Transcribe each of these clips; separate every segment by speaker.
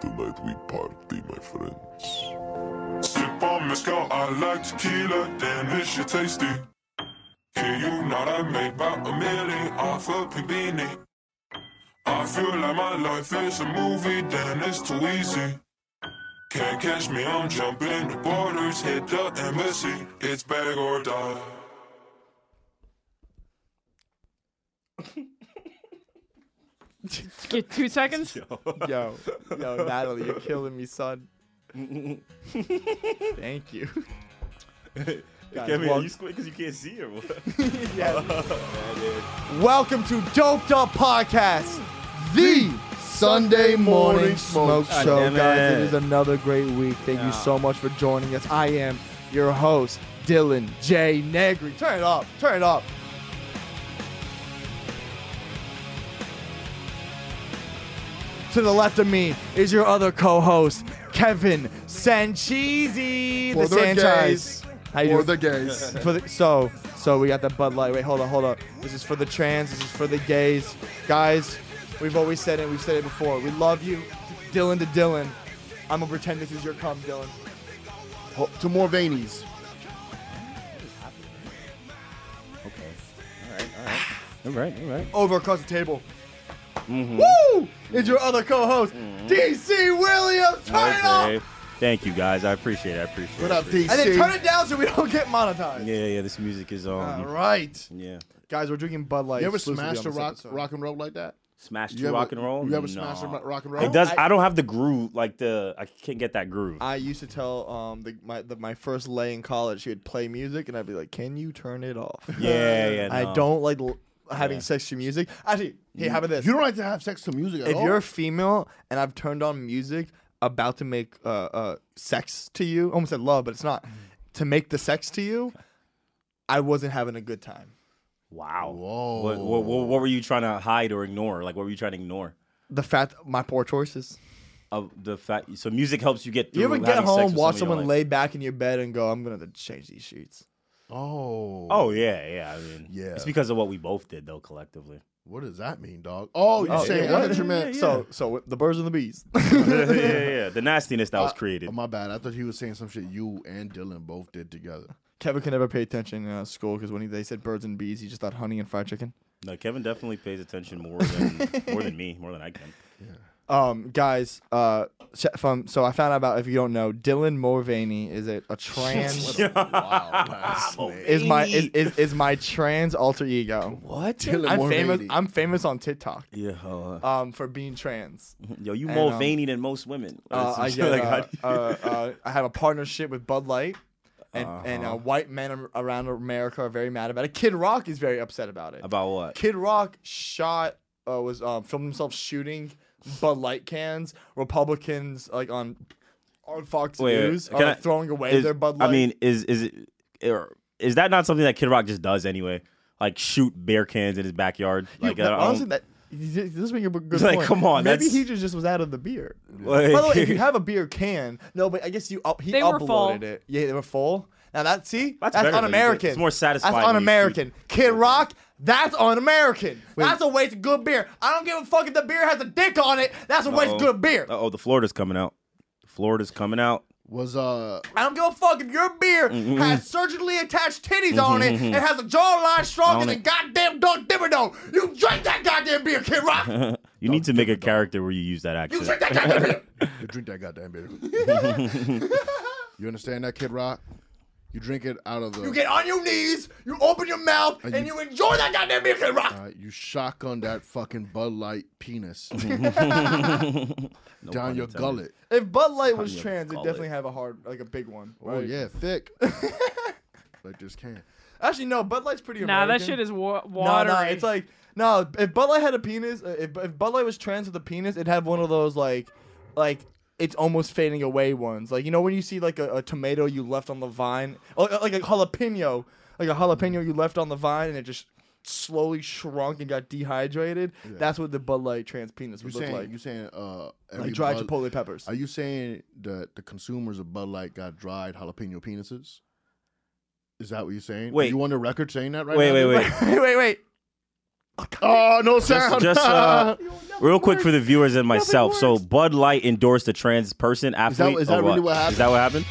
Speaker 1: Tonight we party, my friends. Sip on mezcal, I like tequila, damn it's shit tasty. Can you not? I made about a million off a pink beanie. I feel like my life is a movie, then it's too easy. Can't catch me, I'm jumping the borders, hit the embassy. It's bag or die.
Speaker 2: Get two seconds.
Speaker 3: Yo, yo, Natalie, you're killing me, son. Thank you. Guys,
Speaker 4: Kevin,
Speaker 3: well-
Speaker 4: are you squint because you can't see or what?
Speaker 3: Welcome to Doped Up Podcast, the Sunday morning smoke
Speaker 4: God
Speaker 3: show,
Speaker 4: damn
Speaker 3: guys. It
Speaker 4: it.
Speaker 3: is another great week. Thank you so much for joining us. I am your host, Dylan J. Negri. Turn it up, turn it up. To the left of me is your other co-host, Kevin Sanchezi,
Speaker 5: For
Speaker 3: the
Speaker 5: the
Speaker 3: Sanchez.
Speaker 5: gays.
Speaker 3: How you
Speaker 5: Or
Speaker 3: doing?
Speaker 5: the gays.
Speaker 3: for the, so so we got the Bud Light. Wait, hold on, hold up. This is for the trans. This is for the gays, guys. We've always said it. We've said it before. We love you, Dylan to Dylan. I'm gonna pretend this is your cum, Dylan.
Speaker 5: Ho- to more Veinies.
Speaker 4: All right, all right.
Speaker 3: Over across the table. Woo! Is your other co-host DC Williams? Turn it up
Speaker 4: Thank you guys. I appreciate it. I appreciate
Speaker 5: What
Speaker 4: it.
Speaker 5: up, DC?
Speaker 3: and then turn it down so we don't get monetized.
Speaker 4: Yeah, yeah, this music is
Speaker 5: All
Speaker 4: um
Speaker 5: right.
Speaker 4: yeah.
Speaker 3: Guys, we're drinking Bud Light.
Speaker 5: You ever
Speaker 3: exclusively on
Speaker 5: smashed a
Speaker 3: this
Speaker 5: rock,
Speaker 3: episode.
Speaker 5: rock and roll like that?
Speaker 4: Smash
Speaker 5: You
Speaker 4: to
Speaker 5: ever-
Speaker 4: rock and roll.
Speaker 5: you ever
Speaker 4: no.
Speaker 5: smashed a ro- rock and roll?
Speaker 4: It does I, don't have the groove like the I can't get that groove.
Speaker 3: I used to tell um the, my the, my first lay in college she would play music and I'd be like, "Can you turn it off?"
Speaker 4: yeah, yeah.
Speaker 3: I
Speaker 4: no.
Speaker 3: don't like l- having sex to music. Actually, hey, how about this?
Speaker 5: You don't like to have sex to music at
Speaker 3: if
Speaker 5: all.
Speaker 3: you're a female and I've turned on music about to make uh, uh, sex to you, I almost said love, but it's not to make the sex to you. I wasn't having a good time.
Speaker 4: Wow.
Speaker 5: Whoa.
Speaker 4: What, what, what, what were you trying to hide or ignore? Like what were you trying to ignore?
Speaker 3: The fact my poor choices.
Speaker 4: Of the fact so music helps you get through.
Speaker 3: You ever get
Speaker 4: having sex
Speaker 3: home,
Speaker 4: with
Speaker 3: watch
Speaker 4: someone
Speaker 3: someone
Speaker 4: you don't like.
Speaker 3: lay back in your bed and go, "I'm gonna have to change these sheets."
Speaker 5: oh.
Speaker 4: Oh yeah, yeah. I mean,
Speaker 5: Yeah.
Speaker 4: It's because of what we both did though collectively.
Speaker 5: What does that mean, dog? Oh, you're
Speaker 3: Oh,
Speaker 5: saying
Speaker 3: yeah,
Speaker 5: I thought you meant.
Speaker 3: So, so the birds and the bees.
Speaker 4: yeah, yeah, yeah. The nastiness that was created.
Speaker 5: Oh, my bad. I thought he was saying some shit you and Dylan both did together.
Speaker 3: Kevin can never pay attention in uh, school because when he, they said birds and bees, he just thought honey and fried chicken.
Speaker 4: No, Kevin definitely pays attention more than more than me, more than I can.
Speaker 3: Um, guys, uh, sh- from so I found out about if you don't know, Dylan Mulvaney is a, a trans
Speaker 5: Wow. last name.
Speaker 3: is my is, is, is my trans alter ego.
Speaker 4: What?
Speaker 5: Dylan
Speaker 3: I'm famous.
Speaker 5: Mulvaney.
Speaker 3: I'm famous on TikTok.
Speaker 4: Yeah, uh,
Speaker 3: Um, for being trans,
Speaker 5: Mm-hmm.
Speaker 4: yo, you
Speaker 3: and,
Speaker 4: more
Speaker 3: um,
Speaker 4: veiny than most women. Or
Speaker 3: uh,
Speaker 4: some
Speaker 3: I
Speaker 4: shit
Speaker 3: get,
Speaker 4: like
Speaker 3: uh,
Speaker 4: that.
Speaker 3: uh, uh, I have a partnership with Bud Light, and and
Speaker 5: Uh-huh.
Speaker 3: uh, white men ar- around America are very mad about it. Kid Rock is very upset about it.
Speaker 4: about what?
Speaker 3: Kid Rock shot uh, was um, filmed himself shooting Bud Light cans. Republicans like on on Fox
Speaker 4: Wait, wait,
Speaker 3: News
Speaker 4: can
Speaker 3: are
Speaker 4: I-
Speaker 3: throwing away
Speaker 4: Is-
Speaker 3: their Bud Light.
Speaker 4: I mean, is is it or is that not something that Kid Rock just does anyway? Like shoot beer cans in his backyard.
Speaker 3: You-
Speaker 4: Like uh, oh, I
Speaker 3: that-
Speaker 4: don't-
Speaker 3: honestly, that this is making a good
Speaker 4: Like,
Speaker 3: point.
Speaker 4: come on,
Speaker 3: maybe
Speaker 4: that's-
Speaker 3: he just, just was out of the beer.
Speaker 4: Like-
Speaker 3: By the way, if you have a beer can, no, but I guess you up, he
Speaker 2: They were
Speaker 3: uploaded
Speaker 2: full.
Speaker 3: it. Yeah, they were full. Now that see,
Speaker 4: That's
Speaker 3: that's,
Speaker 4: better, though.
Speaker 3: un-American.
Speaker 4: It's more satisfying when
Speaker 3: That's
Speaker 4: you
Speaker 3: un-American.
Speaker 4: shoot.
Speaker 3: Kid Rock, that's un-American. That's a waste of good beer. I don't give a fuck if the beer has a dick on it. That's a waste of good beer.
Speaker 4: oh, the Florida's coming out. Florida's coming out.
Speaker 5: Was, uh,
Speaker 3: I don't give a fuck if your beer
Speaker 4: Mm-hmm.
Speaker 3: has surgically attached titties on it and has a jawline stronger
Speaker 4: On
Speaker 3: than
Speaker 4: it.
Speaker 3: goddamn Doug Dimmerdo. You drink that goddamn beer, Kid Rock.
Speaker 4: you need to make a character where you use that
Speaker 3: You
Speaker 4: accent.
Speaker 3: drink that goddamn beer.
Speaker 5: you drink that goddamn beer. you understand that, Kid Rock? You drink it out of the.
Speaker 3: You get on your knees, you open your mouth, and you, enjoy that goddamn beer, Kid Rock.
Speaker 5: Uh, you shotgun that fucking Bud Light penis
Speaker 4: No
Speaker 5: down
Speaker 4: pun
Speaker 5: your
Speaker 4: intended.
Speaker 5: gullet.
Speaker 3: If Bud Light was
Speaker 4: you
Speaker 3: trans, it'd
Speaker 4: call
Speaker 3: definitely
Speaker 4: it?
Speaker 3: have a hard, like a big one.
Speaker 5: Oh
Speaker 3: right?
Speaker 5: yeah, thick. like this can.
Speaker 3: Actually, no, Bud Light's pretty.
Speaker 2: Nah, that
Speaker 3: American.
Speaker 2: shit is wa-
Speaker 3: No,
Speaker 2: watery.
Speaker 3: no, it's like no. If Bud Light had a penis, uh, if, if Bud Light was trans with a penis, it'd have one of those like, like it's almost fading away ones. Like you know when you see like a, a tomato you left on the vine, or, uh, like a jalapeno, like a jalapeno you left on the vine, and it just slowly shrunk and got dehydrated. That's what the Bud Light trans penis
Speaker 5: You
Speaker 3: would look
Speaker 5: saying
Speaker 3: like,
Speaker 5: you saying uh every
Speaker 3: like dried
Speaker 5: Bud-
Speaker 3: chipotle peppers.
Speaker 5: Are you saying that the consumers of Bud Light got dried jalapeno penises? Is that what you're saying?
Speaker 4: Wait.
Speaker 5: you on the record saying that right
Speaker 4: Wait,
Speaker 5: now?
Speaker 4: wait,
Speaker 5: dude?
Speaker 4: wait.
Speaker 3: wait, wait, wait.
Speaker 5: Oh, no sound.
Speaker 4: Just uh, real quick for the viewers and myself. So Bud Light endorsed a trans person athlete.
Speaker 5: is that
Speaker 4: or
Speaker 5: really what happened?
Speaker 4: Is that what happened?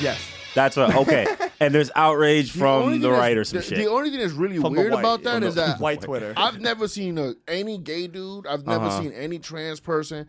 Speaker 3: Yes.
Speaker 4: That's what. Okay. and there's outrage
Speaker 5: only
Speaker 4: from the
Speaker 5: thing that's-
Speaker 4: right or some
Speaker 5: the,
Speaker 4: shit.
Speaker 5: The only thing that's really
Speaker 3: From the
Speaker 5: weird
Speaker 3: white-
Speaker 5: about that
Speaker 3: from
Speaker 5: is
Speaker 3: the
Speaker 5: that
Speaker 3: white Twitter.
Speaker 5: I've never seen a, any gay dude. I've never
Speaker 4: Uh-huh.
Speaker 5: seen any trans person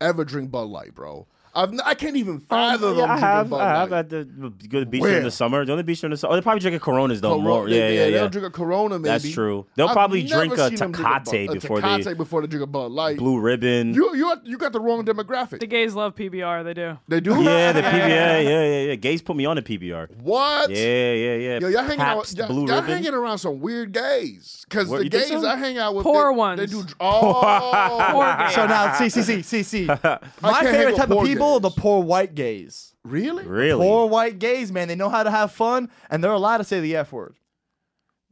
Speaker 5: ever drink Bud Light, bro. I've n- I can't even fathom them
Speaker 4: Um, I
Speaker 5: drinking
Speaker 4: have,
Speaker 5: Bud
Speaker 4: I have
Speaker 5: Light.
Speaker 4: at the good beach
Speaker 5: Where?
Speaker 4: in the summer. The only beach during the summer. Oh, they're probably drinking Coronas though.
Speaker 5: Corona-
Speaker 4: more.
Speaker 5: they-
Speaker 4: Yeah,
Speaker 5: they-
Speaker 4: yeah, yeah.
Speaker 5: They'll drink a Corona, maybe.
Speaker 4: That's true. They'll
Speaker 5: I've
Speaker 4: probably
Speaker 5: never
Speaker 4: drink a
Speaker 5: seen them drink a
Speaker 4: Tecate
Speaker 5: Bud-
Speaker 4: before
Speaker 5: a
Speaker 4: they-
Speaker 5: Tecate before they drink a Bud Light.
Speaker 4: Blue ribbon.
Speaker 5: You you you got the wrong demographic.
Speaker 2: The gays love PBR. They do.
Speaker 5: They do.
Speaker 4: yeah, the PBR. Yeah, yeah, yeah. Gays put me on the PBR.
Speaker 5: What?
Speaker 4: Yeah, yeah, yeah.
Speaker 5: Yo, y'all hanging
Speaker 4: Pabst
Speaker 5: out. Y'all,
Speaker 4: Blue
Speaker 5: y'all
Speaker 4: ribbon.
Speaker 5: hanging around some weird gays. Cause
Speaker 4: What,
Speaker 5: the
Speaker 4: you think
Speaker 5: gays
Speaker 4: so?
Speaker 5: I hang out with,
Speaker 2: Poor
Speaker 5: they,
Speaker 2: ones.
Speaker 5: They do. Oh,
Speaker 2: Poor gays.
Speaker 3: So now, see, see, see, see, see.
Speaker 5: I
Speaker 3: My
Speaker 5: can't
Speaker 3: favorite
Speaker 5: handle
Speaker 3: type of
Speaker 5: poor
Speaker 3: people are the
Speaker 5: gays.
Speaker 3: poor white gays.
Speaker 5: really?
Speaker 4: really?
Speaker 3: Poor white gays, man. They know how to have fun, and they're allowed to say the F word.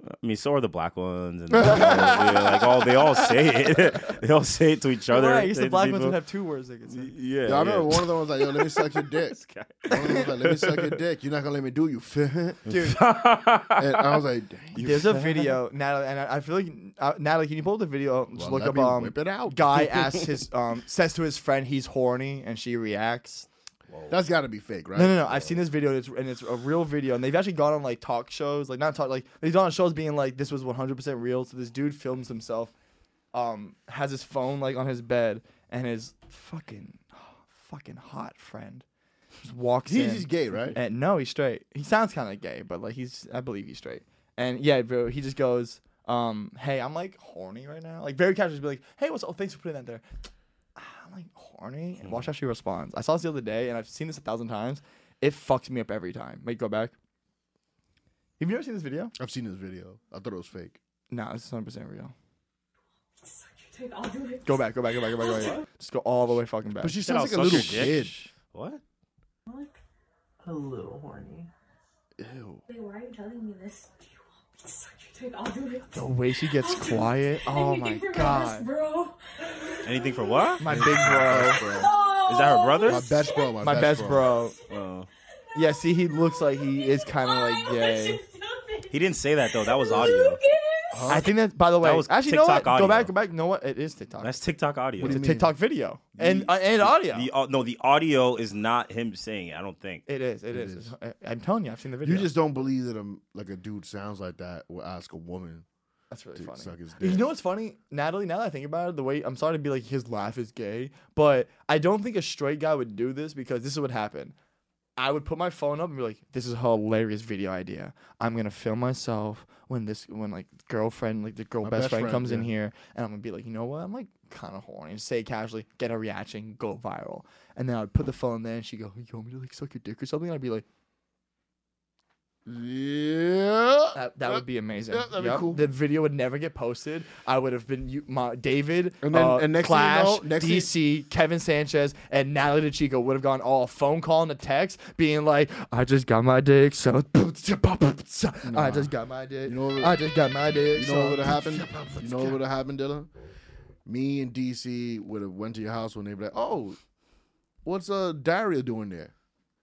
Speaker 4: I mean, so are the black ones, and yeah, like all they all say it. they all say it to each other.
Speaker 3: Right, I guess
Speaker 4: say
Speaker 3: the
Speaker 4: it to
Speaker 3: black ones would
Speaker 4: people.
Speaker 3: have two words they could say.
Speaker 4: Yeah,
Speaker 5: Yeah, I remember
Speaker 4: yeah.
Speaker 5: one of them was like, "Yo, let me suck your dick." One of them was like, "Let me suck your dick. You're not gonna let me do you, dude." and I was like, "Dang, you
Speaker 3: There's a video, Natalie, and I I feel like uh, Natalie, can you pull up the video? Just
Speaker 5: well,
Speaker 3: look
Speaker 5: let
Speaker 3: up.
Speaker 5: me
Speaker 3: Um,
Speaker 5: whip it out."
Speaker 3: guy asks his, um, says to his friend he's horny, and she reacts.
Speaker 5: That's got to be fake, right?
Speaker 3: No, no, no. I've seen this video, and it's, and it's a real video, and they've actually gone on like talk shows, like not talk, like they've gone on shows being like this was 100 percent real. So this dude films himself, um, has his phone like on his bed, and his fucking, fucking hot friend just walks in.
Speaker 5: He's just gay, right?
Speaker 3: And no, he's straight. He sounds kind of gay, but like he's, I believe he's straight. And yeah, bro, he just goes, um, hey, I'm like horny right now. Like very casually, just be like, hey, what's up? Oh, Thanks for putting that there. Ah, I'm like horny. And watch how she responds. I saw this the other day, and I've seen this a thousand times. It fucks me up every time. Wait, go back. Have you ever seen this video?
Speaker 5: I've seen this video. I thought it was fake.
Speaker 3: No, this is 100 percent real. Go back, go back, go back, go back, go back. Just go all the way fucking back.
Speaker 5: But she sounds
Speaker 4: I'll
Speaker 5: like a
Speaker 4: suck
Speaker 5: little
Speaker 4: your dick.
Speaker 5: kid.
Speaker 4: What?
Speaker 6: a little horny.
Speaker 5: Ew.
Speaker 6: Wait, why are you telling me this? Do you want me to suck your dick? I'll do it.
Speaker 3: the way she gets quiet. Oh my
Speaker 6: Anything for
Speaker 3: god.
Speaker 6: This, bro.
Speaker 4: Anything for what?
Speaker 3: My big bro.
Speaker 4: Is that her brother?
Speaker 5: My best bro. My,
Speaker 3: My best bro.
Speaker 4: Oh.
Speaker 3: Yeah, see, he looks like he is
Speaker 6: Oh,
Speaker 3: kind of like gay.
Speaker 4: He didn't say that though. That was audio.
Speaker 3: I think that, by the way,
Speaker 4: That was
Speaker 3: actually, you know what?
Speaker 4: TikTok
Speaker 3: Go
Speaker 4: audio.
Speaker 3: back, go back. You know what? It is TikTok.
Speaker 4: That's TikTok audio.
Speaker 3: it's a TikTok video and uh, and audio.
Speaker 4: The au- no, the audio is not him saying it. I don't think.
Speaker 3: it is. it is. I- I'm telling you, I've seen the video.
Speaker 5: You just don't believe that a like a dude sounds like that would ask a woman
Speaker 3: that's really
Speaker 5: to
Speaker 3: funny.
Speaker 5: suck his dick.
Speaker 3: You know what's funny, Natalie? Now that I think about it, the way I'm sorry to be like his laugh is gay, but I don't think a straight guy would do this because this is what happened. I would put my phone up and be like, "This is a hilarious video idea. I'm gonna film myself when this when like girlfriend like the girl best,
Speaker 5: best
Speaker 3: friend,
Speaker 5: friend,
Speaker 3: comes in
Speaker 5: yeah.
Speaker 3: here, and I'm gonna be like, you know what? I'm like kind of horny. Just say it casually, get a reaction, go viral, and then I would put the phone there and she would go, "You want me to like suck your dick or something?" And I'd be like,
Speaker 5: yeah.
Speaker 3: That, that would be amazing.
Speaker 5: yeah, that'd be
Speaker 3: Yep.
Speaker 5: cool.
Speaker 3: The video would never get posted. I would have been you, my David,
Speaker 5: And then-
Speaker 3: uh,
Speaker 5: and next thing you
Speaker 3: Clash,
Speaker 5: know- next thing you-
Speaker 3: DC, Kevin Sanchez, and Natalie DeChico would have gone all phone call and a text, being like, "I just got my dick, so I just got my dick,
Speaker 5: You know what-
Speaker 3: I just got my dick."
Speaker 5: You know what would have
Speaker 3: so-
Speaker 5: happened? You know what would have happened, Dylan? Me and DC would have went to your house when they be like, "Oh, what's uh Daria doing there?"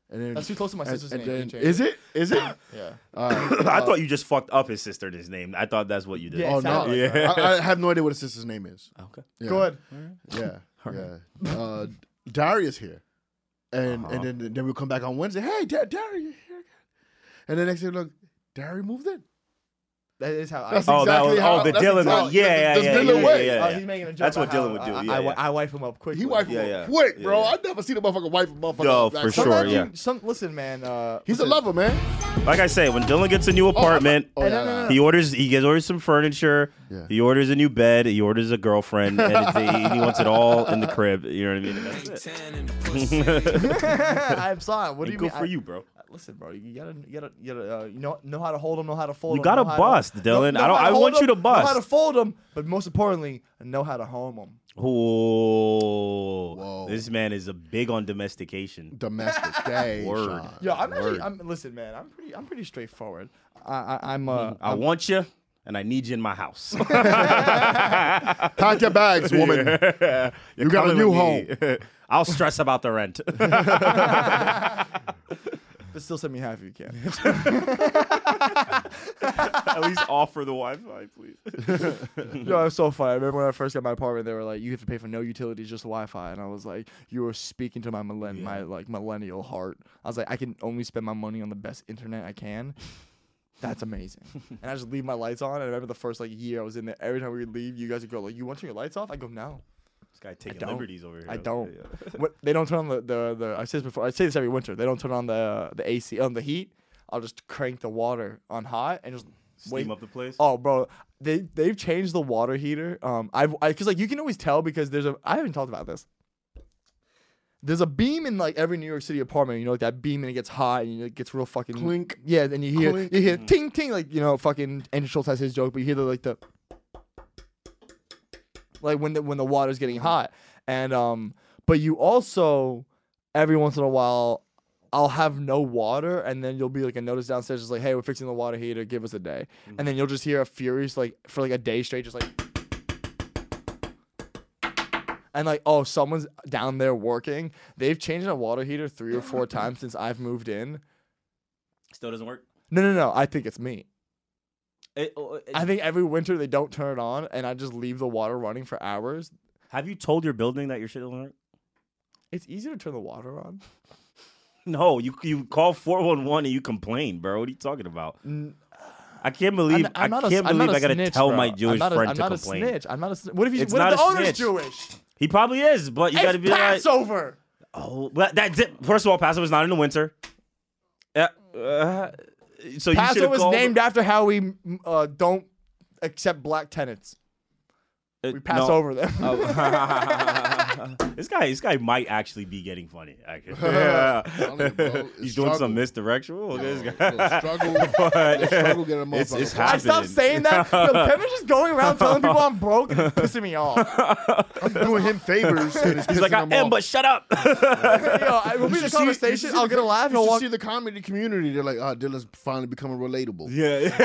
Speaker 5: And then
Speaker 3: That's too close to my
Speaker 5: and-
Speaker 3: sister's
Speaker 5: and
Speaker 3: name.
Speaker 5: then-
Speaker 3: He changed
Speaker 5: is it? Is it?
Speaker 3: Yeah.
Speaker 5: All right.
Speaker 4: I thought you just fucked up his sister and his name. I thought that's what you did.
Speaker 3: Yeah,
Speaker 5: Oh
Speaker 3: It sounded
Speaker 5: no!
Speaker 3: like
Speaker 5: Yeah. I, I have no idea what his sister's name is.
Speaker 4: Okay.
Speaker 5: Yeah.
Speaker 3: Good.
Speaker 5: Yeah. Yeah. Uh, Daria's here, and and then then we'll come back on Wednesday. Hey, da- Daria, you're here again. And then next thing, look, Daria moved in.
Speaker 3: That is how. I,
Speaker 5: That's
Speaker 4: Oh, that
Speaker 5: exactly
Speaker 4: was-
Speaker 5: how-
Speaker 4: oh, the
Speaker 5: that's
Speaker 4: Dylan-
Speaker 5: exactly-
Speaker 4: yeah, yeah,
Speaker 5: that's
Speaker 4: yeah,
Speaker 5: Dylan
Speaker 4: yeah,
Speaker 5: way.
Speaker 4: yeah, yeah.
Speaker 3: Oh, he's making a joke.
Speaker 4: That's what
Speaker 3: about how
Speaker 4: Dylan would do,
Speaker 3: I,
Speaker 4: yeah,
Speaker 3: I,
Speaker 4: yeah.
Speaker 3: I wipe him up quickly.
Speaker 5: He wife him
Speaker 4: Yeah,
Speaker 5: up
Speaker 4: yeah.
Speaker 5: quick,
Speaker 4: Yeah,
Speaker 5: bro.
Speaker 4: yeah.
Speaker 5: I never seen a motherfucker wife a motherfucker.
Speaker 4: No,
Speaker 5: up. Like,
Speaker 4: for
Speaker 5: sometimes
Speaker 4: sure,
Speaker 5: you-
Speaker 4: yeah.
Speaker 3: Some listen, man. Uh,
Speaker 5: He's
Speaker 3: listen,
Speaker 5: a lover, man.
Speaker 4: Like I say, when Dylan gets a new apartment,
Speaker 5: Oh, yeah, yeah.
Speaker 4: he orders he gets orders some furniture.
Speaker 5: Yeah.
Speaker 4: He orders a new bed. He orders a girlfriend, and, it's, he, he wants it all in the crib. You know what I mean? And That's it.
Speaker 3: I'm sorry. What do you
Speaker 4: Good
Speaker 3: mean?
Speaker 4: for
Speaker 3: I-
Speaker 4: you, bro.
Speaker 3: Listen, bro, you gotta, you gotta, you gotta, uh, you know, know how to hold them, know how to fold
Speaker 4: You
Speaker 3: them.
Speaker 4: gotta
Speaker 3: know how
Speaker 4: bust,
Speaker 3: to,
Speaker 4: Dylan. I don't-
Speaker 3: how
Speaker 4: I
Speaker 3: hold
Speaker 4: want you
Speaker 3: 'em,
Speaker 4: to
Speaker 3: Know how to
Speaker 4: bust.
Speaker 3: fold them, but most importantly, know how to home them.
Speaker 4: Oh,
Speaker 5: Whoa.
Speaker 4: this man is a big on domestication.
Speaker 5: Domestic gay.
Speaker 4: Word.
Speaker 5: Sean.
Speaker 3: Yo, I'm actually,
Speaker 4: Word.
Speaker 3: I'm listen, man. I'm pretty, I'm pretty straightforward. I, I I'm, uh,
Speaker 4: I
Speaker 3: I'm,
Speaker 4: want you, and I need Um, you in my house.
Speaker 5: Pack your bags, woman. You got a
Speaker 4: Coming
Speaker 5: new
Speaker 4: with
Speaker 5: home.
Speaker 4: me. I'll stress about the rent.
Speaker 3: But still send me half if you can.
Speaker 4: At least offer the Wi-Fi, please.
Speaker 3: Yo, I'm so funny. I remember when I first got my apartment, they were like, "You have to pay for no utilities, just Wi-Fi," and I was like, "You are speaking to my millenn- my like millennial heart." I was like, "I can only spend my money on the best internet I can." That's amazing. and I just leave my lights on. And I remember the first like year I was in there. Every time we would leave, you guys would go like, "You want to turn your lights off?" I go, "No."
Speaker 4: This guy taking
Speaker 3: don't.
Speaker 4: liberties over here.
Speaker 3: I don't. What, they don't turn on the, the the I say this before. I say this every winter. They don't turn on the the AC on the heat. I'll just crank the water on hot and just
Speaker 4: Steam
Speaker 3: wait.
Speaker 4: up the place.
Speaker 3: Oh, bro, they they've changed the water heater. Um, I've because like you can always tell because there's a I haven't talked about this. There's a beam in like every New York City apartment. You know, like that beam and it gets hot and it gets real fucking
Speaker 5: Clink.
Speaker 3: Yeah, and you hear
Speaker 5: Clink.
Speaker 3: you hear ting ting like you know fucking Andrew Schultz has his joke, but you hear the like the like when the when the water's getting hot and um but you also every once in a while I'll have no water and then you'll be like a notice downstairs just like hey we're fixing the water heater give us a day and then you'll just hear a furious like for like a day straight just like and like oh someone's down there working they've changed a water heater three or four times since I've moved in
Speaker 4: Still doesn't work.
Speaker 3: no no no I think it's me Eh,
Speaker 4: It- oh, it-
Speaker 3: I think every winter they don't turn it on and I just leave the water running for hours
Speaker 4: have you told your building that your shit doesn't work?
Speaker 3: it's easier to turn the water on
Speaker 4: No, you you call four one one and you complain, bro. What are you talking about? I can't believe
Speaker 3: uh, I'm, I'm
Speaker 4: I
Speaker 3: not
Speaker 4: can't
Speaker 3: a, am
Speaker 4: believe
Speaker 3: not
Speaker 4: I
Speaker 3: a
Speaker 4: gotta
Speaker 3: snitch,
Speaker 4: tell
Speaker 3: bro.
Speaker 4: my Jewish
Speaker 3: I'm not a,
Speaker 4: friend
Speaker 3: I'm
Speaker 4: to
Speaker 3: not
Speaker 4: complain.
Speaker 3: A snitch. I'm not a snitch. What if he's
Speaker 4: It's
Speaker 3: what
Speaker 4: not
Speaker 3: if the
Speaker 4: a
Speaker 3: owner's
Speaker 4: snitch.
Speaker 3: Jewish?
Speaker 4: He probably is, but you
Speaker 3: It's
Speaker 4: gotta be like,
Speaker 3: Passover.
Speaker 4: oh, but that's it. First of all, Passover's not in the winter. Yeah, uh, so you should
Speaker 3: Passover
Speaker 4: have
Speaker 3: was
Speaker 4: called.
Speaker 3: named after how we mm, uh, don't accept black tenants.
Speaker 4: Uh,
Speaker 3: We pass
Speaker 4: no.
Speaker 3: over them.
Speaker 4: this guy, this guy might actually be getting funny. Actually,
Speaker 5: Funny, bro. It's
Speaker 4: he's doing some
Speaker 5: struggle.
Speaker 4: misdirection. Look at this guy.
Speaker 5: Yo, struggle,
Speaker 4: But-
Speaker 5: struggle getting a motherfucker.
Speaker 4: It's- it's
Speaker 3: I
Speaker 4: happening.
Speaker 3: stopped saying that. Yo, Kevin's just going around telling people I'm broke and it's pissing me off.
Speaker 5: I'm doing him favors. And it's
Speaker 4: He's like,
Speaker 5: pissing
Speaker 4: I
Speaker 5: him
Speaker 4: am,
Speaker 5: off.
Speaker 4: but shut up.
Speaker 3: Yo, I, we'll be in
Speaker 5: You
Speaker 3: the
Speaker 5: should see- you should
Speaker 3: conversation.
Speaker 5: see
Speaker 3: I'll
Speaker 5: the-
Speaker 3: get a laugh.
Speaker 5: You
Speaker 3: I'll
Speaker 5: should
Speaker 3: walk.
Speaker 5: see the comedy community. They're like, oh, Dylan's finally becoming relatable.
Speaker 4: yeah.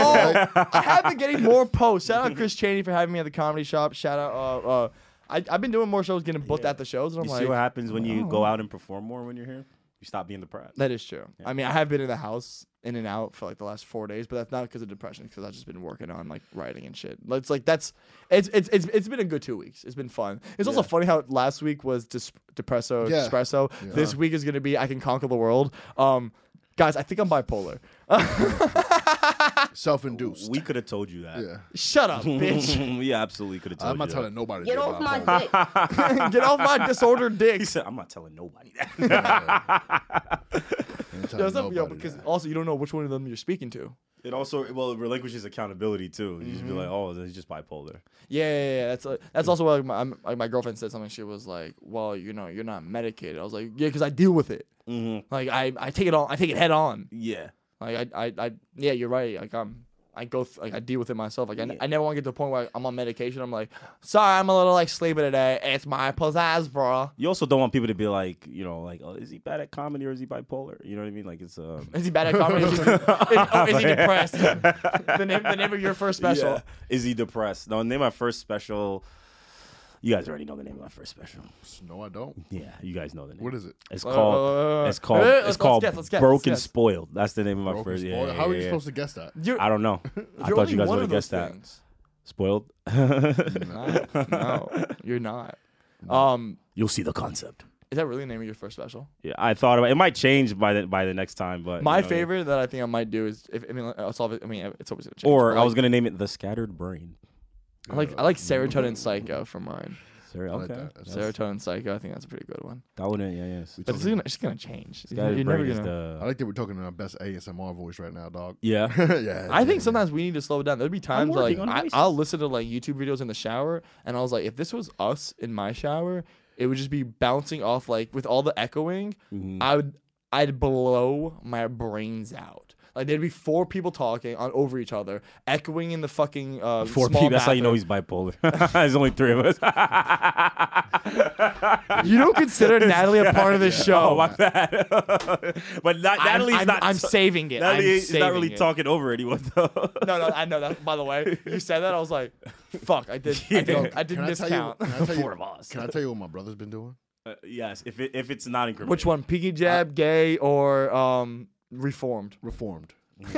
Speaker 3: Oh, I have been getting more posts. Shout out Chris Cheney for having me at the comedy shop. Shout out. Uh, uh, I, I've been doing more shows, getting booked at the shows,
Speaker 5: Oh
Speaker 3: and I'm
Speaker 4: You
Speaker 3: like,
Speaker 4: see what happens when you go out and perform more when you're here? You stop being depressed.
Speaker 3: That is true. I mean, I have been in the house in and out for like the last four days, but that's not because of depression. Because I've just been working on like writing and shit. It's like that's it's it's it's, it's been a good two weeks. It's been fun. It's also funny how last week was dis- depresso
Speaker 5: Yeah.
Speaker 3: espresso. This week is gonna be I can conquer the world. Um, guys, I think I'm bipolar.
Speaker 5: Self-induced.
Speaker 4: We could have told you that.
Speaker 5: yeah.
Speaker 3: Shut up, bitch.
Speaker 4: we absolutely could have told
Speaker 5: I'm not
Speaker 4: you
Speaker 5: telling nobody.
Speaker 6: Get
Speaker 5: that,
Speaker 6: off
Speaker 5: bro.
Speaker 6: my dick.
Speaker 3: Get off my disordered
Speaker 4: that.
Speaker 3: dick.
Speaker 4: He said, I'm not telling nobody that.
Speaker 5: I'm not
Speaker 3: Yo,
Speaker 5: telling
Speaker 3: it's not- yo,
Speaker 5: nobody
Speaker 3: because
Speaker 5: that.
Speaker 3: also you don't know which one of them you're speaking to.
Speaker 4: it also, well, it relinquishes accountability too. You just
Speaker 3: Mm-hmm.
Speaker 4: be like, oh, he's just bipolar.
Speaker 3: Yeah, yeah, yeah. That's uh, that's also why like, my I'm- like my girlfriend said something. She was like, "Well, you know, you're not medicated." I was like, "Yeah, because I deal with it.
Speaker 4: Mm-hmm.
Speaker 3: Like I, I take it all. I take it head on.
Speaker 4: Yeah.
Speaker 3: Like I, I, I yeah, you're right. Like I'm, I go th- like I deal with it myself. Like I, I never want to get to a point where I'm on medication. I'm like, sorry, I'm a little like sleepy today. It's my pizzazz, bro.
Speaker 4: You also don't want people to be like, you know, like, oh, is he bad at comedy or is he bipolar? You know what I mean? Like, it's um,
Speaker 3: Is he bad at comedy? is, he, is- oh, is he depressed? the name, the name of your first special.
Speaker 4: Yeah. Is he depressed? No, name my first special. You guys already know the name of my first special.
Speaker 5: no, I don't.
Speaker 4: Yeah, you guys know the name.
Speaker 5: What is it?
Speaker 4: It's
Speaker 3: Uh,
Speaker 4: called.
Speaker 3: uh,
Speaker 4: It's called.
Speaker 3: uh, let's-
Speaker 4: It's
Speaker 3: let's
Speaker 4: called
Speaker 3: guess, let's guess, let's
Speaker 4: Broken
Speaker 3: guess.
Speaker 4: Spoiled. That's the name of my
Speaker 5: Broken
Speaker 4: first.
Speaker 5: spoiler?
Speaker 4: Yeah,
Speaker 5: How are
Speaker 4: yeah,
Speaker 5: you
Speaker 4: yeah.
Speaker 5: supposed to guess that?
Speaker 3: You're,
Speaker 4: I don't know. I
Speaker 3: you're
Speaker 4: thought
Speaker 3: only
Speaker 4: you guys
Speaker 3: one
Speaker 4: would have
Speaker 3: of those
Speaker 4: guessed that.
Speaker 3: things.
Speaker 4: Spoiled.
Speaker 3: No, no, you're not. Um,
Speaker 4: You'll see the concept.
Speaker 3: is that really the name of your first special?
Speaker 4: Yeah, I thought about it. might change by the by the next time, but
Speaker 3: My
Speaker 4: you know,
Speaker 3: favorite that I think I might do is if I mean like, I'll solve it. I mean it's always gonna change.
Speaker 4: Or
Speaker 3: but,
Speaker 4: I
Speaker 3: like,
Speaker 4: was gonna name it the Scattered Brain.
Speaker 3: I like I like serotonin psycho for mine.
Speaker 4: Sorry,
Speaker 5: like
Speaker 4: okay,
Speaker 5: that. That's-
Speaker 3: Serotonin psycho. I think that's a pretty good one.
Speaker 4: that wouldn't. Yeah, yes.
Speaker 3: But it's gonna, it's gonna change. You're
Speaker 4: Scattered
Speaker 3: never
Speaker 4: Brain is
Speaker 3: gonna-
Speaker 5: I
Speaker 4: the.
Speaker 5: like that we're talking in our best ASMR voice right now, dog.
Speaker 4: Yeah.
Speaker 5: yeah.
Speaker 3: I think sometimes we need to slow it down. There'd be times like
Speaker 4: working on
Speaker 3: I,
Speaker 4: voices.
Speaker 3: I'll listen to like YouTube videos in the shower, and I was like, if this was us in my shower, it would just be bouncing off like with all the echoing.
Speaker 4: Mm-hmm.
Speaker 3: I would, I'd blow my brains out. Like there'd be four people talking on over each other, echoing in the fucking uh,
Speaker 4: Four
Speaker 3: small
Speaker 4: people. That's how you know
Speaker 3: bathroom.
Speaker 4: he's bipolar. There's only three of us.
Speaker 3: You don't consider Natalie a part of this show.
Speaker 4: Oh, my bad. but not,
Speaker 3: I'm-
Speaker 4: Natalie's
Speaker 3: I'm-
Speaker 4: not.
Speaker 3: I'm saving it. I'm
Speaker 4: Natalie is not
Speaker 3: saving
Speaker 4: really
Speaker 3: it.
Speaker 4: talking over anyone though.
Speaker 3: No, no, I know that. By the way, you said that, I was like, "Fuck, I did, I
Speaker 4: Yo,
Speaker 3: did, I did
Speaker 5: Can I tell you?
Speaker 3: miscount."
Speaker 5: Can I tell
Speaker 4: Four of
Speaker 5: you,
Speaker 4: us.
Speaker 5: can I tell you what my brother's been doing?
Speaker 4: Uh, yes, if it, if it's not incriminating.
Speaker 3: Which one, Piggy Jab, Gay, or um, reformed.
Speaker 5: Reformed.
Speaker 4: Okay.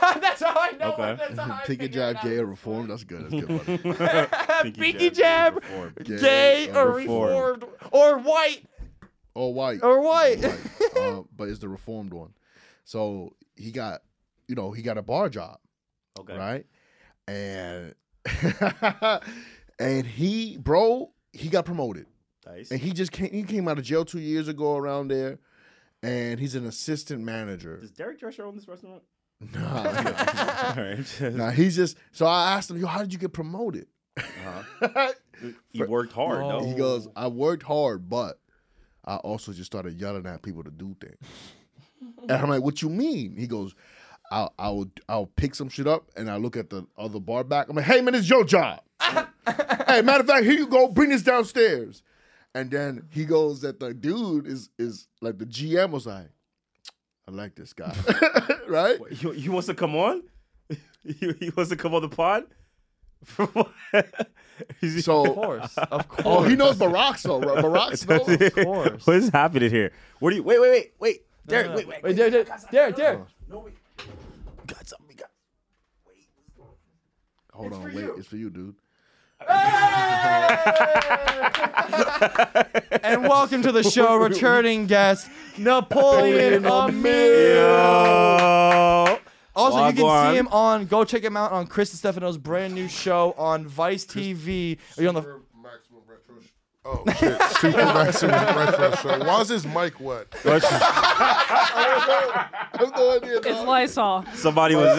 Speaker 3: that's how I know.
Speaker 4: Okay.
Speaker 3: It. That's how I
Speaker 5: Take a
Speaker 3: figure it
Speaker 5: job,
Speaker 3: out.
Speaker 5: gay or reformed. That's good. That's good. buddy.
Speaker 3: Pinky jab,
Speaker 4: reform.
Speaker 5: Gay
Speaker 3: gay
Speaker 5: or
Speaker 3: or
Speaker 4: reformed.
Speaker 3: reformed or white
Speaker 5: All white.
Speaker 3: or white.
Speaker 5: Right. uh, but it's the reformed one. So he got, you know, he got a bar job,
Speaker 4: Okay.
Speaker 5: right? And and he, bro, he got promoted,
Speaker 4: Nice.
Speaker 5: and he just came, he came out of jail two years ago around there, and he's an assistant manager.
Speaker 4: Does Derek Drescher own this restaurant?
Speaker 5: Nah,
Speaker 4: All right.
Speaker 5: nah, he's just. So I asked him, yo, how did you get promoted?
Speaker 4: He worked hard,
Speaker 3: Oh.
Speaker 4: no?
Speaker 5: He goes, I worked hard, but I also just started yelling at people to do things. and I'm like, what you mean? He goes, I'll, I'll, I'll pick some shit up and I look at the other bar back. I'm like, hey, man, it's your job. hey, matter of fact, here you go. Bring this downstairs. And then he goes that the dude is, is like the GM was like, I like this guy. right?
Speaker 4: Wait, He, he wants to come on? he, he wants to come on the pod? For what? He's-
Speaker 3: Of
Speaker 5: So,
Speaker 3: course, of course.
Speaker 5: oh, he knows Baroxo. right? Baroxo knows.
Speaker 3: Of course.
Speaker 4: what is happening here? What do you? Wait, wait, wait, wait, Derek, wait, wait,
Speaker 3: Wait, Derek, Derek, Derek,
Speaker 5: Oh.
Speaker 3: Derek.
Speaker 4: No, wait. Got something. We got.
Speaker 5: Hold on, wait. It's for you, dude.
Speaker 3: And welcome to the show, returning guest Napoleon Amir.
Speaker 4: Yo.
Speaker 3: Also, you can
Speaker 4: Wagwan.
Speaker 3: see him on. Go check him out on Chris Stefano's brand new show on Vice TV. Are you on the?
Speaker 2: Maximum retro. Sh- oh shit! Super maximum retro show. Why is his mic wet?
Speaker 5: I have no idea.
Speaker 7: It's Lysol.
Speaker 4: Somebody was.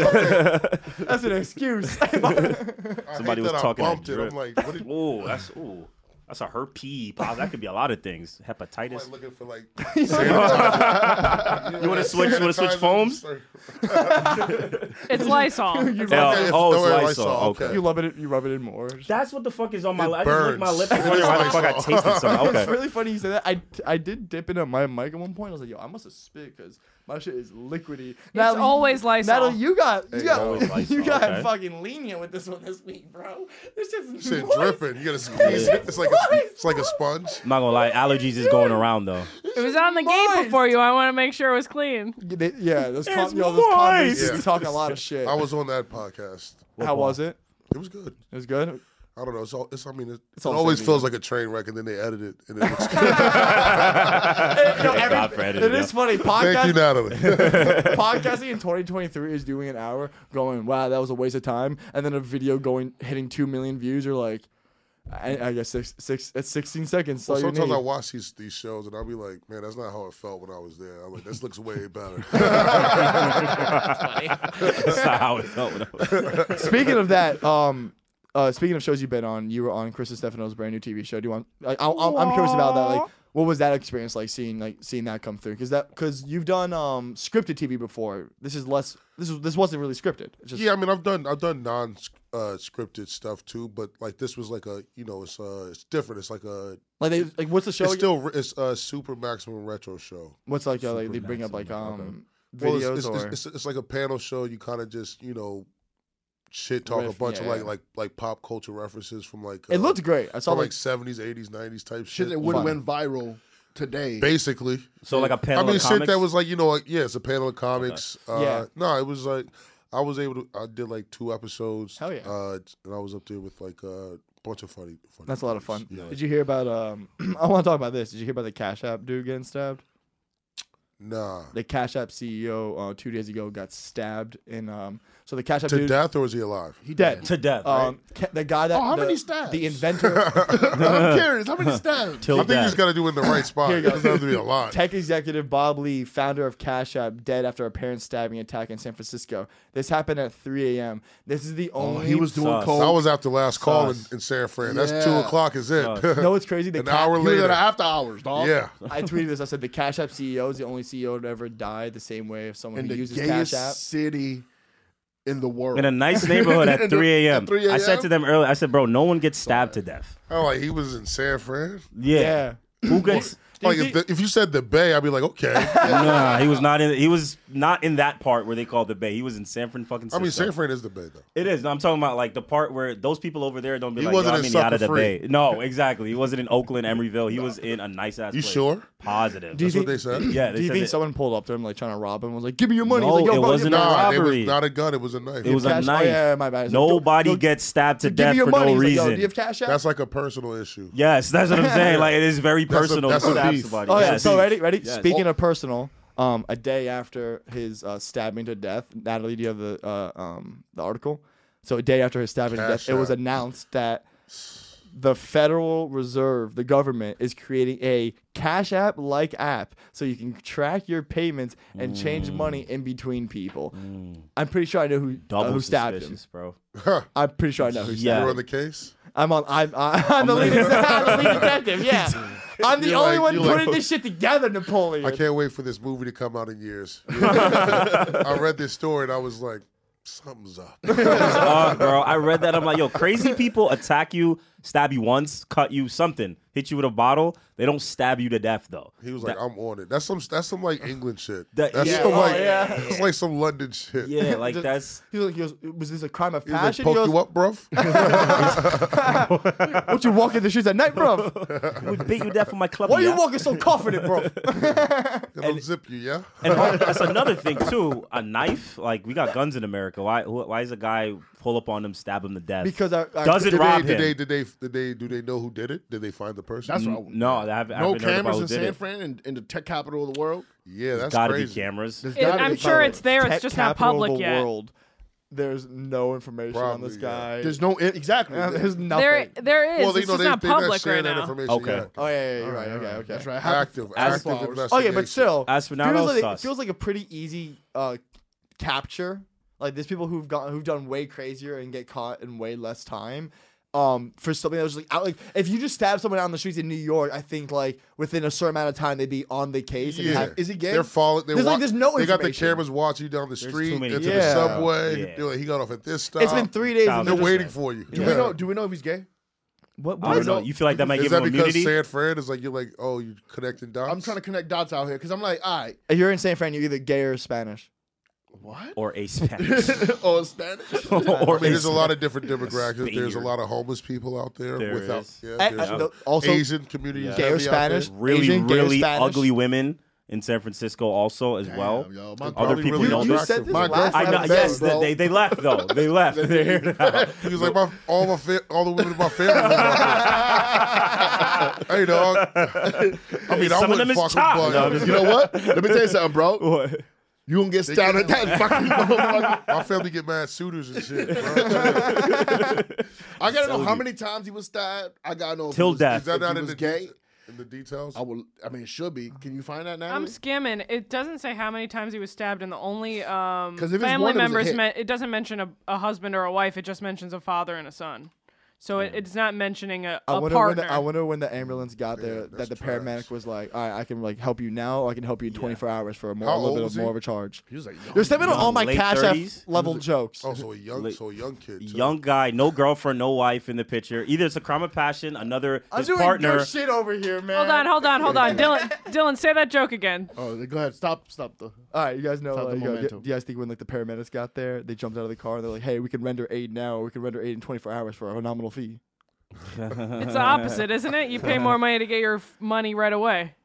Speaker 3: That's an excuse.
Speaker 2: I
Speaker 4: Somebody
Speaker 2: hate
Speaker 4: was
Speaker 2: that
Speaker 4: talking
Speaker 2: I
Speaker 4: that
Speaker 2: bumped it.
Speaker 4: drip.
Speaker 2: I'm like, what did you
Speaker 4: ooh, that's ooh, that's a herp P. Pop. That could be a lot of things.
Speaker 2: like
Speaker 4: Hepatitis.
Speaker 2: looking for? Like,
Speaker 4: You want to switch? You want to switch foams?
Speaker 7: It's Lysol.
Speaker 2: it's-
Speaker 4: Yeah, oh,
Speaker 2: don't
Speaker 4: it's
Speaker 2: worry,
Speaker 4: Lysol.
Speaker 2: Lysol,
Speaker 4: Okay.
Speaker 2: okay.
Speaker 3: you love it. You rub it in more.
Speaker 4: That's what the fuck is on my
Speaker 2: It
Speaker 4: lips. I just licked my
Speaker 2: burns.
Speaker 4: lips. and wondered Why the fuck I
Speaker 2: Lysol.
Speaker 4: tasted something?
Speaker 3: It's
Speaker 4: Okay.
Speaker 3: really funny you say that. I, I did dip into my mic at one point. I was like, yo, I must have spit because my shit is liquidy.
Speaker 7: It's always Lysol.
Speaker 3: Natalie, you got you
Speaker 4: always
Speaker 3: got
Speaker 4: Lysol,
Speaker 3: you got
Speaker 4: okay.
Speaker 3: fucking lenient with this one this week, bro. This shit's
Speaker 2: Shit
Speaker 3: moist.
Speaker 2: dripping. You gotta squeeze it. It's like a, it's like a sponge.
Speaker 4: I'm not gonna lie. Allergies is going around though.
Speaker 7: It was on the
Speaker 3: moist.
Speaker 7: gate before you. I want to make sure it was clean.
Speaker 3: Yeah, they- Yeah, those
Speaker 4: It's
Speaker 3: con- yo, those condoms
Speaker 4: moist.
Speaker 3: yeah. talking a lot of shit.
Speaker 2: I was on that podcast.
Speaker 3: How was it?
Speaker 2: It was good.
Speaker 3: It was good.
Speaker 2: I don't know. It's all. It's. I mean, it, it
Speaker 3: all the
Speaker 2: always
Speaker 3: same
Speaker 2: feels like a train wreck, and then they edit it, and it looks good.
Speaker 3: You know,
Speaker 4: Thank
Speaker 3: every-
Speaker 4: God for editing,
Speaker 3: it is
Speaker 4: yo.
Speaker 3: funny.
Speaker 2: Thank you,
Speaker 3: Podcast,
Speaker 2: Natalie.
Speaker 3: podcasting in 2023 is doing an hour going, wow, that was a waste of time. And then a video going, hitting 2 million views or like, I, I guess six, six, it's 16 seconds. So
Speaker 2: Sometimes
Speaker 3: need.
Speaker 2: I watch these these shows, and I'll be like, man, that's not how it felt when I was there. I'm like, this looks way better.
Speaker 4: That's not how it felt. when I was-
Speaker 3: Speaking of that, um, uh, speaking of shows you've been on, you were on Chris Stefano's brand new TV show. Do you want? Like, I, I'm, I'm curious about that. Like, what was that experience like seeing like seeing that come through? Because that because you've done um scripted TV before. This is less. This is this wasn't really scripted. It's just
Speaker 2: Yeah, I mean, I've done I've done non uh, scripted stuff too, but like this was like a you know it's uh it's different. It's like a
Speaker 3: like they like what's the show?
Speaker 2: it's
Speaker 3: again?
Speaker 2: still it's a super maximum retro show.
Speaker 3: what's like uh, like they bring up like um
Speaker 2: Well, it's-
Speaker 3: videos
Speaker 2: it's,
Speaker 3: or
Speaker 2: it's, it's, it's like a panel show. You kind of just you know shit talk a
Speaker 3: Riff,
Speaker 2: bunch
Speaker 3: yeah,
Speaker 2: of like
Speaker 3: yeah.
Speaker 2: like like pop culture references from like
Speaker 3: it
Speaker 2: uh,
Speaker 3: looked great. I saw
Speaker 2: from like
Speaker 3: like
Speaker 2: seventies, eighties, nineties type
Speaker 5: shit
Speaker 2: shit.
Speaker 5: that would have
Speaker 3: Funny.
Speaker 5: went viral today.
Speaker 2: Basically,
Speaker 4: So like a panel.
Speaker 2: I mean,
Speaker 4: of
Speaker 2: shit that
Speaker 4: comics?
Speaker 2: was like you know, like yeah, it's a panel of comics. Uh,
Speaker 3: Yeah.
Speaker 2: No, it was like I was able to. I did like two episodes.
Speaker 3: Hell yeah.
Speaker 2: Uh, and I was up there with like a bunch of funny. funny
Speaker 3: that's a lot of
Speaker 2: dudes.
Speaker 3: fun. Did you hear about um? I want to talk about this. Did you hear about the Cash App dude getting stabbed?
Speaker 2: Nah.
Speaker 3: the Cash App CEO uh, two days ago got stabbed in. Um, so the Cash App
Speaker 2: To
Speaker 3: dude,
Speaker 2: death or is he alive?
Speaker 3: he dead.
Speaker 4: to death.
Speaker 3: um, ca- the guy that
Speaker 5: Oh, how
Speaker 3: the,
Speaker 5: many stabs?
Speaker 3: the inventor,
Speaker 5: I'm curious. How many stabs?
Speaker 4: Till
Speaker 2: I think you
Speaker 4: death.
Speaker 2: just got to do it in the right spot.
Speaker 3: Here you
Speaker 2: It
Speaker 3: go.
Speaker 2: doesn't have to be alive.
Speaker 3: tech executive Bob Lee, founder of Cash App, dead after a parent stabbing attack in San Francisco. This happened at 3 a.m. This is the only.
Speaker 5: Oh, he was doing
Speaker 4: Sus.
Speaker 5: cold.
Speaker 2: I was after last call in,
Speaker 4: Sus.
Speaker 2: in San Fran. That's
Speaker 5: Yeah.
Speaker 2: two o'clock. Is it?
Speaker 3: No, it's crazy. The
Speaker 2: An
Speaker 3: Ca-
Speaker 2: hour
Speaker 5: You were there
Speaker 2: later.
Speaker 5: after hours, dog.
Speaker 2: yeah.
Speaker 3: I tweeted this. I said the Cash App CEO is the only CEO to ever die the same way of someone
Speaker 5: In
Speaker 3: who
Speaker 5: the
Speaker 3: uses
Speaker 5: gayest
Speaker 3: Cash App.
Speaker 5: city in the world.
Speaker 4: in a nice neighborhood at 3 a.m.
Speaker 5: At 3
Speaker 4: I said
Speaker 5: a.m.?
Speaker 4: to them earlier, I said, bro, no one gets stabbed to death.
Speaker 2: Oh, like he was in San Fran.
Speaker 4: Yeah.
Speaker 3: Yeah.
Speaker 4: Who gets?
Speaker 3: Do you
Speaker 2: Like if,
Speaker 3: think-
Speaker 2: the, if you said the Bay, I'd be like, okay.
Speaker 4: nah, he was not in. He was not in that part where they called the Bay. He was in San Fran fucking.
Speaker 2: I mean,
Speaker 4: Cisco.
Speaker 2: San Fran is the Bay though.
Speaker 4: It is. No, I'm talking about like the part where those people over there don't be
Speaker 2: He
Speaker 4: like, Yo,
Speaker 2: wasn't
Speaker 4: I
Speaker 2: in
Speaker 4: mean, out of the
Speaker 2: Sucker
Speaker 4: Bay. No, exactly. He wasn't in Oakland, Emeryville. He was in a nice ass.
Speaker 2: You
Speaker 4: place.
Speaker 2: sure?
Speaker 4: positive.
Speaker 3: Do you
Speaker 2: That's what
Speaker 3: think-
Speaker 2: they said.
Speaker 4: yeah,
Speaker 3: Do
Speaker 4: they
Speaker 3: you
Speaker 4: said
Speaker 3: think
Speaker 4: that-
Speaker 3: someone pulled up to him like trying to rob him? and Was like, "Give me your money."
Speaker 4: No,
Speaker 3: He's like,
Speaker 4: it
Speaker 3: Yo, bro,
Speaker 4: wasn't
Speaker 3: you
Speaker 4: a
Speaker 3: know,
Speaker 2: Nah,
Speaker 4: rob-
Speaker 2: it was
Speaker 4: Robbery.
Speaker 2: not a gun. It was a knife.
Speaker 4: it was a
Speaker 3: cash? Oh,
Speaker 4: knife.
Speaker 3: yeah, my bad. He's like,
Speaker 4: Nobody
Speaker 3: "Yo, yo,
Speaker 4: gets stabbed to
Speaker 3: Give
Speaker 4: death
Speaker 3: me your
Speaker 4: for
Speaker 3: money.
Speaker 4: no
Speaker 3: He's like, Yo,
Speaker 4: reason.
Speaker 3: do you have cash out?
Speaker 2: That's like a personal issue.
Speaker 4: yes, that's what I'm saying. Like it is very
Speaker 2: That's a-
Speaker 4: personal.
Speaker 2: that's a
Speaker 4: to stab
Speaker 2: beef.
Speaker 4: somebody.
Speaker 3: Oh yeah.
Speaker 4: Yes.
Speaker 3: So ready, ready.
Speaker 4: Yes.
Speaker 3: Speaking of personal, um, a day after his uh, stabbing to death, Natalie, do you have the uh, um the article? So a day after his stabbing to
Speaker 2: Cash
Speaker 3: death, it was
Speaker 2: out.
Speaker 3: announced that the Federal Reserve, the government, is creating a Cash App like app so you can track your payments and change
Speaker 2: Mm.
Speaker 3: money in between people. I'm pretty sure I know who uh,
Speaker 4: double
Speaker 3: who stabbed him.
Speaker 4: suspicious, bro.
Speaker 3: I'm pretty sure I know who stabbed
Speaker 4: Yeah.
Speaker 2: You were on the case.
Speaker 3: I'm on. I'm, I'm, I'm the lead. I'm the lead detective. Yeah, I'm the
Speaker 2: You're
Speaker 3: only
Speaker 2: like-
Speaker 3: one
Speaker 2: you're
Speaker 3: putting
Speaker 2: like-
Speaker 3: this shit together, Napoleon.
Speaker 2: I can't wait for this movie to come out in years. I read this story and I was like, something's up.
Speaker 4: Fuck, bro. I read that. I'm like, yo, crazy people attack you, stab you once, cut you, something, hit you with a bottle. They don't stab you to death though.
Speaker 2: He was like, I'm on it. That's some that's some like England shit.
Speaker 4: That-
Speaker 2: that's
Speaker 4: yeah.
Speaker 2: some
Speaker 4: Oh,
Speaker 2: like
Speaker 3: yeah.
Speaker 2: that's like some London shit.
Speaker 4: Yeah, like
Speaker 3: Just-
Speaker 4: that's
Speaker 3: He was, like, he goes, was this a crime of
Speaker 2: He was like,
Speaker 3: passion?
Speaker 2: poke
Speaker 3: he
Speaker 2: you
Speaker 3: goes,
Speaker 2: up, bruv.
Speaker 3: what you walking the streets at night, bro?
Speaker 4: would beat you to death with my club.
Speaker 3: Why are you
Speaker 4: yeah?
Speaker 3: walking so confident, bro?
Speaker 2: Gonna unzip you, yeah?
Speaker 4: And all- that's another thing too. A knife, like we got guns in America. Why? wh- Why is a guy pull up on him, stab him to death?
Speaker 3: Because I, I
Speaker 4: doesn't
Speaker 2: Did
Speaker 4: rob
Speaker 2: they, did
Speaker 4: him.
Speaker 2: they, did they, did they, do they know who did it? Did they find the person?
Speaker 5: That's what I want.
Speaker 4: no, I haven't. I
Speaker 5: No
Speaker 4: haven't heard about
Speaker 5: cameras
Speaker 4: who
Speaker 5: in
Speaker 4: did
Speaker 5: San
Speaker 4: it.
Speaker 5: Fran and in the tech capital of the world.
Speaker 2: yeah, that's
Speaker 4: Gotta
Speaker 2: crazy.
Speaker 4: be cameras.
Speaker 5: There's
Speaker 7: It-
Speaker 5: gotta
Speaker 7: I'm
Speaker 5: be
Speaker 7: sure
Speaker 5: cameras.
Speaker 7: it's there.
Speaker 3: Tech
Speaker 7: It's just not
Speaker 3: capital of
Speaker 7: public
Speaker 3: the
Speaker 7: yet.
Speaker 3: World. There's no information on
Speaker 2: Probably,
Speaker 3: this
Speaker 2: yeah.
Speaker 3: guy.
Speaker 5: There's no it, exactly.
Speaker 3: Uh, there's nothing.
Speaker 7: There, there is.
Speaker 2: Well, they
Speaker 7: it's
Speaker 2: know
Speaker 7: just
Speaker 2: they,
Speaker 7: not
Speaker 2: they're not
Speaker 7: public right
Speaker 2: sharing that
Speaker 7: now.
Speaker 2: information.
Speaker 4: Okay.
Speaker 2: Yeah.
Speaker 3: oh yeah, yeah, you're right.
Speaker 5: All
Speaker 3: Okay, okay.
Speaker 5: That's right.
Speaker 2: Active,
Speaker 5: As
Speaker 2: active
Speaker 5: flowers.
Speaker 2: investigation.
Speaker 3: Okay, Oh, but still,
Speaker 4: As for now,
Speaker 3: feels
Speaker 4: no
Speaker 3: like, it
Speaker 4: sus.
Speaker 3: feels like a pretty easy uh, capture. Like there's people who've gone who've done way crazier and get caught in way less time. Um, for something that was like out, like if you just stab someone out on the streets in New York, I think like within a certain amount of time they'd be on the case. And
Speaker 2: Yeah.
Speaker 3: have,
Speaker 5: Is he gay?
Speaker 2: They're following. They're
Speaker 3: There's, like,
Speaker 2: wa-
Speaker 3: there's no
Speaker 2: They got the
Speaker 3: information.
Speaker 2: cameras watching you down the street,
Speaker 4: many
Speaker 2: into
Speaker 3: Yeah.
Speaker 2: the subway.
Speaker 4: Yeah.
Speaker 2: They're like, he got off at this stop.
Speaker 3: it's been three days.
Speaker 4: Thousand
Speaker 3: And
Speaker 2: They're
Speaker 3: they're just,
Speaker 2: waiting for you.
Speaker 5: Do we know? Do we know if he's gay?
Speaker 3: what?
Speaker 4: I
Speaker 3: what?
Speaker 4: don't know. You feel like that might
Speaker 2: Is
Speaker 4: give
Speaker 2: that
Speaker 4: him
Speaker 2: because
Speaker 4: immunity?
Speaker 2: San Fran is like you're like oh you connecting dots?
Speaker 5: I'm trying to connect dots out here because I'm like, all right,
Speaker 3: If you're in San Fran, you're either gay or Spanish.
Speaker 5: what?
Speaker 4: or a Spanish?
Speaker 5: or Spanish?
Speaker 2: I
Speaker 4: or
Speaker 2: mean, there's a
Speaker 4: Spanish.
Speaker 2: lot of different demographics. There's a
Speaker 4: Spaniard.
Speaker 2: lot of homeless people out there.
Speaker 4: There
Speaker 2: without
Speaker 4: is.
Speaker 2: yeah,
Speaker 3: Eh,
Speaker 2: there's
Speaker 3: uh,
Speaker 2: a-
Speaker 3: th- also,
Speaker 2: Asian communities.
Speaker 5: Gay
Speaker 3: gay
Speaker 2: that
Speaker 3: or
Speaker 2: be out there.
Speaker 3: Spanish,
Speaker 4: really,
Speaker 3: Asian, gay or
Speaker 4: really
Speaker 3: Spanish.
Speaker 4: ugly women in San Francisco also as well.
Speaker 5: Damn, yo, my
Speaker 4: Other
Speaker 5: girl-
Speaker 4: people
Speaker 2: really
Speaker 4: don't.
Speaker 3: You
Speaker 2: attractive.
Speaker 3: said this
Speaker 2: My
Speaker 3: last
Speaker 4: I
Speaker 2: girlfriend
Speaker 4: know.
Speaker 3: episode,
Speaker 4: Yes,
Speaker 5: bro.
Speaker 4: they, they left though. They left. They're here now.
Speaker 2: He was like, my, all my fa- all the women in my family. was out there. hey, dog. I mean, I
Speaker 4: Some of them
Speaker 2: wouldn't
Speaker 4: is
Speaker 2: fuck
Speaker 4: chopped.
Speaker 2: with
Speaker 4: No,
Speaker 2: but
Speaker 4: I'm just
Speaker 5: You know what? Let me tell you something, bro. You gonna get stabbed at that fucking motherfucker.
Speaker 2: my family get mad suitors and shit. Bro. Is
Speaker 5: I gotta know how many times he was stabbed. I gotta know if
Speaker 4: Till
Speaker 5: he was,
Speaker 4: death.
Speaker 5: If
Speaker 2: that not
Speaker 5: he
Speaker 2: in
Speaker 5: was
Speaker 2: the
Speaker 5: gay.
Speaker 2: det- in the details?
Speaker 5: I will. I mean, it should be. Can you find that now?
Speaker 7: I'm skimming. It doesn't say how many times he was stabbed, and the only um
Speaker 5: 'Cause if it's
Speaker 7: family
Speaker 5: one, it was a
Speaker 7: members
Speaker 5: hit.
Speaker 7: men- it doesn't mention a, a husband or a wife. It just mentions a father and a son. So it, it's not mentioning a,
Speaker 3: I
Speaker 7: a
Speaker 3: wonder, when
Speaker 7: partner.
Speaker 3: the, I wonder when the ambulance got there that
Speaker 2: that's
Speaker 3: the
Speaker 2: trash.
Speaker 3: paramedic was like, "All right, I can like help you now, or I can help you in 24 hours for a, more,
Speaker 2: How
Speaker 3: a little
Speaker 2: old
Speaker 3: bit
Speaker 2: was
Speaker 3: of more
Speaker 2: he?
Speaker 3: of a charge."
Speaker 5: He was like, yo,
Speaker 3: You're stepping on all my
Speaker 4: late
Speaker 3: cash App
Speaker 4: 30s?
Speaker 3: level jokes.
Speaker 2: oh, so a young, so a young kid. Too.
Speaker 4: Young guy, no girlfriend, no wife in the picture. Either it's a crime of passion, another
Speaker 3: I'm
Speaker 4: his
Speaker 3: doing
Speaker 4: partner.
Speaker 3: your shit over here, man.
Speaker 7: hold on, hold on, hold on, Dylan. Dylan, say that joke again.
Speaker 5: Oh, go ahead. Stop. Stop. The.
Speaker 3: All right, you guys know.
Speaker 5: Stop
Speaker 3: Like,
Speaker 5: the
Speaker 3: yo, do,
Speaker 5: momentum.
Speaker 3: do you guys think when like the paramedics got there, they jumped out of the car and they're like, "Hey, we can render aid now, or we can render aid in 24 hours for a nominal fee."
Speaker 7: It's the opposite, isn't it? You pay more money to get your f- money right away.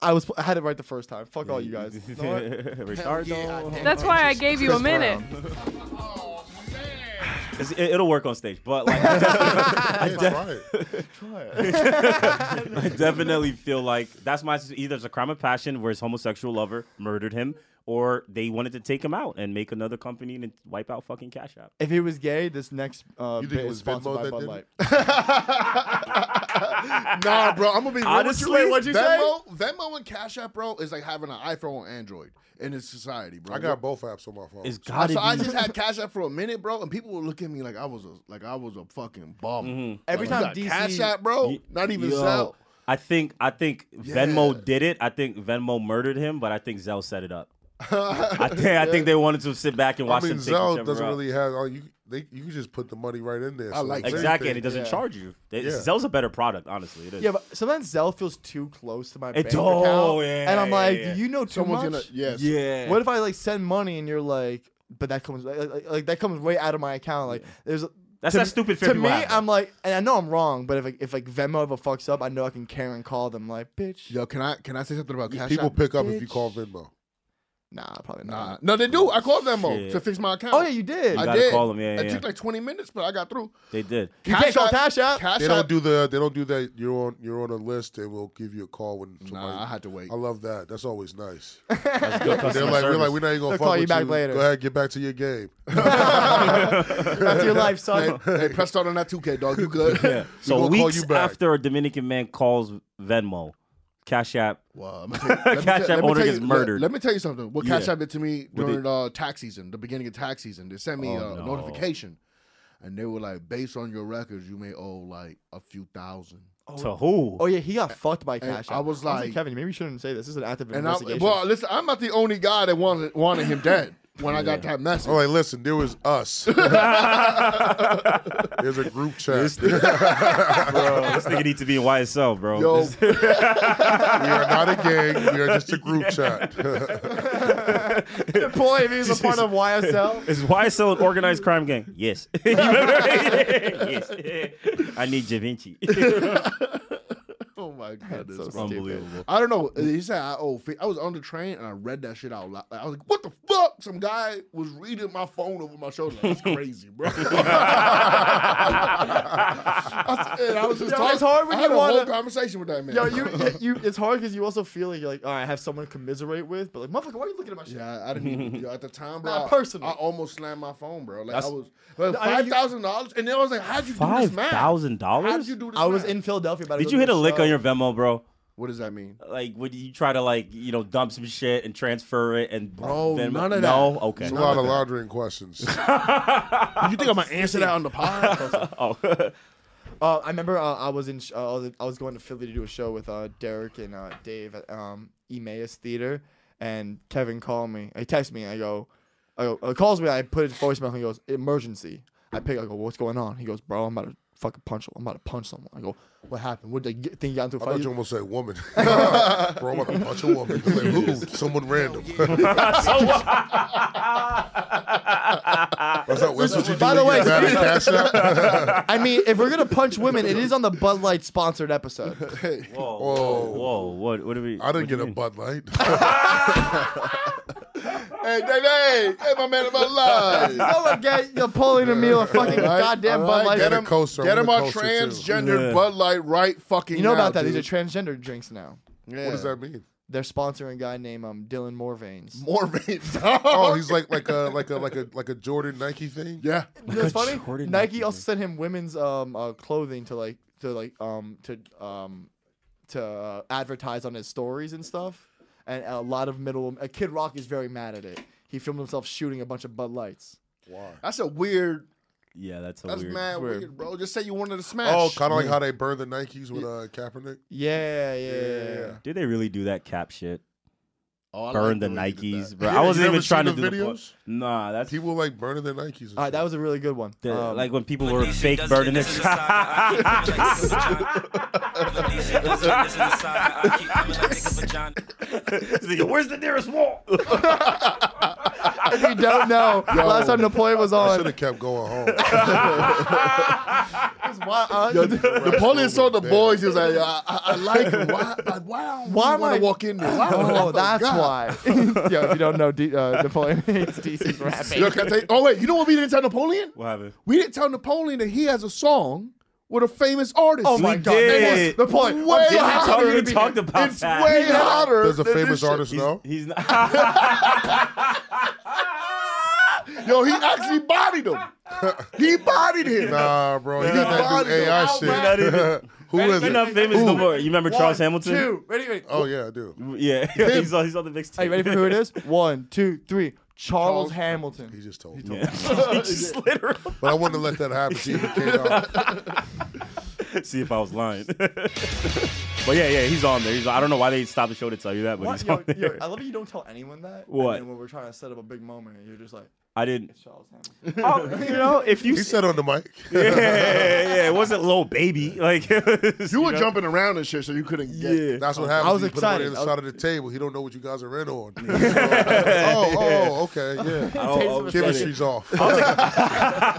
Speaker 3: I was I had it right the first time. Fuck all you guys. You know what?
Speaker 4: Retard, though.
Speaker 7: That's why I gave you a
Speaker 3: Chris Brown.
Speaker 7: minute.
Speaker 4: It's- it- It'll work on stage, but like, I,
Speaker 2: Yeah, try it.
Speaker 4: definitely, definitely feel like that's my either it's a crime of passion where his homosexual lover murdered him, or they wanted to take him out and make another company and wipe out fucking Cash App.
Speaker 3: If he was gay, this next uh,
Speaker 2: You think
Speaker 3: bit
Speaker 2: it
Speaker 3: is
Speaker 2: was
Speaker 3: sponsored
Speaker 2: Venmo
Speaker 3: by
Speaker 2: that
Speaker 3: Bud
Speaker 2: did it?
Speaker 3: Light.
Speaker 5: Nah, bro. I'm gonna be real
Speaker 4: Honestly,
Speaker 5: with you.
Speaker 4: what'd you say?
Speaker 5: Venmo, Venmo and Cash App, bro, is like having an iPhone and Android in this society, bro.
Speaker 2: I got both apps on my phone.
Speaker 4: It's
Speaker 5: I-
Speaker 4: gotta
Speaker 5: so I
Speaker 4: be.
Speaker 5: just had Cash App for a minute, bro, and people were looking at me like I was a like I was a fucking bum.
Speaker 3: Every
Speaker 5: Like, you
Speaker 3: time
Speaker 5: got Cash
Speaker 3: DC
Speaker 5: App, bro,
Speaker 4: Ye-
Speaker 5: not even
Speaker 4: Mm-hmm. yo,
Speaker 5: Zelle.
Speaker 4: I think I think
Speaker 5: Yeah.
Speaker 4: Venmo did it. I think Venmo murdered him, but I think Zell set it up. I think I think they wanted to sit back and
Speaker 2: I
Speaker 4: watch
Speaker 2: mean,
Speaker 4: them take each
Speaker 2: Zelle
Speaker 4: other
Speaker 2: doesn't
Speaker 4: out.
Speaker 2: really have. Oh, you they you can just put the money right in there.
Speaker 5: I like
Speaker 2: it's
Speaker 5: that.
Speaker 4: Exactly, and it
Speaker 2: anything.
Speaker 4: doesn't
Speaker 3: Yeah.
Speaker 4: charge you. It,
Speaker 2: Yeah.
Speaker 4: Zell's a better product, honestly. It is.
Speaker 3: Yeah, but sometimes Zelle feels too close to my bank
Speaker 4: oh,
Speaker 3: account,
Speaker 4: yeah,
Speaker 3: and I'm
Speaker 4: yeah,
Speaker 3: like,
Speaker 4: yeah.
Speaker 3: "Do you know too
Speaker 5: Someone's
Speaker 3: much?"
Speaker 5: gonna yes.
Speaker 4: yeah.
Speaker 3: What if I like send money and you're like, "But that comes like, like- like, that comes way out of my account." Like, there's
Speaker 4: That's
Speaker 3: to
Speaker 4: that
Speaker 3: me-
Speaker 4: stupid fear
Speaker 3: To
Speaker 4: people
Speaker 3: me,
Speaker 4: have.
Speaker 3: I'm like, and I know I'm wrong, but if like, if like Venmo ever fucks up, I know I can care and call them. Like, bitch,
Speaker 5: Yo, can I can I say something about Cash
Speaker 2: People
Speaker 5: App?
Speaker 2: pick up if you call Venmo.
Speaker 3: nah, probably
Speaker 5: Nah,
Speaker 3: not.
Speaker 5: no, they do. I called them though
Speaker 4: Shit.
Speaker 5: to fix my account.
Speaker 3: Oh yeah, you did.
Speaker 4: You
Speaker 5: I
Speaker 4: gotta
Speaker 5: did.
Speaker 4: call them, yeah, yeah,
Speaker 5: It
Speaker 4: yeah.
Speaker 5: took like 20 minutes, but I got through.
Speaker 4: they did.
Speaker 3: you can't call Cash App.
Speaker 5: Cash
Speaker 2: They
Speaker 5: App.
Speaker 2: don't do the. They don't do that. You're on. You're on a list, and we'll give you a call when. Somebody,
Speaker 5: Nah, I had to wait.
Speaker 2: I love that. That's always nice.
Speaker 4: That's good
Speaker 2: They're
Speaker 4: customer
Speaker 2: like, we're
Speaker 4: service.
Speaker 2: like, we're not even gonna
Speaker 3: They'll
Speaker 2: fuck
Speaker 3: call you
Speaker 2: with
Speaker 3: back later.
Speaker 2: Go ahead, get back to your game.
Speaker 3: That's your life, son.
Speaker 5: hey, press start on that 2K, dog. You good?
Speaker 4: Yeah. So
Speaker 2: gonna call
Speaker 4: weeks
Speaker 2: you back.
Speaker 4: after a Dominican man calls Venmo, Cash App,
Speaker 5: Well, Uh, let me tell- let me
Speaker 4: Cash
Speaker 5: tell-
Speaker 4: App
Speaker 5: let me
Speaker 4: owner
Speaker 5: tell you-
Speaker 4: gets
Speaker 5: let-
Speaker 4: murdered.
Speaker 5: Let me tell you something. What Cash
Speaker 4: Yeah.
Speaker 5: App did to me
Speaker 4: they-
Speaker 5: during uh, tax season, the beginning of tax season, they sent me
Speaker 4: Oh,
Speaker 5: uh,
Speaker 4: no.
Speaker 5: a notification, and they were like, based on your records, you may owe like a few thousand.
Speaker 4: to who?
Speaker 3: Oh yeah, he got fucked by
Speaker 5: And
Speaker 3: Cash App.
Speaker 5: I was like-
Speaker 3: Kevin, maybe you shouldn't say this. This is an active
Speaker 5: And I,
Speaker 3: investigation.
Speaker 5: well, listen, I'm not the only guy that wanted wanted him dead when I got that message.
Speaker 2: I'm like, listen, there was us. There's a group chat. we
Speaker 4: bro, this nigga need to be in YSL, bro.
Speaker 5: Yo,
Speaker 4: Oh, This-
Speaker 2: are not a gang. We are just a group chat.
Speaker 3: Good point. If he was a part of YSL.
Speaker 4: Is YSL an organized crime gang? Yes. You remember? yes. I need Javinci.
Speaker 5: oh my god,
Speaker 3: so
Speaker 5: this
Speaker 3: stupid.
Speaker 4: Unbelievable.
Speaker 5: I don't know. He said I owe. fi- I was on the train and I read that shit out loud. Like, I was like, "What the fuck?" Some guy was reading my phone over my shoulder. Like, That's crazy, bro. I, said- and I was just
Speaker 3: Yo,
Speaker 5: talking.
Speaker 3: it's hard when
Speaker 5: I
Speaker 3: you
Speaker 5: had a whole
Speaker 3: wanna-
Speaker 5: conversation with that man.
Speaker 3: Yo, you, you, it's hard because you also feel like you're like, all right, I have someone to commiserate with, but like, motherfucker, why are you looking at my shit?
Speaker 5: yeah, I, I didn't even yo, at the time, bro.
Speaker 3: Not
Speaker 5: I-
Speaker 3: personal.
Speaker 5: I almost slammed my phone, bro. Like I
Speaker 4: That's-
Speaker 5: was like,
Speaker 3: I mean,
Speaker 5: five
Speaker 3: you-
Speaker 5: thousand dollars, and then I was like, "How'd you do
Speaker 4: Five
Speaker 5: this, man?
Speaker 4: thousand
Speaker 5: How'd
Speaker 4: dollars?
Speaker 5: you do this?
Speaker 3: I was
Speaker 5: math?
Speaker 3: in Philadelphia. About to
Speaker 4: Did
Speaker 3: go
Speaker 4: you
Speaker 3: to
Speaker 4: hit a
Speaker 3: the
Speaker 4: lick
Speaker 3: show.
Speaker 4: on your Venmo, bro?
Speaker 5: What does that mean?
Speaker 4: Like, would you try to like you know dump some shit and transfer it and
Speaker 5: Bro,
Speaker 4: Venmo?
Speaker 5: none of
Speaker 4: No,
Speaker 5: that.
Speaker 4: okay.
Speaker 2: It's a lot of laundering questions.
Speaker 5: You think I'm gonna answer that on the pod?
Speaker 4: Oh,
Speaker 3: Uh, I remember uh, I was in sh- uh, I was- I was going to Philly to do a show with uh, Derek and uh, Dave at um, Emmaus Theater, and Kevin called me. He texted me. I go, I go. Uh, calls me. I put his voicemail. He goes, emergency. I pick. I go, what's going on? He goes, bro, I'm about to fucking punch. I'm about to punch someone. I go, what happened? What did they get, think you got into a
Speaker 2: I
Speaker 3: fight?
Speaker 2: thought
Speaker 3: He's-
Speaker 2: you almost said woman. Bro, I'm about to punch a woman. Like, who? Someone random. That's, not, that's what you do.
Speaker 3: By the
Speaker 2: when you
Speaker 3: way,
Speaker 2: get mad at Cash App?
Speaker 3: I mean, if we're gonna punch women, it is on the Bud Light sponsored episode.
Speaker 4: whoa, whoa,
Speaker 2: Whoa.
Speaker 4: whoa, what? What do we?
Speaker 2: I
Speaker 4: what do
Speaker 2: didn't get
Speaker 4: you
Speaker 2: a
Speaker 4: mean?
Speaker 2: Bud Light.
Speaker 5: hey, Dave, hey, hey, my man about lies.
Speaker 3: Go and get your Pauline and Emile a fucking
Speaker 5: All right,
Speaker 3: goddamn
Speaker 5: all
Speaker 3: Bud
Speaker 5: right,
Speaker 3: Light.
Speaker 5: Get
Speaker 2: a
Speaker 5: him,
Speaker 2: coaster. I
Speaker 5: Get
Speaker 2: want
Speaker 5: him
Speaker 2: a
Speaker 5: our
Speaker 2: coaster, too.
Speaker 5: transgender
Speaker 4: Yeah.
Speaker 5: Bud Light right fucking
Speaker 3: You know
Speaker 5: now,
Speaker 3: about that?
Speaker 5: Dude.
Speaker 3: These are transgender drinks now.
Speaker 5: yeah.
Speaker 2: What does that mean?
Speaker 3: They're sponsoring a guy named um, Dylan Morvanes.
Speaker 5: More veins.
Speaker 2: Oh, he's like like a like a like a like a Jordan Nike thing.
Speaker 5: yeah.
Speaker 3: That's funny.
Speaker 4: Jordan
Speaker 3: Nike
Speaker 4: Nike
Speaker 3: also sent him women's um uh, clothing to like to like um to um to uh, advertise on his stories and stuff. And a lot of middle uh, Kid Rock is very mad at it. He filmed himself shooting a bunch of Bud Lights.
Speaker 5: That's a weird.
Speaker 4: Yeah, that's a
Speaker 5: That's
Speaker 4: weird.
Speaker 5: mad
Speaker 3: weird.
Speaker 5: weird. bro. Just say you wanted to smash.
Speaker 2: Oh, kind of like how they burned the Nikes with uh, Kaepernick.
Speaker 3: Yeah, yeah. yeah, yeah.
Speaker 4: Did they really do that cap shit?
Speaker 5: Oh, I like
Speaker 4: Burn the
Speaker 5: way you did
Speaker 4: Nikes,
Speaker 5: that.
Speaker 4: bro.
Speaker 2: Yeah,
Speaker 4: I wasn't
Speaker 2: you
Speaker 4: even
Speaker 2: never
Speaker 4: trying to
Speaker 2: seen
Speaker 4: do
Speaker 2: the
Speaker 4: the bu-
Speaker 2: videos?
Speaker 4: Nah, that's
Speaker 2: People like burning their Nikes. And
Speaker 3: All right,
Speaker 2: shit.
Speaker 3: that was a really good one.
Speaker 4: the,
Speaker 3: Um,
Speaker 4: like when people were fake burning their. Where's the nearest wall?
Speaker 3: if you don't know, last time Napoleon was
Speaker 2: I
Speaker 3: on,
Speaker 2: should have kept going home.
Speaker 3: it was wild. Uh,
Speaker 5: Napoleon saw the
Speaker 2: Bad.
Speaker 5: boys. He was like, I, I, I like it. Why? Like, why? Why am I walk in there? Why would I
Speaker 3: Oh, that's
Speaker 5: forgot?
Speaker 3: why. Yo, if you don't know, D- uh, Napoleon hates DC's rapping.
Speaker 5: Yo, can I tell you- oh wait, you know what we didn't tell Napoleon?
Speaker 4: What happened?
Speaker 5: We didn't tell Napoleon that he has a song with a famous artist.
Speaker 3: Oh my
Speaker 4: We
Speaker 3: god,
Speaker 4: did.
Speaker 3: that was the point. I'm
Speaker 5: Way
Speaker 3: so happy
Speaker 5: hotter
Speaker 3: to
Speaker 4: we even
Speaker 3: be
Speaker 4: talked
Speaker 3: here.
Speaker 4: about
Speaker 5: It's
Speaker 4: that.
Speaker 5: way hotter.
Speaker 2: Does a
Speaker 5: than this
Speaker 2: famous
Speaker 5: shit.
Speaker 2: artist
Speaker 4: He's,
Speaker 2: know?
Speaker 4: he's not.
Speaker 5: Yo, he actually bodied him. he bodied him.
Speaker 2: Nah, bro, you got that
Speaker 5: body
Speaker 2: new AI
Speaker 5: though.
Speaker 2: shit.
Speaker 4: Not even-
Speaker 2: Who is
Speaker 4: You're
Speaker 2: it?
Speaker 4: not famous no
Speaker 2: Who?
Speaker 4: more. You remember Charles Hamilton?
Speaker 3: Two. Ready, ready.
Speaker 2: Oh yeah, I do.
Speaker 4: Yeah, he's on, he's on the mixtape.
Speaker 3: Are you ready for who it is? One, two, three. Charles, Hamilton.
Speaker 2: He just told me.
Speaker 4: Yeah. He just slid her up.
Speaker 2: But I wouldn't have let that happen. See, if it came out.
Speaker 4: See if I was lying. but yeah, yeah, he's on there. He's on, I don't know why they stopped the show to tell you that, but
Speaker 3: What?
Speaker 4: he's
Speaker 3: Yo,
Speaker 4: on there.
Speaker 3: yo, I love that you don't tell anyone that.
Speaker 4: What?
Speaker 3: And then when we're trying to set up a big moment, you're just like,
Speaker 4: I didn't.
Speaker 3: Charles Hamilton.
Speaker 4: Oh, you know, if you
Speaker 2: He
Speaker 4: s-
Speaker 2: said on the mic.
Speaker 4: yeah, yeah, yeah, it wasn't little baby. Like it was,
Speaker 5: You were
Speaker 4: know?
Speaker 5: jumping around and shit, so you couldn't get.
Speaker 4: Yeah.
Speaker 2: That's what happened.
Speaker 3: was
Speaker 2: he
Speaker 3: excited.
Speaker 2: Put it
Speaker 3: I
Speaker 2: on the
Speaker 3: was-
Speaker 2: side of the table. He don't know what you guys are in on. So, oh, oh, okay, yeah.
Speaker 4: Oh, oh,
Speaker 2: Chemistry's off.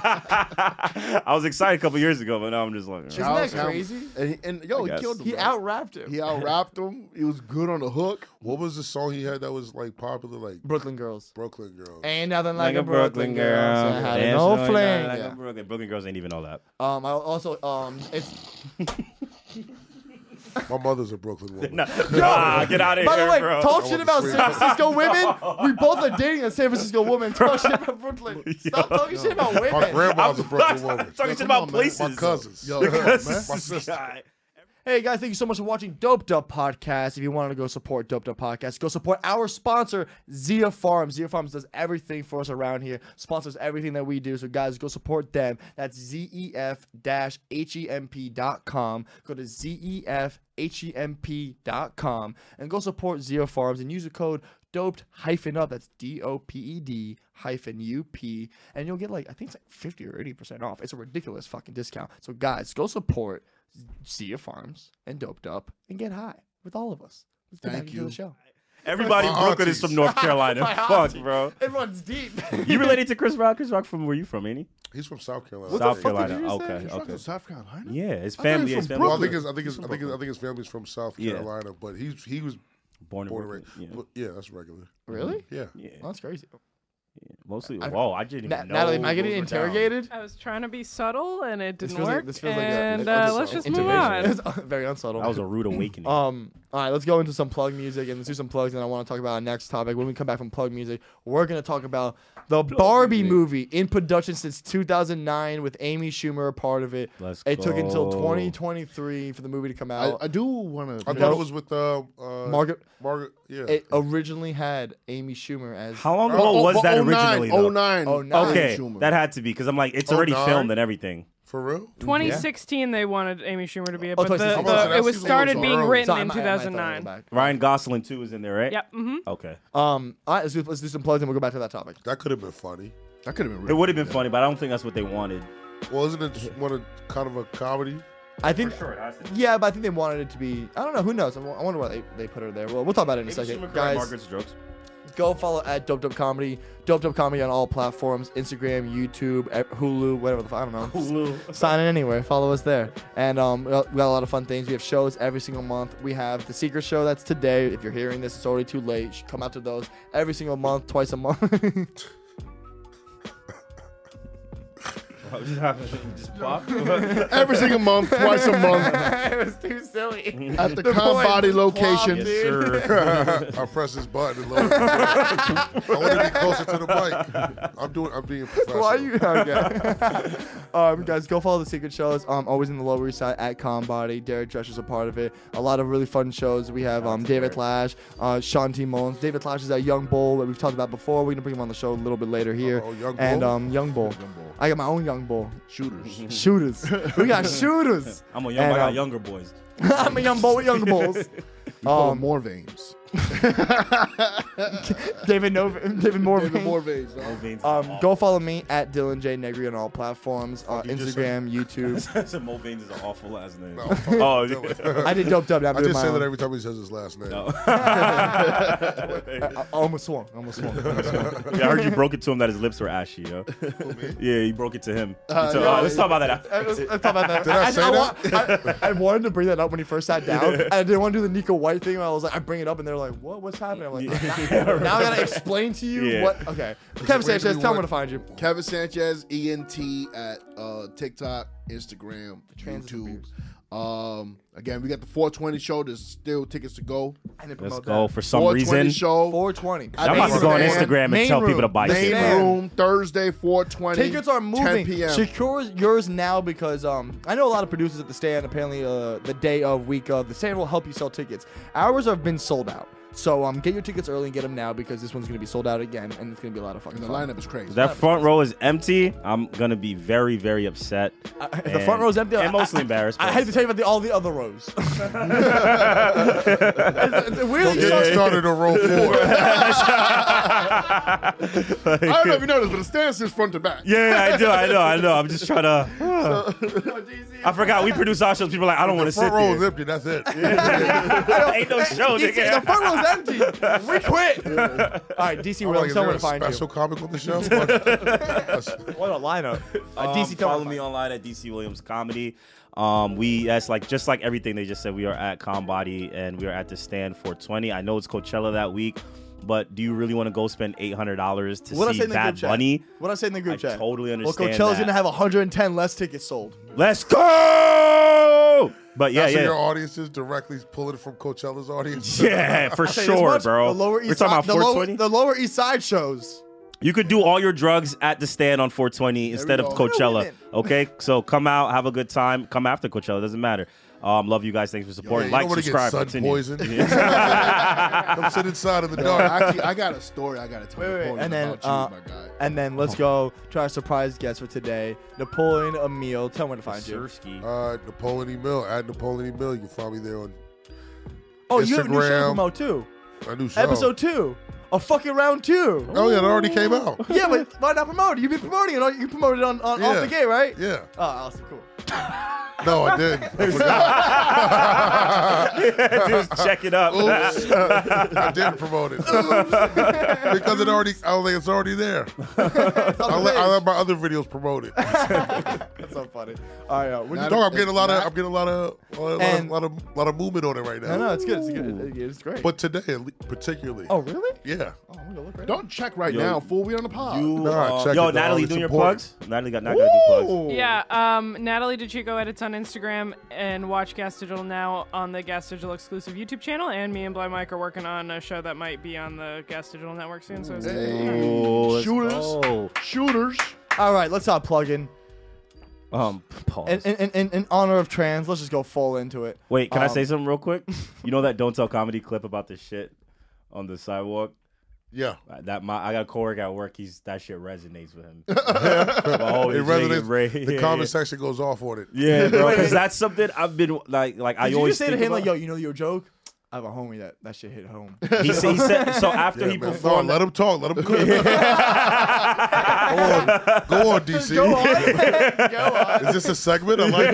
Speaker 4: I was excited a couple years ago, but now I'm just like. uh,
Speaker 3: Isn't that crazy?
Speaker 5: And, he, and yo,
Speaker 4: I
Speaker 5: he
Speaker 4: guess.
Speaker 5: killed him.
Speaker 3: He
Speaker 5: bro.
Speaker 3: out rapped him.
Speaker 5: He out rapped him. He was good on the hook.
Speaker 2: What was the song he had that was like popular, like
Speaker 3: Brooklyn girls.
Speaker 2: Brooklyn Girls?
Speaker 3: Ain't nothing
Speaker 4: Like a Brooklyn girl,
Speaker 3: So I had
Speaker 4: There's
Speaker 3: no
Speaker 4: no
Speaker 3: fling.
Speaker 4: like
Speaker 5: Yeah.
Speaker 4: a Brooklyn. Brooklyn girls ain't even all that.
Speaker 3: Um, I also um, it's
Speaker 2: My mother's a Brooklyn woman.
Speaker 4: Nah, get out of
Speaker 3: by
Speaker 4: here,
Speaker 3: the way,
Speaker 4: bro.
Speaker 3: talk shit
Speaker 2: I
Speaker 3: about
Speaker 2: want
Speaker 3: San
Speaker 2: to
Speaker 3: Francisco women. We both are dating a San Francisco woman. Talk shit about Brooklyn. Stop talking shit about
Speaker 2: My
Speaker 3: women.
Speaker 2: grandma's a Brooklyn woman.
Speaker 4: talking shit
Speaker 5: come
Speaker 4: about
Speaker 5: on, man. My
Speaker 4: places.
Speaker 2: My cousins.
Speaker 5: Yo,
Speaker 2: my
Speaker 5: come on, man.
Speaker 2: sister.
Speaker 4: God.
Speaker 3: Hey guys, thank you so much for watching Doped Up Podcast. If you want to go support Doped Up Podcast, go support our sponsor, Zia Farms. Zia Farms does everything for us around here, sponsors everything that we do. So guys, go support them. That's E zef-hemp.com. Go to E zef-hemp.com and go support Zia Farms and use the code doped hyphen up. That's D-O-P-E-D E hyphen U-P. And you'll get like, I think it's like 50 or 80% off. It's a ridiculous fucking discount. So guys, go support see your farms and doped up and get high with all of us. Let's get
Speaker 5: Thank
Speaker 3: back into
Speaker 5: you.
Speaker 3: the show.
Speaker 4: Everybody in
Speaker 2: My
Speaker 4: Brooklyn is
Speaker 2: aunties.
Speaker 4: from North Carolina.
Speaker 3: My
Speaker 4: Fuck,
Speaker 3: auntie.
Speaker 4: bro.
Speaker 3: It runs deep.
Speaker 4: You related to Chris Rock? Chris Rock from where you from, ain't he?
Speaker 2: He's from South Carolina.
Speaker 4: South
Speaker 2: Yeah.
Speaker 4: Carolina.
Speaker 5: What the fuck did you
Speaker 4: okay,
Speaker 5: say? He's
Speaker 4: okay.
Speaker 5: from South Carolina.
Speaker 4: Yeah, his
Speaker 5: I thought he
Speaker 4: family. His
Speaker 5: was from
Speaker 4: family.
Speaker 2: Well, I
Speaker 5: Brooklyn.
Speaker 2: think his I think his I think his, I think his family's from South
Speaker 4: Yeah.
Speaker 2: Carolina, but he's he was
Speaker 4: born
Speaker 2: born and
Speaker 4: in Brooklyn.
Speaker 2: raised.
Speaker 4: Yeah.
Speaker 2: But yeah, that's regular.
Speaker 3: really?
Speaker 2: Yeah.
Speaker 4: Yeah,
Speaker 3: That's crazy.
Speaker 4: mostly.
Speaker 3: I-
Speaker 4: Whoa, I didn't even
Speaker 3: Na-
Speaker 4: know.
Speaker 3: Natalie, am I getting
Speaker 4: those were down.
Speaker 3: interrogated?
Speaker 7: I was trying to be subtle and it
Speaker 3: This
Speaker 7: didn't
Speaker 3: feels like-
Speaker 7: work.
Speaker 3: this feels like a-
Speaker 7: and
Speaker 3: an
Speaker 7: uh, let's
Speaker 3: unsubtle
Speaker 7: just move
Speaker 4: intervention.
Speaker 7: on.
Speaker 3: It was very unsubtle.
Speaker 4: That was a rude awakening.
Speaker 3: Um, all right, let's go into some plug music and let's do some plugs. And I want to talk about our next topic. When we come back from plug music, we're going to talk about the Barbie movie in production since 2009 with Amy Schumer a part of it.
Speaker 4: Let's
Speaker 3: it took until
Speaker 4: go.
Speaker 3: 2023 for the movie to come
Speaker 5: I,
Speaker 3: out.
Speaker 5: I do want
Speaker 2: I
Speaker 5: to.
Speaker 2: thought it was with uh, uh,
Speaker 3: Margaret,
Speaker 2: Margaret. Yeah.
Speaker 3: it originally had Amy Schumer as.
Speaker 4: How long ago
Speaker 5: oh,
Speaker 4: was that originally? though?
Speaker 5: 09,
Speaker 3: Oh, nine.
Speaker 4: Okay,
Speaker 5: Schumer.
Speaker 4: that had to be because I'm like, it's already
Speaker 2: 09?
Speaker 4: filmed and everything.
Speaker 2: For real?
Speaker 7: 2016, they wanted Amy Schumer to be it,
Speaker 3: Oh,
Speaker 7: but the,
Speaker 3: 2016.
Speaker 7: the-
Speaker 2: Oh, so that
Speaker 7: it was
Speaker 2: seems a
Speaker 7: started
Speaker 2: little
Speaker 7: being
Speaker 2: early.
Speaker 7: written
Speaker 3: Sorry,
Speaker 7: in
Speaker 3: my- my thought went
Speaker 7: 2009.
Speaker 3: back.
Speaker 4: Ryan Gosling too is in there, right?
Speaker 7: Yep. hmm
Speaker 4: Okay.
Speaker 3: Um, all right, let's do, let's do some plugs and we'll go back to that topic.
Speaker 2: That could have been funny.
Speaker 5: that could have been.
Speaker 4: It
Speaker 5: real.
Speaker 4: would have been funny, but I don't think that's what they wanted.
Speaker 2: Well, isn't it just one of kind of a comedy?
Speaker 3: I think,
Speaker 4: it has to be.
Speaker 3: yeah, but I think they wanted it to be. I don't know. Who knows? I wo- I wonder why they, they put her there. Well, we'll talk about it in a second, guys.
Speaker 4: Margaret's jokes.
Speaker 3: Go follow at Dope Dope Comedy, Dope Dope Comedy on all platforms: Instagram, YouTube, eh, Hulu, whatever the fuck. I don't know. Sign in anywhere. Follow us there. And um, we got we got a lot of fun things. We have shows every single month. We have the Secret Show that's today. If you're hearing this, it's already too late. You should come out to those every single month, twice a month.
Speaker 4: Just pop.
Speaker 5: every single month, twice a month,
Speaker 3: it was too silly.
Speaker 5: at the,
Speaker 3: The boy
Speaker 5: Combody
Speaker 3: flopped,
Speaker 5: location.
Speaker 4: yes,
Speaker 3: dude.
Speaker 4: sir.
Speaker 2: I press this button and lower. it. I want to be closer to the mic. I'm doing. I'm being professional.
Speaker 3: Why are you okay? um, guys, go follow the secret shows. Um, always in the Lower East Side at Combody. Derek Dresch is a part of it. A lot of really fun shows. We have um, David Lash, uh, Sean T. Mullins. David Lash is at Young Bull that we've talked about before. We're gonna bring him on the show a little bit later here.
Speaker 2: Uh-oh, Young
Speaker 3: and
Speaker 2: Bull?
Speaker 3: um, Young Bull.
Speaker 5: Bull.
Speaker 3: I got my own Young Bull.
Speaker 5: Shooters.
Speaker 3: Shooters. we got shooters.
Speaker 4: I'm a young.
Speaker 3: And,
Speaker 4: I got
Speaker 3: um,
Speaker 4: younger boys.
Speaker 3: I'm a Young Bull with Young Bulls.
Speaker 5: Oh,
Speaker 3: Um,
Speaker 5: more veins.
Speaker 3: David Nova, David Morvan.
Speaker 5: Even more veins. dog.
Speaker 3: Um, go follow me at Dylan J Negri on all platforms, uh,
Speaker 2: you just said-
Speaker 3: Instagram, YouTube.
Speaker 4: so Mo Veins is an awful last name.
Speaker 2: No, fuck it,
Speaker 4: Oh,
Speaker 2: do it.
Speaker 3: I did doped up. now I'm
Speaker 2: I
Speaker 3: doing
Speaker 2: just
Speaker 3: my
Speaker 2: say that
Speaker 3: own.
Speaker 2: every time he says his last name.
Speaker 4: No.
Speaker 3: I, I almost swung. I almost swung.
Speaker 4: Yeah, I heard you broke it to him that his lips were ashy. Yo. Yeah, you broke it to him. So,
Speaker 5: yeah,
Speaker 4: uh, let's talk about that. after.
Speaker 3: Let's let's talk about that. Did
Speaker 2: I say
Speaker 3: I, I wanted to bring that up when he first sat down. and I didn't want to do the Nico White thing. Where I was like, I bring it up, and they're like, "What? What's happening?" I'm like, now, now I gotta explain to you
Speaker 4: Yeah.
Speaker 3: what. Okay, Kevin Sanchez, tell me where to find you.
Speaker 5: Kevin Sanchez, ENT at uh, TikTok, Instagram,
Speaker 3: trans is
Speaker 5: YouTube. Um, again, we got the 420 show. There's still tickets to go.
Speaker 3: I didn't
Speaker 4: Let's
Speaker 3: promote
Speaker 4: go.
Speaker 3: that.
Speaker 4: For some
Speaker 5: 420
Speaker 4: reason,
Speaker 5: show.
Speaker 3: 420.
Speaker 5: I
Speaker 4: I'm about to go on
Speaker 5: Main
Speaker 4: Instagram and
Speaker 3: room.
Speaker 4: tell people to buy
Speaker 3: Main
Speaker 4: shit.
Speaker 5: Main
Speaker 3: Stand.
Speaker 5: room Thursday 420.
Speaker 3: Tickets are
Speaker 5: 10
Speaker 3: moving.
Speaker 5: p.m.
Speaker 3: Secure yours now because um, I know a lot of producers at the stand. Apparently, uh, the day of, week of, the stand will help you sell tickets. Ours have been sold out. So um, get your tickets early and get them now because this one's gonna be sold out again, and it's gonna be a lot of fucking
Speaker 5: And the
Speaker 3: fun.
Speaker 5: lineup is crazy.
Speaker 4: That front row is empty. I'm gonna be very, very upset.
Speaker 3: If the front
Speaker 4: And-
Speaker 3: row's empty. I-
Speaker 4: And mostly
Speaker 3: I-
Speaker 4: embarrassed.
Speaker 3: I
Speaker 4: but-
Speaker 3: had to tell you about the, all the other rows. it's, it's
Speaker 2: Don't
Speaker 3: weirdly
Speaker 2: get me started on row four.
Speaker 5: I don't know if you noticed, but the stance is front to back.
Speaker 4: Yeah, yeah, I do. I know. I know. I'm just trying to. I forgot we produce our shows. People are like, I don't want to sit
Speaker 2: Front row is
Speaker 4: there.
Speaker 2: empty. That's it.
Speaker 4: Ain't no show,
Speaker 3: DC, the
Speaker 4: nigga.
Speaker 3: front row's empty. We quit. All right, DC,
Speaker 2: I'm
Speaker 3: where
Speaker 2: like,
Speaker 3: can
Speaker 2: is there
Speaker 3: someone
Speaker 2: a
Speaker 3: find
Speaker 2: special
Speaker 3: you?
Speaker 2: comic on the show? That's-
Speaker 3: What a lineup. Uh,
Speaker 4: Um,
Speaker 3: DC, tell
Speaker 4: follow
Speaker 3: them.
Speaker 4: me online at DC Williams Comedy. Um, we that's like just like everything they just said. We are at Combody and we are at the stand 420. I know it's Coachella that week, but do you really want to go spend eight hundred dollars to
Speaker 3: What I
Speaker 4: see
Speaker 3: say in the group
Speaker 4: Bad
Speaker 3: chat?
Speaker 4: Bunny?
Speaker 3: What I say in the group
Speaker 4: I
Speaker 3: chat?
Speaker 4: totally
Speaker 3: Well,
Speaker 4: understand
Speaker 3: Coachella's
Speaker 4: that.
Speaker 3: gonna have 110 less tickets sold.
Speaker 4: Let's go! But yeah,
Speaker 2: That's what
Speaker 4: yeah.
Speaker 2: your audience is directly pulling from Coachella's audience.
Speaker 4: Yeah, for
Speaker 3: Say this
Speaker 4: sure,
Speaker 3: much,
Speaker 4: bro.
Speaker 3: The lower east
Speaker 4: We're talking
Speaker 3: side,
Speaker 4: about
Speaker 3: the lower-
Speaker 4: 420.
Speaker 3: The lower east side shows.
Speaker 4: You could do all your drugs at the stand on 420 instead of
Speaker 5: go.
Speaker 4: Coachella.
Speaker 3: Women.
Speaker 4: Okay, so come out, have a good time. Come after Coachella, doesn't matter. Um, love you guys. Thanks for
Speaker 2: Yeah,
Speaker 4: supporting.
Speaker 2: you
Speaker 4: like,
Speaker 2: don't want to get
Speaker 4: subscribe,
Speaker 2: sun
Speaker 4: continue.
Speaker 2: poisoned. Come sit inside in the
Speaker 5: No,
Speaker 2: dark.
Speaker 5: actually, I got a story I got to tell
Speaker 3: Wait, wait,
Speaker 5: Napoleon
Speaker 3: wait, and then
Speaker 5: about you,
Speaker 3: uh,
Speaker 5: my guy.
Speaker 3: and then let's go to our surprise guest for today, Napoleon Emil. Tell me where to find you.
Speaker 4: Sirski.
Speaker 2: Uh, Napoleon E. Mill at Napoleon E. Mill. You can find me there on
Speaker 3: Oh, you have a new show to
Speaker 2: Instagram.
Speaker 3: promote too.
Speaker 2: my new show.
Speaker 3: Episode two, a fucking round two.
Speaker 2: Oh yeah, it already came out.
Speaker 3: yeah, but why not promote it? You've been promoting it. You promoted it on, on off
Speaker 2: Yeah.
Speaker 3: the gate, right?
Speaker 2: Yeah.
Speaker 3: Oh, awesome, cool.
Speaker 2: No, I didn't. I forgot.
Speaker 4: Just check it up.
Speaker 2: Oops. I didn't promote it because it already. I don't think it's already there.
Speaker 3: It's on
Speaker 2: I
Speaker 3: the
Speaker 2: let, I
Speaker 3: page.
Speaker 2: let my other videos promote it.
Speaker 3: That's so funny. All right, uh, we're
Speaker 2: Dog, I'm getting a lot of. I'm getting a lot of. A lot of,
Speaker 3: And-
Speaker 2: lot of, lot of movement on it right now.
Speaker 3: No, no, it's good. It's good. It's great.
Speaker 2: But today, at le- particularly.
Speaker 3: oh, really?
Speaker 2: Yeah.
Speaker 3: Oh, I'm gonna look right
Speaker 5: Don't check right
Speaker 4: Yo,
Speaker 5: now, fool. We on the pod.
Speaker 4: You,
Speaker 2: Nah,
Speaker 4: uh,
Speaker 2: check it
Speaker 4: yo,
Speaker 2: out.
Speaker 4: Natalie,
Speaker 2: It's
Speaker 4: doing your
Speaker 2: important.
Speaker 4: plugs? Natalie got not
Speaker 3: now.
Speaker 4: gonna do plugs.
Speaker 3: Ooh.
Speaker 7: Yeah, um, Natalie DeChico edits on Instagram and watch Gas Digital now on the Gas Digital exclusive YouTube channel. And me and Bly Mike are working on a show that might be on the Gas Digital network soon. So it's
Speaker 4: Oh, let's
Speaker 5: Shooters.
Speaker 4: go.
Speaker 5: Shooters.
Speaker 3: All right, let's not plug in.
Speaker 4: Um, pause.
Speaker 3: In, in, in- in, in honor of trans, let's just go full into it.
Speaker 4: Wait, can I
Speaker 3: Um,
Speaker 4: say something real quick? You know that don't tell comedy clip about the shit on the sidewalk. Uh,
Speaker 2: Yeah.
Speaker 4: That my I got a coworker at work. He's that shit resonates with him. oh,
Speaker 2: It resonates. the comment section goes off on it.
Speaker 4: Yeah, bro. Because that's something I've been like, like I
Speaker 3: Did you
Speaker 4: always
Speaker 3: just say to
Speaker 4: think
Speaker 3: him like, "Yo,
Speaker 4: about-
Speaker 3: you know your joke." I have a homie that that shit hit home.
Speaker 4: He, said- he said so after
Speaker 2: Yeah,
Speaker 4: he
Speaker 2: man.
Speaker 4: performed.
Speaker 2: No, let him talk. Let him cook. go, on, go on, DC.
Speaker 3: go on, go on.
Speaker 2: Is this a segment? I like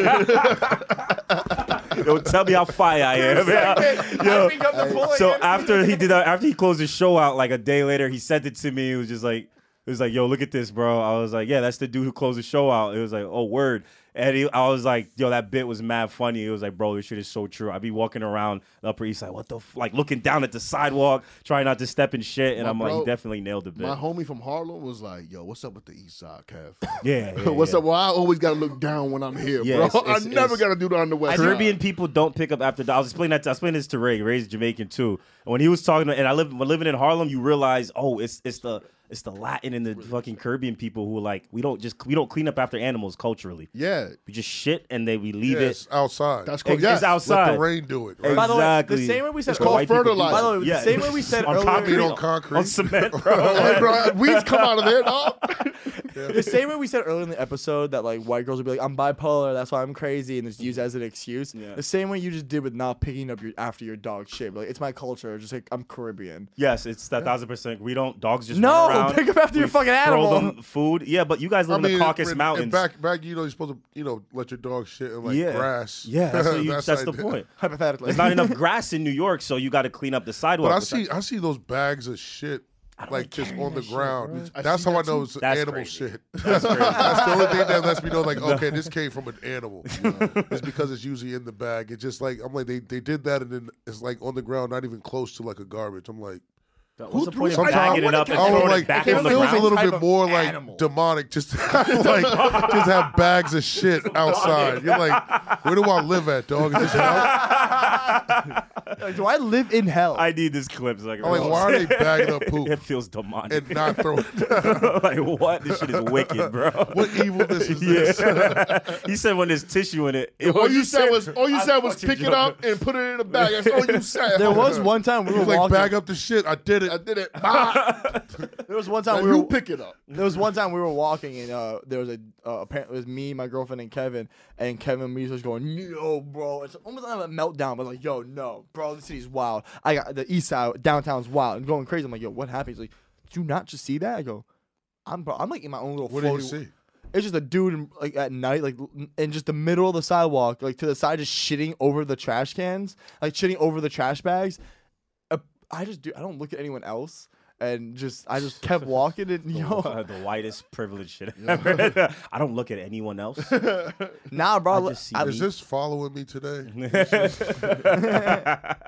Speaker 2: it.
Speaker 4: Yo, tell me how fire I am. Yeah.
Speaker 3: I
Speaker 4: Yo,
Speaker 3: think I'm Napoleon.
Speaker 4: so after he did that, after he closed his show out, like a day later, he sent it to me. It was just like, it was like, yo, look at this, bro. I was like, yeah, that's the dude who closed the show out. It was like, oh, word. And he, I was like, yo, that bit was mad funny. It was like, bro, this shit is so true. I'd be walking around the Upper East Side, what the, f-? like looking down at the sidewalk, trying not to step in shit. And
Speaker 5: My
Speaker 4: I'm like,
Speaker 5: bro-
Speaker 4: he definitely nailed the bit.
Speaker 5: My homie from Harlem was like, "Yo, what's up with the East Side, Kev?
Speaker 4: yeah, yeah,
Speaker 5: what's
Speaker 4: yeah.
Speaker 5: up? Well, I always gotta look down when I'm here,
Speaker 4: Yeah,
Speaker 5: bro.
Speaker 4: it's- it's-
Speaker 5: I never
Speaker 4: it's-
Speaker 5: gotta do that on the West Side.
Speaker 4: Caribbean people don't pick up after. I was explaining that. To, I explained this to Ray. Ray's Jamaican too. And when he was talking, to, and I live when living in Harlem, you realize, oh, it's it's the it's the Latin and the fucking Caribbean people who are like we don't just we don't clean up after animals culturally.
Speaker 5: Yeah,
Speaker 4: We just shit and then we leave
Speaker 2: Yes,
Speaker 4: it.
Speaker 2: outside. That's
Speaker 5: that's cool.
Speaker 4: It's
Speaker 5: yes.
Speaker 2: Let
Speaker 4: outside.
Speaker 2: the rain do it.
Speaker 4: Exactly.
Speaker 2: Right?
Speaker 3: By the way, the same way we said
Speaker 4: It's
Speaker 5: called
Speaker 4: white people do that.
Speaker 5: fertilizer.
Speaker 3: By the way, the same way we said
Speaker 4: on
Speaker 3: earlier-
Speaker 4: concrete,
Speaker 2: Beat on
Speaker 4: on-
Speaker 2: concrete.
Speaker 4: on cement, bro.
Speaker 5: Hey, bro, weeds come out of there. dog.
Speaker 3: the same way we said earlier in the episode that like white girls would be like, "I'm bipolar, that's why I'm crazy," and just use that as an excuse. The same way you just did with not picking up your after your dog shit, like it's my culture. Just like I'm Caribbean.
Speaker 4: yes, it's that thousand percent. We don't dogs just
Speaker 3: No,
Speaker 4: run around.
Speaker 3: pick up after
Speaker 4: We
Speaker 3: your fucking
Speaker 4: throw
Speaker 3: animal.
Speaker 4: Them food, yeah, but you guys live in the Caucasus
Speaker 2: and- and
Speaker 4: Mountains.
Speaker 2: back, back, you know, you're supposed to, you know, let your dog shit in like
Speaker 4: yeah,
Speaker 2: grass.
Speaker 4: yeah, that's, what you, that's,
Speaker 2: like-
Speaker 4: the point.
Speaker 3: Hypothetically,
Speaker 4: There's not enough grass in New York, so you got to clean up the sidewalk.
Speaker 2: But I
Speaker 4: with that.
Speaker 2: see, I see those bags of shit. Like just on the ground.
Speaker 5: I
Speaker 2: that's
Speaker 5: see
Speaker 2: how I
Speaker 5: that
Speaker 2: know
Speaker 5: too.
Speaker 2: it's
Speaker 4: That's
Speaker 2: animal
Speaker 4: crazy.
Speaker 2: shit. That's, the only thing that lets me know, like, okay, this came from an animal. It's because it's usually in the bag. It's just like I'm like they, they did that and then it's like on the ground, not even close to like a garbage. I'm like,
Speaker 3: What's the point of
Speaker 2: Sometimes-
Speaker 4: bagging it up and
Speaker 2: I don't know,
Speaker 4: throwing
Speaker 2: like
Speaker 4: it back
Speaker 2: it
Speaker 4: on the
Speaker 2: feels
Speaker 4: ground?
Speaker 2: a little
Speaker 3: Type
Speaker 2: bit
Speaker 3: of
Speaker 2: more like
Speaker 3: animal.
Speaker 2: demonic just to have, like just have bags of shit outside. You're like, where do I live at, dog? Is this hell?
Speaker 3: Like, do I live in hell?
Speaker 4: I need this clip so I can.
Speaker 2: I'm like, why are they bagging up
Speaker 4: It
Speaker 2: poop
Speaker 4: feels demonic.
Speaker 2: and not throwing?
Speaker 4: like what? This shit is wicked, bro.
Speaker 2: what evil this is? This?
Speaker 4: yeah. he said when there's tissue in it.
Speaker 5: All you said was all you
Speaker 4: I'm
Speaker 5: said was
Speaker 4: fucking
Speaker 5: pick it
Speaker 4: joking.
Speaker 5: up and put it in the bag. That's all you said.
Speaker 3: there was one time we were
Speaker 2: He's like,
Speaker 3: walking.
Speaker 2: bag up the shit. I did it.
Speaker 5: I did it. Bah.
Speaker 3: There was one time
Speaker 5: And
Speaker 3: we were,
Speaker 5: you pick it up.
Speaker 3: There was one time we were walking and uh, there was a uh, apparently it was me, my girlfriend, and Kevin. And Kevin was just going, "Yo, bro, it's almost like a meltdown." But like, "Yo, no, bro, the city's wild. I got the east side, downtown's wild. I'm going crazy." I'm like, "Yo, what happened?" He's like, "Do you not just see that?" I go, "I'm, bro, I'm like in my own little."
Speaker 2: What do
Speaker 3: floaty
Speaker 2: you see?
Speaker 3: It's just a dude in, like at night, like l- in just the middle of the sidewalk, like to the side, just shitting over the trash cans, like shitting over the trash bags. Uh, I just do. I don't look at anyone else. And just, I just kept walking, and yo,
Speaker 4: Uh, the whitest privilege shit ever. I don't look at anyone else.
Speaker 3: Nah, bro.
Speaker 4: I
Speaker 3: I
Speaker 4: just see
Speaker 2: Is this following me today? I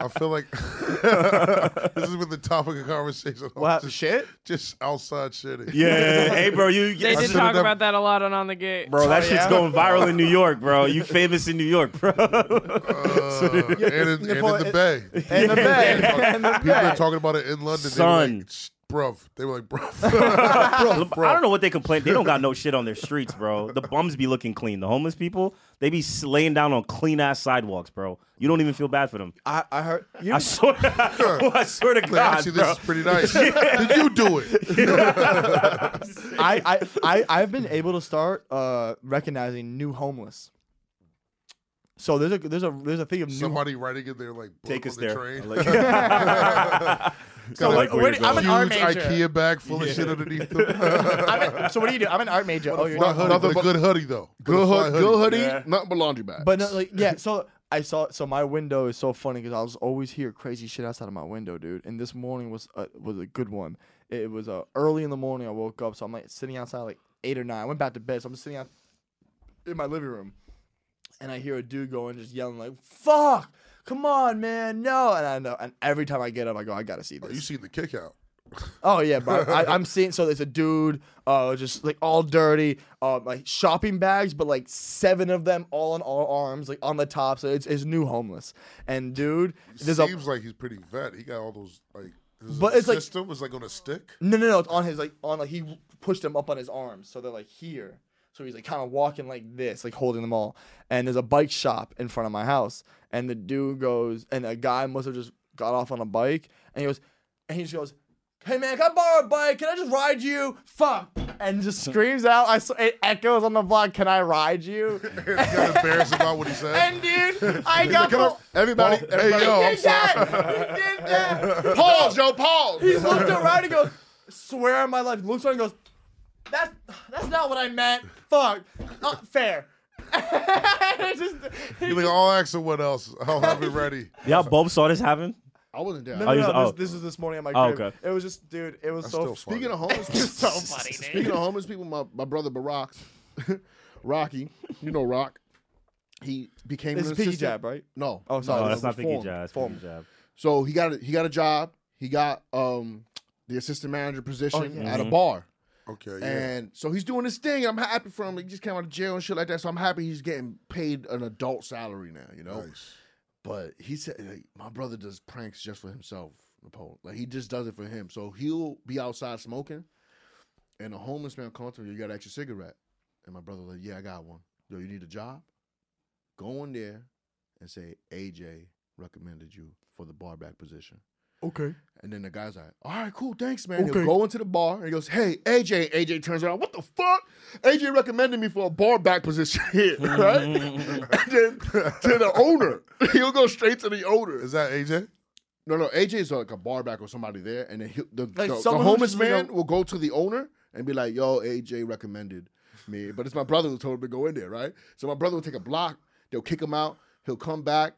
Speaker 2: feel like this has been the topic of conversation.
Speaker 3: What,
Speaker 2: Just-
Speaker 3: shit?
Speaker 2: Just outside shitting.
Speaker 4: yeah, hey, bro, you.
Speaker 7: They
Speaker 4: I
Speaker 7: did
Speaker 4: should've
Speaker 7: talk
Speaker 2: never-
Speaker 7: about that a lot on On the Gate.
Speaker 4: Bro, that shit's
Speaker 3: yeah?
Speaker 4: going viral in New York, bro. You famous in New York, bro.
Speaker 2: Uh, and in, and in
Speaker 3: well,
Speaker 2: the
Speaker 3: it-
Speaker 2: Bay.
Speaker 3: And the bed. and the
Speaker 2: People were
Speaker 3: bed.
Speaker 2: talking about it in London. They were
Speaker 4: Son.
Speaker 2: like, "Shh, bruv. They were like, bruv.
Speaker 4: I don't know what they complain. They don't got no shit on their streets, bro. The bums be looking clean. The homeless people, they be s- laying down on clean ass sidewalks, bro. You don't even feel bad for them.
Speaker 3: I, I heard. You,
Speaker 4: I swear, I swear to
Speaker 2: Like,
Speaker 4: God,
Speaker 2: Actually, this
Speaker 4: bro.
Speaker 2: is pretty nice. Did you do it?
Speaker 3: I, I, I, I've been able to start uh, recognizing new homeless. So there's a there's a there's a thing of new.
Speaker 2: Somebody writing in there like, book
Speaker 4: Take
Speaker 2: on
Speaker 4: us
Speaker 2: the
Speaker 4: there.
Speaker 2: train.
Speaker 4: so like, where you
Speaker 3: I'm
Speaker 2: Huge
Speaker 3: an art major.
Speaker 2: IKEA bag full of shit underneath them.
Speaker 3: I'm an- so what do you do? I'm an art major. Oh, you're
Speaker 2: Not hoodie,
Speaker 5: Nothing
Speaker 2: but a
Speaker 5: but-
Speaker 2: good hoodie though. But a
Speaker 5: Good
Speaker 2: fly
Speaker 5: hood, good hoodie,
Speaker 4: Yeah.
Speaker 5: nothing but laundry bags.
Speaker 3: But no, like yeah. So I saw. So my window is so funny because I was always hear crazy shit outside of my window, dude. And this morning was a, was a good one. It was uh, early in the morning. I woke up, so I'm like sitting outside like eight or nine. I went back to bed, so I'm sitting out in my living room, and I hear a dude going just yelling like "fuck." Come on, man, no, and I know, and every time I get up, I go, I gotta see
Speaker 2: Oh,
Speaker 3: this.
Speaker 2: you seen the kick out?
Speaker 3: Oh yeah, but I, I'm seeing. So there's a dude, uh, just like all dirty, uh, like shopping bags, but like seven of them, all on all arms, like on the top. So it's, it's new homeless. And dude, there's a
Speaker 2: Seems like he's pretty vet. He got all those like. His
Speaker 3: But it's like-
Speaker 2: system was like on a stick.
Speaker 3: no, no, no. It's on his like on like he pushed them up on his arms, so they're like here. So he's like kind of walking like this, like holding them all. And there's a bike shop in front of my house, and the dude goes, and a guy must have just got off on a bike, and he goes, and he just goes. Hey man, can I borrow a bike? Can I just ride you? Fuck! And just screams out. I saw, it echoes on the block. Can I ride you?
Speaker 2: he got embarrassed about what he said.
Speaker 3: and dude, I got.
Speaker 5: Come on,
Speaker 3: the-
Speaker 5: everybody, everybody-
Speaker 2: hey yo,
Speaker 3: He
Speaker 2: I'm
Speaker 3: did
Speaker 2: sorry.
Speaker 3: that. He did that.
Speaker 5: pause, yo, pause.
Speaker 3: He looked around and goes, swear on my life. Looks around and goes, that's that's not what I meant. Fuck. Not fair. Just-
Speaker 2: He's like, I'll ask him what else. I'll have it ready.
Speaker 4: all both saw this happen.
Speaker 5: I wasn't there.
Speaker 3: no,
Speaker 4: Oh,
Speaker 3: no,
Speaker 4: he
Speaker 3: no,
Speaker 4: was- oh.
Speaker 3: this, this was this morning at my
Speaker 4: Oh,
Speaker 3: crib.
Speaker 4: okay.
Speaker 3: It was just, dude, it was
Speaker 2: That's still
Speaker 3: so. funny.
Speaker 2: funny.
Speaker 5: Speaking of homeless, people, so funny. Speaking of homeless people, my, my brother Barack, Rocky, you know Rock, he became
Speaker 3: This
Speaker 5: an
Speaker 3: is Piggy
Speaker 5: assistant-
Speaker 3: Jab, right?
Speaker 5: No,
Speaker 3: Oh, sorry.
Speaker 4: Oh,
Speaker 3: No,
Speaker 4: that's not Pinky
Speaker 5: reformed.
Speaker 4: Jab. That's
Speaker 3: Form.
Speaker 4: Pinky Jab.
Speaker 5: So he got a, he got a job. He got um the assistant manager position
Speaker 3: yeah.
Speaker 5: at a bar.
Speaker 2: Okay, yeah.
Speaker 5: And so he's doing his thing. I'm happy for him. He just came out of jail and shit like that. So I'm happy he's getting paid an adult salary now, you know?
Speaker 2: nice.
Speaker 5: But he said, like, my brother does pranks just for himself, Napoleon. Like, he just does it for him. So he'll be outside smoking, and a homeless man comes to him, you got an extra cigarette? And my brother, like, yeah, I got one. Yo, you need a job? Go in there and say, AJ recommended you for the bar back position.
Speaker 3: Okay.
Speaker 5: And then the guy's like, all right, cool, thanks, man.
Speaker 3: Okay.
Speaker 5: He'll go into the bar and he goes, hey, AJ. AJ turns around, what the fuck? AJ recommended me for a bar back position here, right? and then to the owner. He'll go straight to the owner.
Speaker 2: Is that AJ?
Speaker 5: No, no, AJ's like a bar back or somebody there. And then he'll, the,
Speaker 3: Like
Speaker 5: the- the
Speaker 3: someone who
Speaker 5: homeless
Speaker 3: just, like,
Speaker 5: man
Speaker 3: a-
Speaker 5: will go to the owner and be like, yo, AJ recommended me. But it's my brother who told him to go in there, right? So my brother will take a block, they'll kick him out, he'll come back,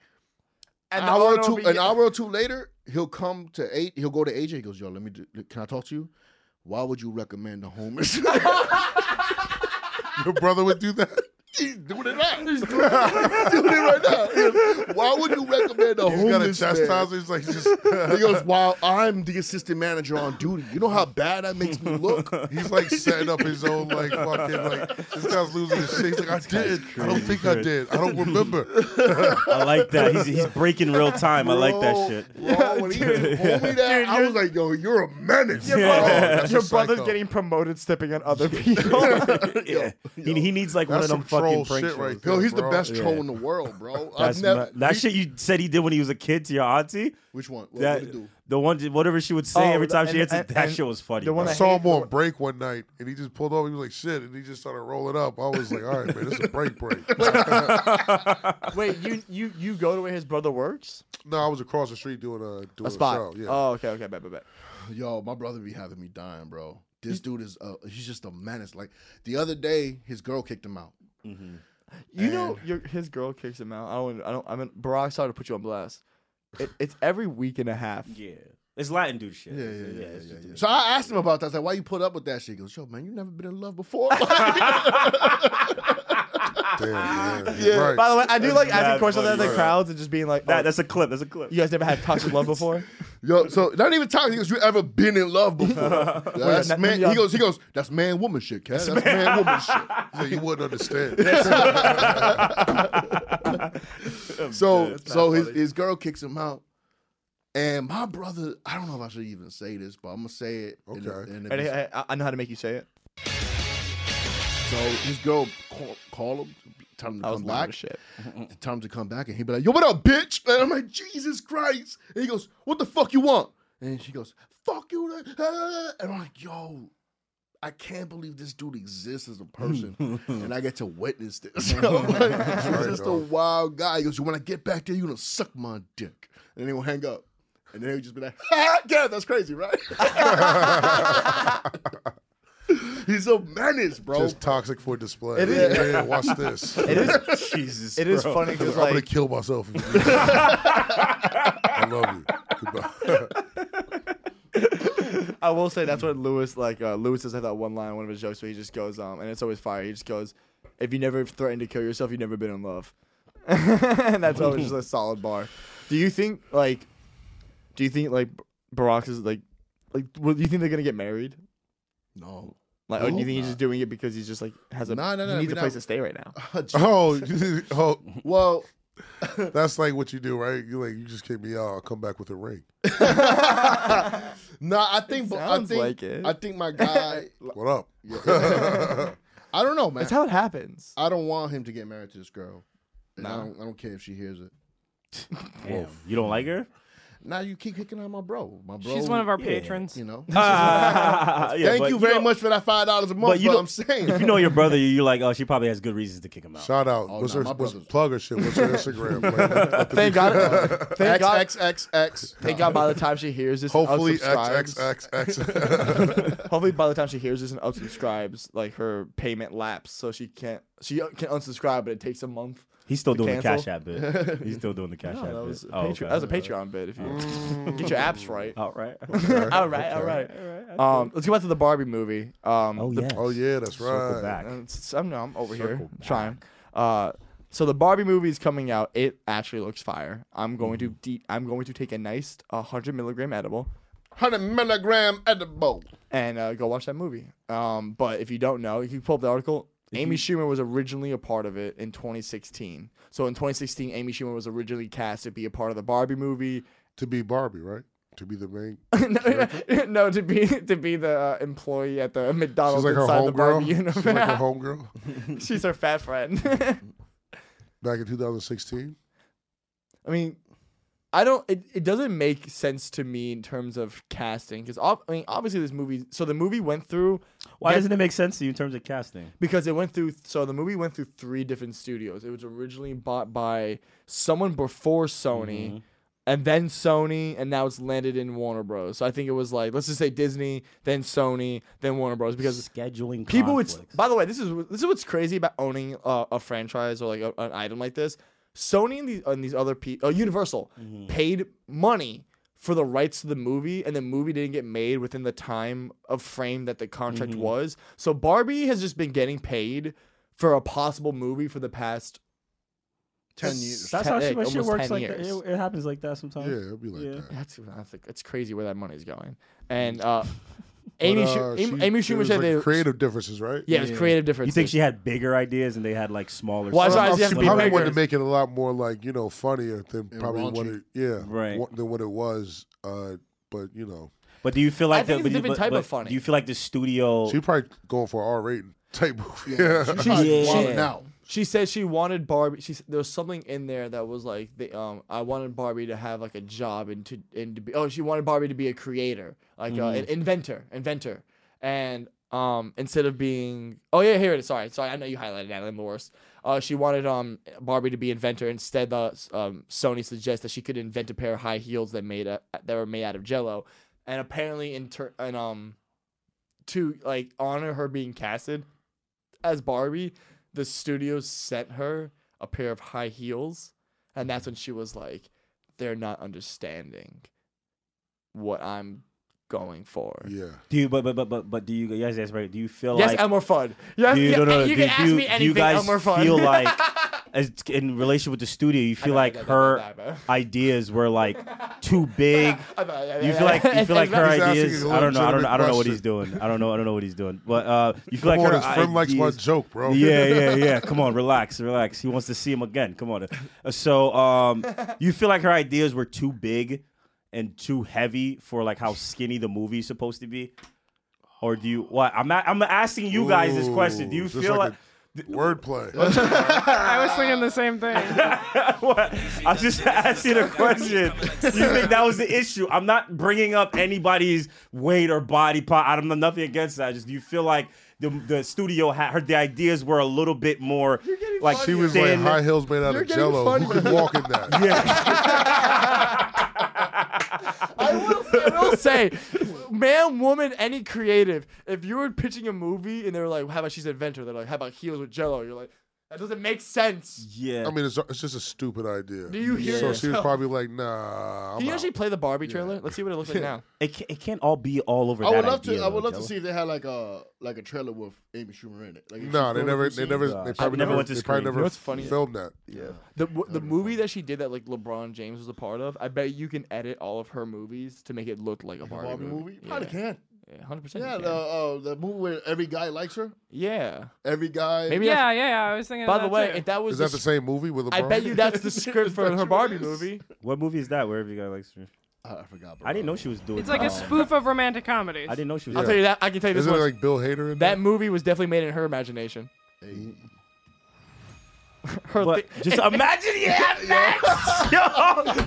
Speaker 3: And
Speaker 5: an
Speaker 3: the
Speaker 5: hour or
Speaker 3: owner
Speaker 5: two,
Speaker 3: will be-
Speaker 5: an hour or two later, he'll come to eight. He'll go to AJ. He goes, "Yo, let me. Do, can I talk to you? Why would you recommend the homeless?"
Speaker 2: Your brother would do that?
Speaker 5: He's doing it right. He's doing it right now. Why would you
Speaker 2: He's got
Speaker 5: recommend a
Speaker 2: a
Speaker 5: homeless man?
Speaker 2: chastise. He's like, he's just.
Speaker 5: He goes, while I'm the assistant manager on duty, you know how bad that makes me look?
Speaker 2: He's like setting up his own like fucking like this guy's losing his shit. He's like, I did. I don't think I did. I don't remember.
Speaker 4: I like that. He's, he's breaking real time. I like that
Speaker 5: Bro,
Speaker 4: shit.
Speaker 5: bro, "Oh, when he told me that, I was like, yo, you're a menace.
Speaker 3: Your,
Speaker 5: bro.
Speaker 3: brother-
Speaker 2: that's
Speaker 3: your
Speaker 2: a
Speaker 3: brother's
Speaker 2: psycho.
Speaker 3: getting promoted, stepping on other people.
Speaker 4: Yeah. He, he needs like one
Speaker 2: That's
Speaker 4: of them
Speaker 2: some troll
Speaker 4: fucking prank
Speaker 2: shit
Speaker 4: shows.
Speaker 2: right there.
Speaker 5: Yo, he's the
Speaker 2: bro.
Speaker 5: best
Speaker 4: Yeah.
Speaker 5: troll in the world, bro.
Speaker 4: That's
Speaker 5: I've never,
Speaker 4: ma- that shit you said he did when he was a kid to your auntie.
Speaker 5: Which one? What
Speaker 4: That,
Speaker 5: did he do?
Speaker 4: the one, whatever she would say
Speaker 3: Oh,
Speaker 4: every time
Speaker 3: and-
Speaker 4: she answered,
Speaker 3: and-
Speaker 4: that
Speaker 3: and
Speaker 4: shit was funny.
Speaker 3: the one
Speaker 4: bro.
Speaker 2: I saw him on break one night, and he just pulled over. He was like, "Shit," and he just started rolling up. I was like, "All right, man, this is a break, break."
Speaker 3: Wait, you you you go to where his brother works?
Speaker 2: no, I was across the street doing a doing
Speaker 3: A spot.
Speaker 2: show. Yeah,
Speaker 3: Oh, okay, okay, bet, bet, bet.
Speaker 5: Yo, my brother be having me dying, bro. This dude is uh, he's just a menace. Like the other day, his girl kicked him out.
Speaker 3: You know, your, his girl kicks him out. I don't. I don't. I mean, Barack started to put you on blast. It, it's every week and a half.
Speaker 4: Yeah. It's Latin dude shit.
Speaker 5: Yeah, yeah, yeah, yeah,
Speaker 4: it's
Speaker 5: yeah,
Speaker 4: just-
Speaker 5: yeah. So I asked him about that. I was like, why you put up with that shit? He goes, yo, man, you never been in love before.
Speaker 2: damn, yeah,
Speaker 5: Yeah.
Speaker 2: Right.
Speaker 3: By the way, I do like
Speaker 4: mad
Speaker 3: asking questions
Speaker 4: funny,
Speaker 3: out of the
Speaker 4: bro.
Speaker 3: crowds and just being like,
Speaker 4: That,
Speaker 3: oh,
Speaker 4: that's a clip. That's a clip.
Speaker 3: you guys never had toxic love before?
Speaker 5: Yo, so not even talking. He goes, "You ever been in love before?" That's
Speaker 3: not-
Speaker 5: man.
Speaker 3: yeah.
Speaker 5: He goes, "He goes, that's man woman shit, cat. That's man woman shit."
Speaker 2: Yeah, you wouldn't understand.
Speaker 5: So, so his, his girl kicks him out, and my brother. I don't know if I should even say this, but I'm gonna say it. and if-
Speaker 2: Okay.
Speaker 5: and if
Speaker 3: And
Speaker 5: it's-
Speaker 3: I, I- I know how to make you say it.
Speaker 5: so his girl call, call him, tell him to
Speaker 3: I was
Speaker 5: come
Speaker 3: loud
Speaker 5: back.
Speaker 3: as shit.
Speaker 5: Tell him to come back, and he'd be like, "Yo, what up, bitch?" And I'm like, "Jesus Christ!" And he goes, "What the fuck you want?" And she goes, "Fuck you!" And I'm like, "Yo." I can't believe this dude exists as a person, and I get to witness this. I'm like, he's just a wild guy. He goes, "When I get back there, you're gonna suck my dick," and then he'll hang up, and then he'll just be like, "Yeah, that's crazy, right?" he's a menace, bro.
Speaker 2: Just toxic for display.
Speaker 3: It is.
Speaker 2: Yeah, watch this.
Speaker 3: It is.
Speaker 4: Jesus.
Speaker 3: It is
Speaker 4: bro.
Speaker 3: funny because
Speaker 2: I'm gonna
Speaker 3: like
Speaker 2: kill myself. If you do this. I love you. Goodbye.
Speaker 3: I will say that's what Lewis like. Uh, Lewis has had that one line, in one of his jokes, where he just goes, um, and it's always fire. He just goes, "If you never threatened to kill yourself, you've never been in love." and that's always just a solid bar. Do you think like, do you think like Barack is like, like, well, do you think they're gonna get married?
Speaker 5: no,
Speaker 3: Like, or do
Speaker 5: I
Speaker 3: you
Speaker 5: hope
Speaker 3: think he's
Speaker 5: not.
Speaker 3: just doing it because he's just like has a
Speaker 5: No, no, no,
Speaker 3: he needs
Speaker 5: we
Speaker 3: a place
Speaker 5: not-
Speaker 3: to stay right now?
Speaker 2: Oh, you- oh,
Speaker 5: well,
Speaker 2: that's like what you do, right? You like you just kick me out. I'll come back with a ring.
Speaker 5: no, I think, I
Speaker 3: sounds
Speaker 5: think,
Speaker 3: like it.
Speaker 5: I think my guy.
Speaker 2: What up?
Speaker 5: I don't know, man.
Speaker 3: That's how it happens.
Speaker 5: I don't want him to get married to this girl. And I don't I don't care if she hears it.
Speaker 4: Damn. You don't like her?
Speaker 5: Now you keep kicking out my bro. My bro
Speaker 7: She's one of our
Speaker 4: Yeah.
Speaker 7: patrons.
Speaker 5: you know.
Speaker 4: Ah, yeah,
Speaker 5: Thank
Speaker 4: but
Speaker 5: you very
Speaker 4: don't-
Speaker 5: much for that five dollars a month, but
Speaker 4: you don't-
Speaker 5: I'm saying
Speaker 4: If you know your brother, you- you're like, oh, she probably has good reasons to kick him out.
Speaker 2: Shout out.
Speaker 5: Oh,
Speaker 2: what's
Speaker 5: nah,
Speaker 2: her
Speaker 5: my
Speaker 2: what's,
Speaker 5: brother's-
Speaker 2: plug her shit? What's her Instagram? Like, let the
Speaker 3: Thank
Speaker 2: people-
Speaker 3: God. Thank
Speaker 5: X,
Speaker 3: God.
Speaker 5: X X X.
Speaker 3: Thank God. By the time she hears this, and
Speaker 2: Hopefully,
Speaker 3: unsubscribes.
Speaker 2: XXXX.
Speaker 3: Hopefully, by the time she hears this and unsubscribes, like her payment laps, so she can't she can unsubscribe, but it takes a month.
Speaker 4: He's still
Speaker 3: To
Speaker 4: doing the
Speaker 3: cancel?
Speaker 4: cash app bit. He's still doing the cash
Speaker 3: No,
Speaker 4: app
Speaker 3: that
Speaker 4: bit.
Speaker 3: was a
Speaker 4: Oh,
Speaker 3: Patre-
Speaker 4: okay.
Speaker 3: that was a Patreon bit. If you get your apps right.
Speaker 4: All right.
Speaker 3: all right, Mm. all right. Um, let's go back to the Barbie movie. Um,
Speaker 4: Oh
Speaker 3: the-
Speaker 4: yeah.
Speaker 2: oh yeah, that's right.
Speaker 4: Circle back.
Speaker 3: uh, s- I'm, no, I'm over here
Speaker 4: Circle
Speaker 3: trying. Uh, so the Barbie movie is coming out. It actually looks fire. I'm going to
Speaker 4: Mm-hmm.
Speaker 3: de- I'm going to take a nice 100 milligram edible
Speaker 5: Hundred milligram edible.
Speaker 3: and uh, go watch that movie. Um, but if you don't know, if you pull up the article, Amy Schumer was originally a part of it in 2016. So in 2016, Amy Schumer was originally cast to be a part of the Barbie movie.
Speaker 2: To be Barbie, right? To be the main.
Speaker 3: no, no, to be to be the uh, employee at the
Speaker 2: She's
Speaker 3: McDonald's
Speaker 2: like her
Speaker 3: inside the Barbie
Speaker 2: homegirl.
Speaker 3: universe.
Speaker 2: She's like her homegirl.
Speaker 3: She's her fat friend.
Speaker 2: Back in 2016.
Speaker 3: I mean, I don't. It, it doesn't make sense to me in terms of casting because I mean, obviously this movie. So the movie went through
Speaker 4: Why doesn't it make sense to you in terms of casting?
Speaker 3: because it went through so the movie went through three different studios it was originally bought by someone before sony and then sony and now it's landed in warner bros so i think it was like let's just say disney then sony then warner bros because
Speaker 4: Scheduling
Speaker 3: people would
Speaker 4: conflicts.
Speaker 3: by the way this is this is what's crazy about owning uh, a franchise or like a, an item like this sony and these, and these other people uh, universal
Speaker 2: Mm-hmm.
Speaker 3: paid money for the rights to the movie and the movie didn't get made within
Speaker 2: Mm-hmm.
Speaker 3: the time of frame that the contract was so barbie has just been getting paid for a possible movie for the past
Speaker 5: Ten years.
Speaker 8: That's
Speaker 3: That's
Speaker 8: how
Speaker 3: ten- how shit-
Speaker 8: shit,
Speaker 3: my shit almost
Speaker 8: works.
Speaker 3: works 10
Speaker 8: Like
Speaker 3: like that. years.
Speaker 8: It,
Speaker 3: It-
Speaker 8: happens like that sometimes.
Speaker 2: Yeah, it'll be like
Speaker 8: Yeah.
Speaker 2: that.
Speaker 3: That's that's, like, that's crazy where that money's going. And uh, Amy,
Speaker 2: But,
Speaker 3: Schu-
Speaker 2: uh,
Speaker 3: Amy,
Speaker 2: she- there
Speaker 3: Amy Schumer
Speaker 2: was,
Speaker 3: said
Speaker 2: like,
Speaker 3: they
Speaker 2: creative differences, right?
Speaker 3: yeah, it was creative
Speaker 4: You
Speaker 3: differences.
Speaker 4: think she had bigger ideas and they had like smaller?
Speaker 3: Well, that's
Speaker 4: stuff?
Speaker 3: why I said
Speaker 2: she
Speaker 3: Like,
Speaker 2: probably
Speaker 3: like-
Speaker 2: wanted to make it a lot more like you know funnier than
Speaker 5: And
Speaker 2: probably what
Speaker 5: raunchy.
Speaker 2: it yeah
Speaker 4: Right.
Speaker 2: wa- than what it was. Uh, but you know,
Speaker 4: But do you feel
Speaker 3: I
Speaker 4: like the-
Speaker 3: think it's a
Speaker 4: but you-
Speaker 3: different
Speaker 4: but-
Speaker 3: type of
Speaker 4: but
Speaker 3: funny.
Speaker 4: Do you feel like the studio?
Speaker 2: she probably going for R rating type movie. Yeah,
Speaker 5: She's
Speaker 3: Yeah.
Speaker 5: wilding out.
Speaker 3: She said she wanted Barbie. She s- there was something in there that was like the um I wanted Barbie to have like a job and to and to be oh she wanted Barbie to be a creator like uh, an inventor inventor and um instead of being oh yeah here it is sorry sorry I know you highlighted that I'm the worst uh she wanted um Barbie to be inventor instead uh, s- um Sony suggests that she could invent a pair of high heels that made a, that were made out of Jello and apparently in turn and um to like honor her being casted as Barbie, the studio sent her a pair of high heels, and that's when she was like, "They're not understanding what I'm going for."
Speaker 2: yeah.
Speaker 4: Do you? But but but but but do you? Yes, yes, right. Do you feel
Speaker 3: Yes,
Speaker 4: like?
Speaker 3: I'm more fun. Yes,
Speaker 4: do you,
Speaker 3: yeah,
Speaker 4: no, no,
Speaker 3: you
Speaker 4: do,
Speaker 3: can ask
Speaker 4: do,
Speaker 3: me
Speaker 4: do you
Speaker 3: anything.
Speaker 4: guys
Speaker 3: I'm more fun.
Speaker 4: feel like, as in relation with the studio, you feel like her ideas were like too big. You feel like you feel like her
Speaker 2: He's asking
Speaker 4: ideas.
Speaker 2: a
Speaker 4: I don't know. I don't. know- I don't know what
Speaker 2: legitimate
Speaker 4: he's doing. I don't know. I don't know what he's doing. But uh, you feel
Speaker 2: Come
Speaker 4: like
Speaker 2: on,
Speaker 4: her
Speaker 2: his friend likes my
Speaker 4: ideas-
Speaker 2: joke, bro.
Speaker 4: Yeah, yeah, yeah. Come on, relax, relax. He wants to see him again. Come on. Uh, So, um, you feel like her ideas were too big and too heavy for like how skinny the movie's supposed to be, or do you? What I'm a- I'm asking you guys this question. Do you
Speaker 2: Ooh, just
Speaker 4: feel like?
Speaker 2: like a wordplay?
Speaker 7: I was thinking the same thing.
Speaker 4: What? I'm just asking a question. You think that was the issue? I'm not bringing up anybody's weight or body part. I don't know nothing against that. Just do you feel like the the studio had her the ideas were a little bit more like
Speaker 2: she was like
Speaker 4: thin.
Speaker 2: high heels made out
Speaker 3: You're
Speaker 2: of
Speaker 3: getting
Speaker 2: Jello.
Speaker 3: funny.
Speaker 2: Who could walk in that?
Speaker 3: I will, say, I will say, man, woman, any creative, if you were pitching a movie and they were like, how about she's an inventor? They're like, how about heels with jello? You're like, that doesn't make sense.
Speaker 4: Yeah.
Speaker 2: I mean, it's, it's just a stupid idea.
Speaker 3: Do you hear
Speaker 2: so she was
Speaker 3: yourself?
Speaker 2: probably like, nah. I'm
Speaker 3: Can you actually
Speaker 2: out.
Speaker 3: play the Barbie trailer? Let's see what it looks like now.
Speaker 4: It can't, it can't all be all over.
Speaker 5: I
Speaker 4: that
Speaker 5: would love
Speaker 4: idea,
Speaker 5: to. I would
Speaker 4: though,
Speaker 5: love to
Speaker 4: Jello.
Speaker 5: see if they had like a like a trailer with Amy Schumer in it. Like, if
Speaker 2: No,
Speaker 5: she
Speaker 2: they
Speaker 5: filmed
Speaker 2: never,
Speaker 5: a few
Speaker 2: they never,
Speaker 5: scenes.
Speaker 2: they
Speaker 4: Gosh.
Speaker 2: probably
Speaker 4: Never
Speaker 2: never,
Speaker 4: went to
Speaker 2: they probably
Speaker 4: screen.
Speaker 2: never
Speaker 3: You know what's funny?
Speaker 2: filmed that.
Speaker 3: The w- the movie that she did that like LeBron James was a part of, I bet you can edit all of her movies to make it look like a Barbie,
Speaker 5: Barbie movie.
Speaker 3: movie.
Speaker 5: Probably can.
Speaker 3: Yeah, hundred percent.
Speaker 5: Yeah, the uh, the movie where every guy likes her.
Speaker 3: yeah.
Speaker 5: Every guy.
Speaker 3: Maybe. that's-
Speaker 7: yeah, yeah, yeah. I was thinking.
Speaker 3: By
Speaker 7: of
Speaker 3: the
Speaker 7: that
Speaker 3: way,
Speaker 7: too.
Speaker 3: if that was,
Speaker 2: Is that
Speaker 3: the
Speaker 2: the same movie with LeBron?
Speaker 3: I bet you that's the script for her
Speaker 5: what
Speaker 3: Barbie
Speaker 5: it is.
Speaker 3: movie.
Speaker 4: What movie is that? Wherever you guys like. to-
Speaker 5: I, I forgot. About
Speaker 4: I didn't know she was doing.
Speaker 7: it's like
Speaker 4: that.
Speaker 7: a spoof of romantic comedies.
Speaker 4: Oh. I didn't know she was.
Speaker 3: I'll
Speaker 4: doing
Speaker 3: tell you that. I can tell you this
Speaker 2: Isn't it
Speaker 3: one.
Speaker 2: like Bill Hader in
Speaker 3: that movie was definitely made in her imagination. her
Speaker 4: But
Speaker 3: thi-
Speaker 4: just imagine, yeah, Max. Yo,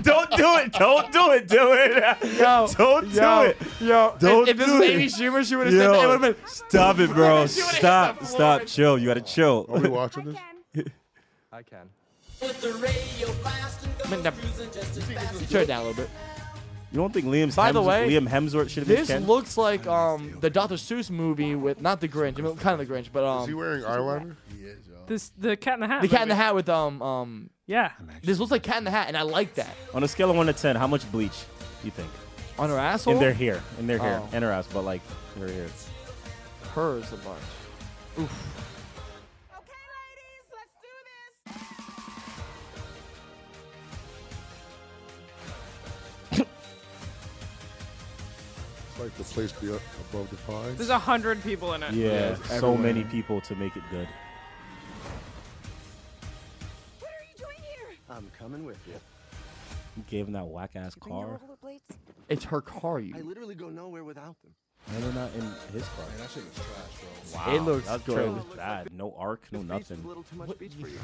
Speaker 4: don't do it. Don't do it. Do it.
Speaker 3: Yo,
Speaker 4: don't do
Speaker 3: yo,
Speaker 4: it.
Speaker 3: Yo,
Speaker 4: Don't
Speaker 3: if, if this
Speaker 4: do
Speaker 3: was
Speaker 4: it.
Speaker 3: Amy Schumer, she would have said that. It
Speaker 4: Yo,
Speaker 3: would have been.
Speaker 4: stop it, bro.
Speaker 3: She would've hit
Speaker 4: Stop.
Speaker 3: the floor.
Speaker 4: Stop. Chill. You gotta chill.
Speaker 2: Are we watching this?
Speaker 9: I can.
Speaker 3: Turn it down a little bit.
Speaker 4: You don't think Liam's
Speaker 3: By the
Speaker 4: Hemsworth-
Speaker 3: way,
Speaker 4: Liam Hemsworth should have been
Speaker 3: This
Speaker 4: Ken?
Speaker 3: looks like um the Dr. Seuss movie with not the Grinch, I mean, kind of the Grinch, but
Speaker 2: Is he
Speaker 3: um
Speaker 2: wearing eyeliner?
Speaker 7: this the Cat in the Hat.
Speaker 3: the Cat in the
Speaker 7: movie.
Speaker 3: Hat with um um
Speaker 7: Yeah.
Speaker 3: this looks like Cat in the Hat, and I like that
Speaker 4: On a scale of one to ten, how much bleach you think
Speaker 3: on her asshole.
Speaker 4: in their hair, in their hair,
Speaker 3: Oh.
Speaker 4: and her ass, but like her hair?
Speaker 3: hers a bunch.
Speaker 2: It's like the place be above the pines.
Speaker 7: There's a hundred people in it.
Speaker 4: Yeah,
Speaker 3: it's
Speaker 4: so
Speaker 3: everywhere.
Speaker 4: many people to make it good.
Speaker 9: I'm coming with you.
Speaker 4: You gave him that whack ass car.
Speaker 3: It's her car, you.
Speaker 9: I literally go nowhere without them.
Speaker 4: And they're not in his car.
Speaker 3: it looks
Speaker 4: That
Speaker 3: good.
Speaker 4: trailer was bad. No arc, no
Speaker 9: This beach is
Speaker 4: nothing.
Speaker 9: A little too much beach for you.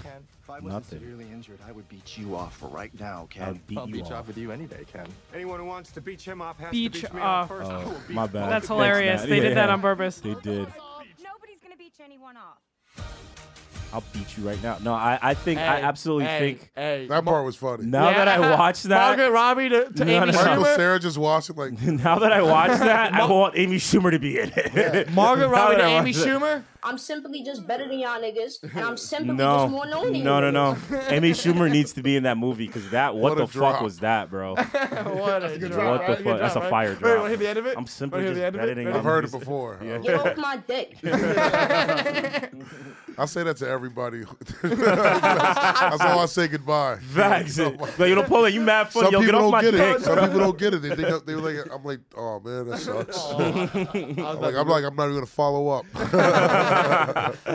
Speaker 9: If I wasn't
Speaker 4: Nothing.
Speaker 9: severely injured, I would beat you off right now,
Speaker 4: I'll
Speaker 9: Ken.
Speaker 4: beat you off.
Speaker 9: with you any day, Ken. Anyone who wants to beach him off has
Speaker 7: Beach
Speaker 9: to beach me
Speaker 7: off.
Speaker 9: off first. I will
Speaker 4: Oh,
Speaker 9: beat
Speaker 4: my bad.
Speaker 7: That's
Speaker 4: Thanks,
Speaker 7: hilarious.
Speaker 4: Nat.
Speaker 7: They
Speaker 4: Yeah.
Speaker 7: did that on purpose.
Speaker 4: They did.
Speaker 10: Nobody's gonna beach anyone off.
Speaker 4: I'll beat you right now. No, I, I think I
Speaker 3: Hey,
Speaker 4: absolutely
Speaker 3: hey,
Speaker 4: think
Speaker 3: Hey.
Speaker 2: That part was funny.
Speaker 4: now that I watch
Speaker 3: Margaret
Speaker 4: that,
Speaker 3: Robbie to, to
Speaker 4: No,
Speaker 3: Amy
Speaker 4: no, no.
Speaker 2: Michael
Speaker 3: Schumer.
Speaker 2: Sarah just watching like
Speaker 4: now that I watch that, I want Amy Schumer to be in it.
Speaker 3: Margaret
Speaker 4: Now
Speaker 3: Robbie
Speaker 4: that
Speaker 3: to
Speaker 4: I
Speaker 3: Amy
Speaker 4: watch that-
Speaker 3: Schumer.
Speaker 8: I'm simply just better than y'all niggas, and I'm simply
Speaker 4: No,
Speaker 8: just more known than
Speaker 4: no, no,
Speaker 8: you
Speaker 4: no.
Speaker 8: niggas.
Speaker 4: Amy Schumer needs to be in that movie because that. What,
Speaker 2: What a
Speaker 4: the
Speaker 2: drop.
Speaker 4: fuck was that, bro?
Speaker 3: what a
Speaker 4: What
Speaker 3: drop, right?
Speaker 4: the
Speaker 3: Good
Speaker 4: fuck? That's
Speaker 3: drop,
Speaker 4: a
Speaker 3: right?
Speaker 4: fire
Speaker 3: Wait,
Speaker 4: drop.
Speaker 3: wanna hear the end of it?
Speaker 4: I'm
Speaker 3: Wanna
Speaker 4: simply
Speaker 3: hear the
Speaker 4: just
Speaker 3: end of it?
Speaker 4: editing
Speaker 3: Wanna
Speaker 4: on
Speaker 2: I've heard it
Speaker 4: these-
Speaker 2: before.
Speaker 4: Yeah.
Speaker 8: Get off my dick.
Speaker 2: I say that to everybody. That's all I say goodbye.
Speaker 4: Facts. Like, yo, Napoleon, you mad funny?
Speaker 2: Oh Some people
Speaker 4: Yo, get off
Speaker 2: don't
Speaker 4: my
Speaker 2: get
Speaker 4: dick.
Speaker 2: it. Some people don't get it. They think they were like, I'm like, oh man, that sucks.
Speaker 3: I was
Speaker 2: I'm
Speaker 3: about
Speaker 2: like,
Speaker 3: to-
Speaker 2: I'm like, I'm not even gonna follow up.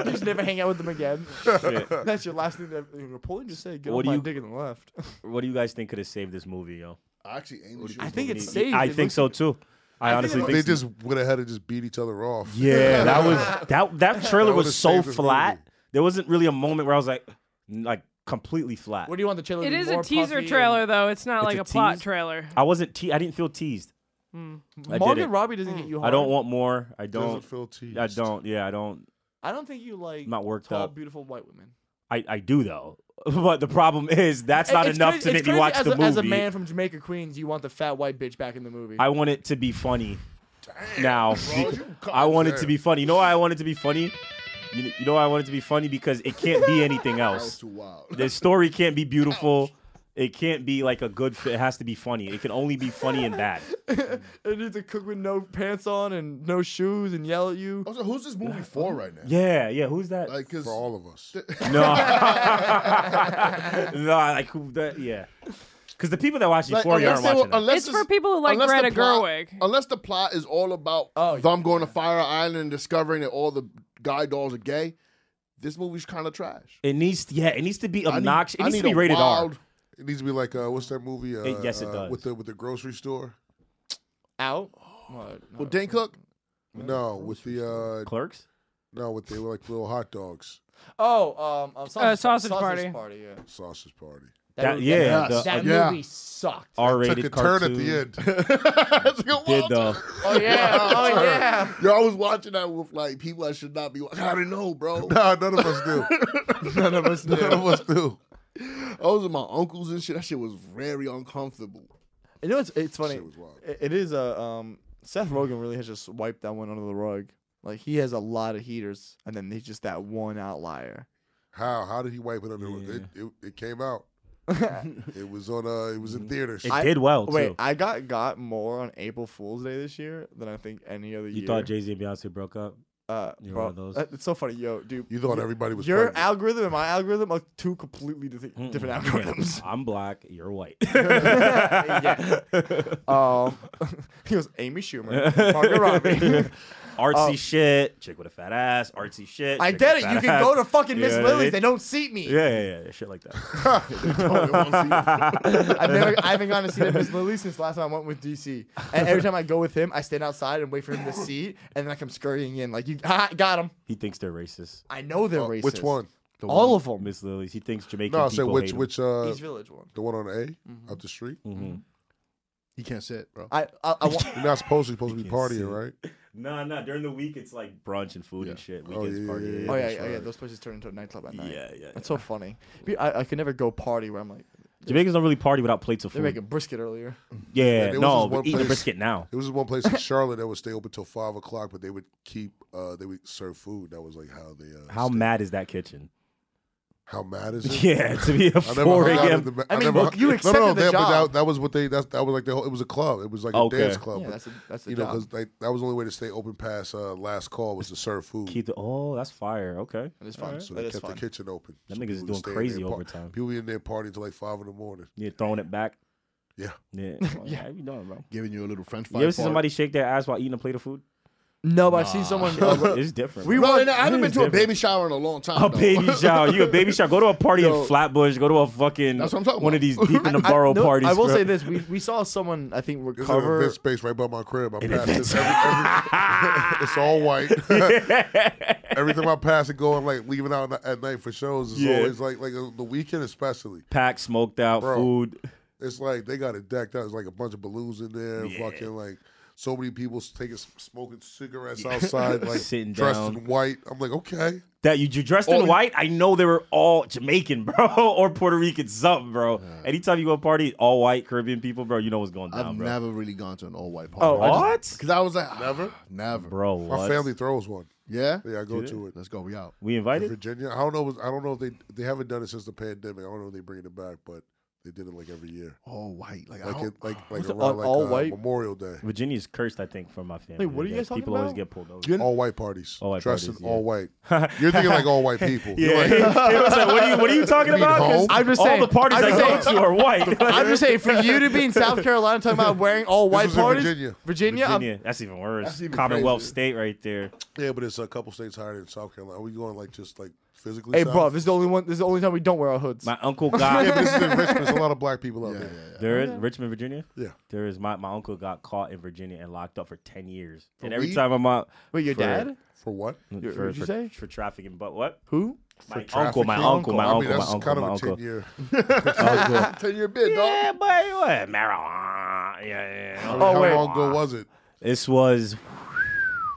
Speaker 3: You just never hang out with them again.
Speaker 4: Shit.
Speaker 3: That's your last thing that Napoleon just said. Get
Speaker 4: What
Speaker 3: off
Speaker 4: do
Speaker 3: my
Speaker 4: you-
Speaker 3: dick and left.
Speaker 4: What do you guys think could have saved this movie, yo?
Speaker 5: I actually Amy Schumer.
Speaker 3: I think it's
Speaker 4: Need-
Speaker 3: saved.
Speaker 4: I
Speaker 3: It
Speaker 4: think
Speaker 3: looks-
Speaker 4: so too. I, honestly think
Speaker 2: they
Speaker 4: so.
Speaker 2: just went ahead and just beat each other off.
Speaker 4: Yeah, that was that that trailer
Speaker 2: That would've
Speaker 4: was so
Speaker 2: saved this
Speaker 4: flat.
Speaker 2: movie.
Speaker 4: There wasn't really a moment where I was like, like completely flat.
Speaker 3: What do you want the trailer? to
Speaker 7: It
Speaker 3: be
Speaker 7: is a
Speaker 3: more
Speaker 7: teaser
Speaker 3: puffy
Speaker 7: trailer,
Speaker 3: and-
Speaker 7: though. It's not
Speaker 4: It's
Speaker 7: like
Speaker 4: a
Speaker 7: a, plot
Speaker 4: tease?
Speaker 7: trailer.
Speaker 4: I wasn't. Te- I didn't feel teased. I did
Speaker 3: Margot
Speaker 4: it.
Speaker 3: Robbie doesn't
Speaker 7: Hmm.
Speaker 3: get you hard.
Speaker 4: I don't want more. I don't.
Speaker 2: Doesn't feel teased.
Speaker 4: I don't. Yeah, I don't.
Speaker 3: I don't think you like
Speaker 4: I'm not worked
Speaker 3: tall,
Speaker 4: up.
Speaker 3: beautiful white women.
Speaker 4: I, I do though. But the problem is that's not
Speaker 3: It's
Speaker 4: enough to
Speaker 3: crazy- it's
Speaker 4: make me
Speaker 3: crazy
Speaker 4: watch
Speaker 3: as
Speaker 4: the
Speaker 3: a,
Speaker 4: movie.
Speaker 3: As a man from Jamaica Queens, you want the fat white bitch back in the movie.
Speaker 4: I want it to be funny. now,
Speaker 5: Oh,
Speaker 4: be- I want it to be funny. You know why I want it to be funny? You, you know why I want it to be funny because it can't be anything
Speaker 5: That was
Speaker 4: else.
Speaker 5: too wild.
Speaker 4: The story can't be beautiful. It can't be like a good. fi- It has to be funny. It can only be funny and bad.
Speaker 3: it needs to cook with no pants on and no shoes and yell at you.
Speaker 5: Also, Oh, who's this movie for right now?
Speaker 4: um, Yeah, yeah. Who's that?
Speaker 5: Like, cause
Speaker 2: for all of us.
Speaker 4: No, no. Like who? That, yeah. Because the people that watch
Speaker 5: like,
Speaker 4: Euphoria aren't
Speaker 5: they were-
Speaker 4: watching. that.
Speaker 5: unless
Speaker 7: It's for people who like
Speaker 5: unless the
Speaker 7: Greta
Speaker 5: plot-
Speaker 7: Gerwig.
Speaker 5: Unless the plot is all about
Speaker 3: Oh,
Speaker 5: them going to Fire Island and discovering that all the guy dolls are gay, this movie's kind of trash.
Speaker 4: It needs. Yeah, it needs to be
Speaker 5: I need-
Speaker 4: obnoxious.
Speaker 5: I
Speaker 4: it needs to
Speaker 5: need
Speaker 4: be
Speaker 5: a
Speaker 4: rated
Speaker 5: wild-
Speaker 4: R.
Speaker 2: It needs to be like uh, what's that movie? Uh,
Speaker 4: It- yes, it
Speaker 2: uh,
Speaker 4: does.
Speaker 2: With the with the grocery store.
Speaker 3: Out. What? No.
Speaker 5: Well,
Speaker 4: Uh,
Speaker 5: Dan Cook,
Speaker 2: No, with the uh,
Speaker 4: Clerks.
Speaker 2: no, with they were like little hot dogs.
Speaker 3: Oh, um, um sausage,
Speaker 7: Uh, Sausage Party.
Speaker 3: yeah.
Speaker 2: Sausage party.
Speaker 4: That,
Speaker 3: movie-
Speaker 4: yeah,
Speaker 5: Yes.
Speaker 4: the Oh,
Speaker 3: That
Speaker 5: Yeah.
Speaker 3: movie sucked.
Speaker 4: R-rated
Speaker 2: Took a
Speaker 4: cartoon.
Speaker 2: turn at the end.
Speaker 4: Did the
Speaker 3: Oh yeah. oh yeah.
Speaker 5: yo, I was watching that with like people I should not be. wa- I didn't know, bro.
Speaker 2: nah, none of us do. none of us do. None of us do.
Speaker 5: I was with my uncles and shit. That shit was very uncomfortable.
Speaker 3: You know, it's it's funny.
Speaker 2: Shit was wild.
Speaker 3: It- it is a um. Seth Rogen really has just wiped that one under the rug. Like he has a lot of heaters, and then he's just that one outlier.
Speaker 2: How how did he wipe it under? It, it it came out. it was on. Uh, it was in theaters.
Speaker 4: Mm-hmm. It
Speaker 3: I-
Speaker 4: did well too.
Speaker 3: Wait, I got got more on April Fool's Day this year than I think any other
Speaker 4: you
Speaker 3: year.
Speaker 4: thought Jay Z and Beyonce broke up?
Speaker 3: uh,
Speaker 4: You're
Speaker 3: bro,
Speaker 4: one of those.
Speaker 3: uh, It's so funny, yo, dude.
Speaker 2: You thought everybody was
Speaker 3: your
Speaker 2: pregnant.
Speaker 3: algorithm and my algorithm are two completely dif- different
Speaker 4: Mm-mm. Yeah.
Speaker 3: algorithms.
Speaker 4: I'm black. You're white.
Speaker 3: um, he was Amy Schumer, Margot Robbie.
Speaker 4: artsy shit. Chick with a fat ass. Artsy shit.
Speaker 3: Um, I
Speaker 4: chick with
Speaker 3: get
Speaker 4: a
Speaker 3: it.
Speaker 4: fat
Speaker 3: You can
Speaker 4: ass.
Speaker 3: go to fucking
Speaker 4: You
Speaker 3: Miss
Speaker 4: know what I
Speaker 3: Lily's.
Speaker 4: mean?
Speaker 3: They don't seat me.
Speaker 4: Yeah, yeah, yeah, shit like that.
Speaker 3: I've never, I haven't gone to see that Miss Lily since last time I went with DC. And every time I go with him, I stand outside and wait for him to see, and then I come scurrying in. Like you, ha, got him.
Speaker 4: He thinks they're racist.
Speaker 3: I know they're racist.
Speaker 2: Uh, Oh, Which one?
Speaker 3: All of them.
Speaker 4: Miss Lily's. He thinks Jamaican
Speaker 2: No, I
Speaker 4: people
Speaker 2: said which
Speaker 4: hate him. Mm-hmm.
Speaker 2: which uh
Speaker 3: East Village one.
Speaker 2: the one on A up the street.
Speaker 5: You can't sit, bro.
Speaker 3: I, I, I want. oh,
Speaker 2: You're not supposed to supposed to be
Speaker 4: can't see
Speaker 2: partying,
Speaker 4: it.
Speaker 2: right?
Speaker 4: No, no. During the week, it's like brunch and food and shit.
Speaker 2: Oh,
Speaker 4: Weekends
Speaker 2: yeah,
Speaker 4: party.
Speaker 2: yeah,
Speaker 3: Oh yeah,
Speaker 2: That's
Speaker 3: yeah, yeah.
Speaker 2: right.
Speaker 3: Those places turn into a nightclub at night.
Speaker 4: Yeah, yeah,
Speaker 3: That's so funny. Be- I, I could never go party where I'm like
Speaker 4: Jamaicans don't really party without plates of
Speaker 3: they're
Speaker 4: food.
Speaker 3: making brisket earlier.
Speaker 2: there
Speaker 4: yeah,
Speaker 2: was
Speaker 4: no,
Speaker 2: this one
Speaker 4: but eat the
Speaker 2: place-
Speaker 4: brisket now.
Speaker 2: There was this one place in Charlotte that would stay open till five o'clock, but they would keep uh they would serve food. That was like how they uh,
Speaker 4: How mad is that kitchen?
Speaker 2: how mad is it?
Speaker 4: Yeah, to be a
Speaker 2: I never
Speaker 4: four
Speaker 2: hung out at
Speaker 4: a.m.
Speaker 2: the. ba-
Speaker 3: I mean,
Speaker 2: never
Speaker 3: look,
Speaker 2: hung-
Speaker 3: you
Speaker 2: no, no,
Speaker 3: accepted the
Speaker 2: that, but
Speaker 3: job.
Speaker 2: That, that was what they. That, that was like the whole. It was a club. It was like
Speaker 4: Okay.
Speaker 2: a dance club.
Speaker 3: Yeah,
Speaker 2: Oh, but,
Speaker 3: that's a, that's a
Speaker 2: you know,
Speaker 3: job.
Speaker 2: because that was the only way to stay open past uh, last call was to serve food.
Speaker 4: Keep the oh, that's fire. Okay,
Speaker 3: That is fun.
Speaker 2: so
Speaker 3: That
Speaker 2: they
Speaker 3: is
Speaker 2: kept
Speaker 3: fun.
Speaker 2: the kitchen open.
Speaker 4: That
Speaker 2: So
Speaker 4: niggas is
Speaker 2: people would
Speaker 4: doing
Speaker 2: stay in
Speaker 4: crazy
Speaker 2: there par-
Speaker 4: overtime.
Speaker 2: People be in there partying till like five in the morning.
Speaker 4: you're throwing it back.
Speaker 2: Yeah,
Speaker 4: Yeah, yeah. How you doing, bro?
Speaker 5: Giving you a little French fry.
Speaker 4: You ever see
Speaker 5: fart.
Speaker 4: somebody shake their ass while eating a plate of food?
Speaker 3: No, but I've seen someone.
Speaker 4: it's different.
Speaker 3: We
Speaker 4: bro.
Speaker 5: Bro,
Speaker 3: want-
Speaker 5: and I haven't
Speaker 4: it
Speaker 5: been
Speaker 4: is
Speaker 5: to a
Speaker 4: different.
Speaker 5: baby shower in a long time.
Speaker 4: a
Speaker 5: though.
Speaker 4: baby shower. You a baby shower. Go to a party
Speaker 5: Yo.
Speaker 4: in Flatbush. Go to a fucking
Speaker 5: That's what I'm talking
Speaker 4: one
Speaker 5: about.
Speaker 4: of these deep in the
Speaker 3: I-
Speaker 4: borough
Speaker 3: no,
Speaker 4: parties.
Speaker 3: I will
Speaker 4: bro.
Speaker 3: say this: we, we saw someone I think
Speaker 2: there's an
Speaker 3: recover.
Speaker 2: event space right by my crib. I pass it every- every- it's all white. Everything I pass and go, I'm like leaving out at night for shows. It's
Speaker 4: Yeah.
Speaker 2: always like like uh, the weekend, especially.
Speaker 4: Packed, smoked out,
Speaker 2: Bro.
Speaker 4: food.
Speaker 2: It's like they got it decked out. It's like a bunch of balloons in there,
Speaker 4: Yeah.
Speaker 2: fucking like so many people s- taking s- smoking cigarettes outside, like
Speaker 4: Sitting
Speaker 2: dressed
Speaker 4: down.
Speaker 2: in white. I'm like, okay,
Speaker 4: That you, you dressed
Speaker 2: All-
Speaker 4: in white? I know they were all Jamaican, bro, or Puerto Rican, something, bro. Anytime you go to a party, all white Caribbean people, bro, you know what's going down,
Speaker 5: I've
Speaker 4: bro.
Speaker 5: never really gone to an all white
Speaker 4: oh,
Speaker 5: party.
Speaker 4: what?
Speaker 5: Because I was like, ah,
Speaker 2: never.
Speaker 5: never.
Speaker 4: Bro,
Speaker 2: My
Speaker 4: what?
Speaker 2: family throws one.
Speaker 5: Yeah?
Speaker 2: Yeah, I go
Speaker 4: Do they?
Speaker 2: to it.
Speaker 5: Let's go. We out.
Speaker 4: We
Speaker 2: In
Speaker 4: invited?
Speaker 2: Virginia. I don't know. if- I don't know if they they haven't done it since the pandemic. I don't know if they bringing it back, but they did it like every year,
Speaker 5: All white. Like,
Speaker 2: like
Speaker 5: I
Speaker 2: it,
Speaker 5: don't-
Speaker 2: like like
Speaker 3: What's the-
Speaker 2: around
Speaker 3: all-
Speaker 2: like
Speaker 3: all
Speaker 2: uh,
Speaker 3: white?
Speaker 2: Memorial Day.
Speaker 4: Virginia's cursed, I think, from my family.
Speaker 3: what are you
Speaker 4: That
Speaker 3: guys talking
Speaker 4: people always
Speaker 3: about?
Speaker 4: get pulled over.
Speaker 2: All white parties.
Speaker 4: All white
Speaker 2: dressed
Speaker 4: parties,
Speaker 2: in
Speaker 4: yeah.
Speaker 2: all white. You're thinking like all white people. You're
Speaker 4: Yeah.
Speaker 2: like,
Speaker 4: It was like, what are you what are you talking
Speaker 2: You mean
Speaker 4: about? 'Cause
Speaker 2: home?
Speaker 3: I'm just
Speaker 4: all
Speaker 3: saying-
Speaker 4: the parties
Speaker 3: I'm
Speaker 4: I
Speaker 3: just
Speaker 4: go
Speaker 3: saying-
Speaker 4: to are white.
Speaker 3: I'm just saying, for you to be in South Carolina talking about wearing all white
Speaker 2: was in
Speaker 3: parties,
Speaker 2: Virginia.
Speaker 3: Virginia, I'm-
Speaker 4: Virginia, that's even worse.
Speaker 5: That's even
Speaker 4: Commonwealth
Speaker 5: crazier.
Speaker 4: state right there.
Speaker 2: Yeah, but it's a couple states higher than South Carolina. Are we going like just like physically?
Speaker 3: hey,
Speaker 2: south?
Speaker 3: bro, this is the only one. This is the only time we don't wear our hoods.
Speaker 4: My uncle
Speaker 2: yeah, but
Speaker 4: got
Speaker 2: this is in Richmond. There's a lot of black people out
Speaker 5: yeah, yeah,
Speaker 2: there.
Speaker 5: yeah.
Speaker 4: there is Richmond, Virginia.
Speaker 2: Yeah.
Speaker 4: There is my, my uncle got caught in Virginia and locked up for ten years. and every
Speaker 5: weed?
Speaker 4: time I'm out,
Speaker 3: Wait, your
Speaker 4: for-
Speaker 3: dad?
Speaker 2: For what?
Speaker 3: Your-
Speaker 4: for,
Speaker 3: what'd you
Speaker 4: for,
Speaker 3: say?
Speaker 4: for trafficking, but what?
Speaker 3: Who?
Speaker 4: My uncle, my
Speaker 2: Trafficking?
Speaker 4: uncle, my
Speaker 2: I mean,
Speaker 4: uncle, my
Speaker 2: that's
Speaker 4: uncle,
Speaker 2: kind of
Speaker 4: my
Speaker 2: a
Speaker 4: uncle.
Speaker 2: ten year.
Speaker 4: uncle.
Speaker 5: Tell your bit,
Speaker 4: yeah, but what? Marijuana. Yeah, yeah. Oh,
Speaker 2: How
Speaker 3: wait.
Speaker 2: long ago was it?
Speaker 4: This was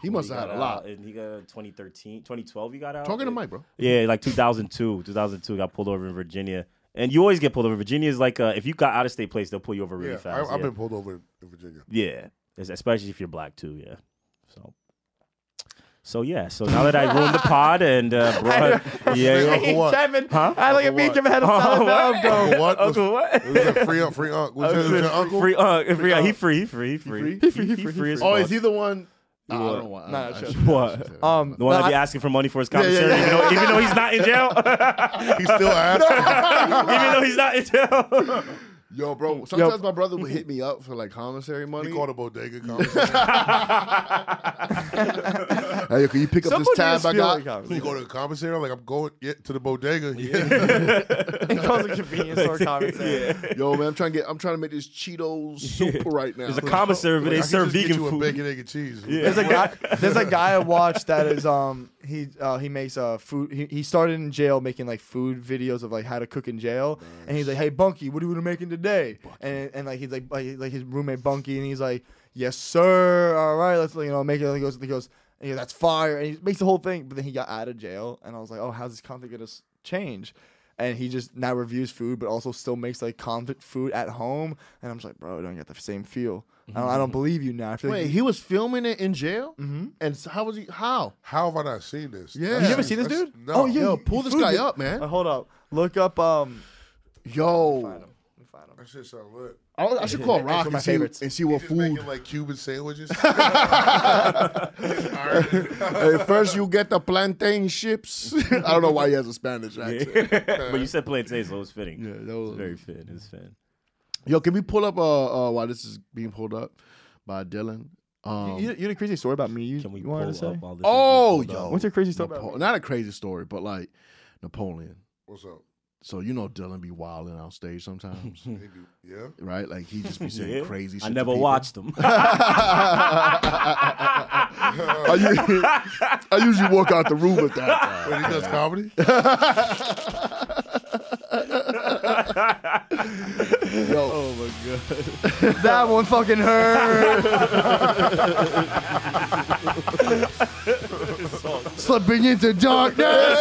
Speaker 5: He must have had a lot.
Speaker 4: And he got out in 2013, 2012. He got out.
Speaker 5: Talking to
Speaker 4: Yeah.
Speaker 5: Mike, bro.
Speaker 4: Yeah, like 2002, 2002. Got pulled over in Virginia, and you always get pulled over. Virginia is like uh, if you got out of state place, they'll pull you over really
Speaker 2: yeah,
Speaker 4: fast.
Speaker 2: I, I've
Speaker 4: yeah.
Speaker 2: been pulled over in Virginia.
Speaker 4: Yeah. Es- especially if you're black too. Yeah, so. So yeah, so now that I ruined the pod and uh, bro, yeah,
Speaker 2: Uncle what?
Speaker 3: Kevin,
Speaker 4: Huh?
Speaker 3: I look at me and Kevin had a solid valve go.
Speaker 2: Uncle what? Was-
Speaker 4: Uncle what?
Speaker 2: It was a free un- free uncle. Was it- was it your uncle?
Speaker 4: Free, uh, free, uh, he free, he free, he free, he free, he free, as
Speaker 5: Oh,
Speaker 4: fuck.
Speaker 5: is he the one? I
Speaker 4: What?
Speaker 5: don't want.
Speaker 3: Nah,
Speaker 5: I- I
Speaker 3: sure.
Speaker 5: should- I should
Speaker 4: What?
Speaker 5: say that.
Speaker 3: Um,
Speaker 4: The one
Speaker 3: no,
Speaker 4: that'd be
Speaker 3: I-
Speaker 4: asking for money for his
Speaker 5: yeah,
Speaker 4: commissary,
Speaker 5: yeah.
Speaker 4: Even, though, even though he's not in jail.
Speaker 2: He still asked.
Speaker 4: even though he's not in jail.
Speaker 5: Yo, bro. Sometimes my brother would hit me up for like commissary money.
Speaker 2: he called a bodega. conversation.
Speaker 5: Hey, yo, can you pick up this tab I got?
Speaker 2: you go to the commissary. I'm like, I'm going yeah, to the bodega.
Speaker 3: It calls a convenience store commissary.
Speaker 5: Yo, man, I'm trying to get. I'm trying to make this Cheetos soup right now.
Speaker 4: There's a commissary
Speaker 2: Like,
Speaker 4: where
Speaker 2: I
Speaker 4: they
Speaker 2: can
Speaker 4: serve
Speaker 2: just get
Speaker 4: vegan
Speaker 2: you
Speaker 4: food.
Speaker 2: A bacon, egg, and cheese.
Speaker 3: There's a guy. There's a guy I watch that is um he uh, he makes uh food. He, he started in jail making like food videos of like how to cook in jail. And he's like, hey Bunky, what are you making today? And and like he's like like, like his roommate Bunky, and he's like, yes sir, all right, let's you know make it. And he goes, he goes, yeah, that's fire, and he makes the whole thing. But then he got out of jail, and I was like, oh, how's this content gonna s- change? And he just now reviews food, but also still makes like convict food at home. And I'm just like, bro, I don't get the same feel. I don't, I don't believe you now. I feel like
Speaker 5: Wait,
Speaker 3: you-
Speaker 5: he was filming it in jail, mm-hmm. and s- how was he? How?
Speaker 2: How have I not seen this?
Speaker 5: Yeah.
Speaker 2: That's-
Speaker 5: You ever
Speaker 3: seen this
Speaker 2: that's-
Speaker 3: dude?
Speaker 2: No.
Speaker 3: Oh, yeah.
Speaker 5: Yo,
Speaker 3: you-
Speaker 5: pull
Speaker 3: you
Speaker 5: this
Speaker 3: fooled
Speaker 5: guy
Speaker 3: me.
Speaker 5: up, man.
Speaker 3: Uh, hold up. Look up. Um.
Speaker 5: Yo,
Speaker 2: That shit sound lit.
Speaker 5: I, I should call Rock
Speaker 3: one of
Speaker 5: and
Speaker 3: my
Speaker 5: see,
Speaker 3: favorites.
Speaker 5: and see what
Speaker 2: Just making
Speaker 5: food.
Speaker 2: like Cuban sandwiches.
Speaker 5: hey, first you get the plantain chips. I don't know why he has a Spanish accent.
Speaker 4: but you said plantain, so it was fitting.
Speaker 5: Yeah, that
Speaker 4: It
Speaker 5: was-
Speaker 4: very fitting. It was fitting.
Speaker 5: Yo, can we pull up? Uh, uh, while this is being pulled up by Dylan. Um,
Speaker 3: you, you had a crazy story about me. You,
Speaker 4: Can we
Speaker 3: you
Speaker 4: pull
Speaker 3: wanted to say?
Speaker 4: up all this?
Speaker 5: oh,
Speaker 4: Hold
Speaker 5: yo,
Speaker 4: up.
Speaker 3: What's your crazy story
Speaker 5: Napo-
Speaker 3: about me?
Speaker 5: not a crazy story, but like Napoleon.
Speaker 2: What's up?
Speaker 5: So you know Dylan be wilding on stage sometimes,
Speaker 2: They do- Yeah.
Speaker 5: right? Like he just be saying
Speaker 4: Yeah.
Speaker 5: crazy. shit
Speaker 4: I
Speaker 5: to
Speaker 4: never
Speaker 5: people.
Speaker 4: watched them.
Speaker 5: I, usually, I usually walk out the room with that.
Speaker 2: Wait, he does comedy?
Speaker 3: Oh
Speaker 5: Yo,
Speaker 3: that one fucking hurt.
Speaker 5: slipping into darkness.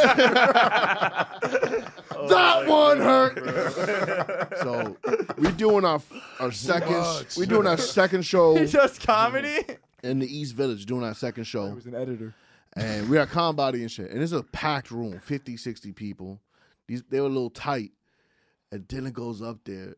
Speaker 3: Oh
Speaker 5: that one hurt. so we doing our our second.
Speaker 2: much.
Speaker 5: We doing our second show
Speaker 3: He does comedy.
Speaker 5: in the East Village. Doing our second show.
Speaker 3: an editor.
Speaker 5: and we had comedy and shit. And it's a packed room, 50, 60 people. These they were a little tight. And Dylan goes up there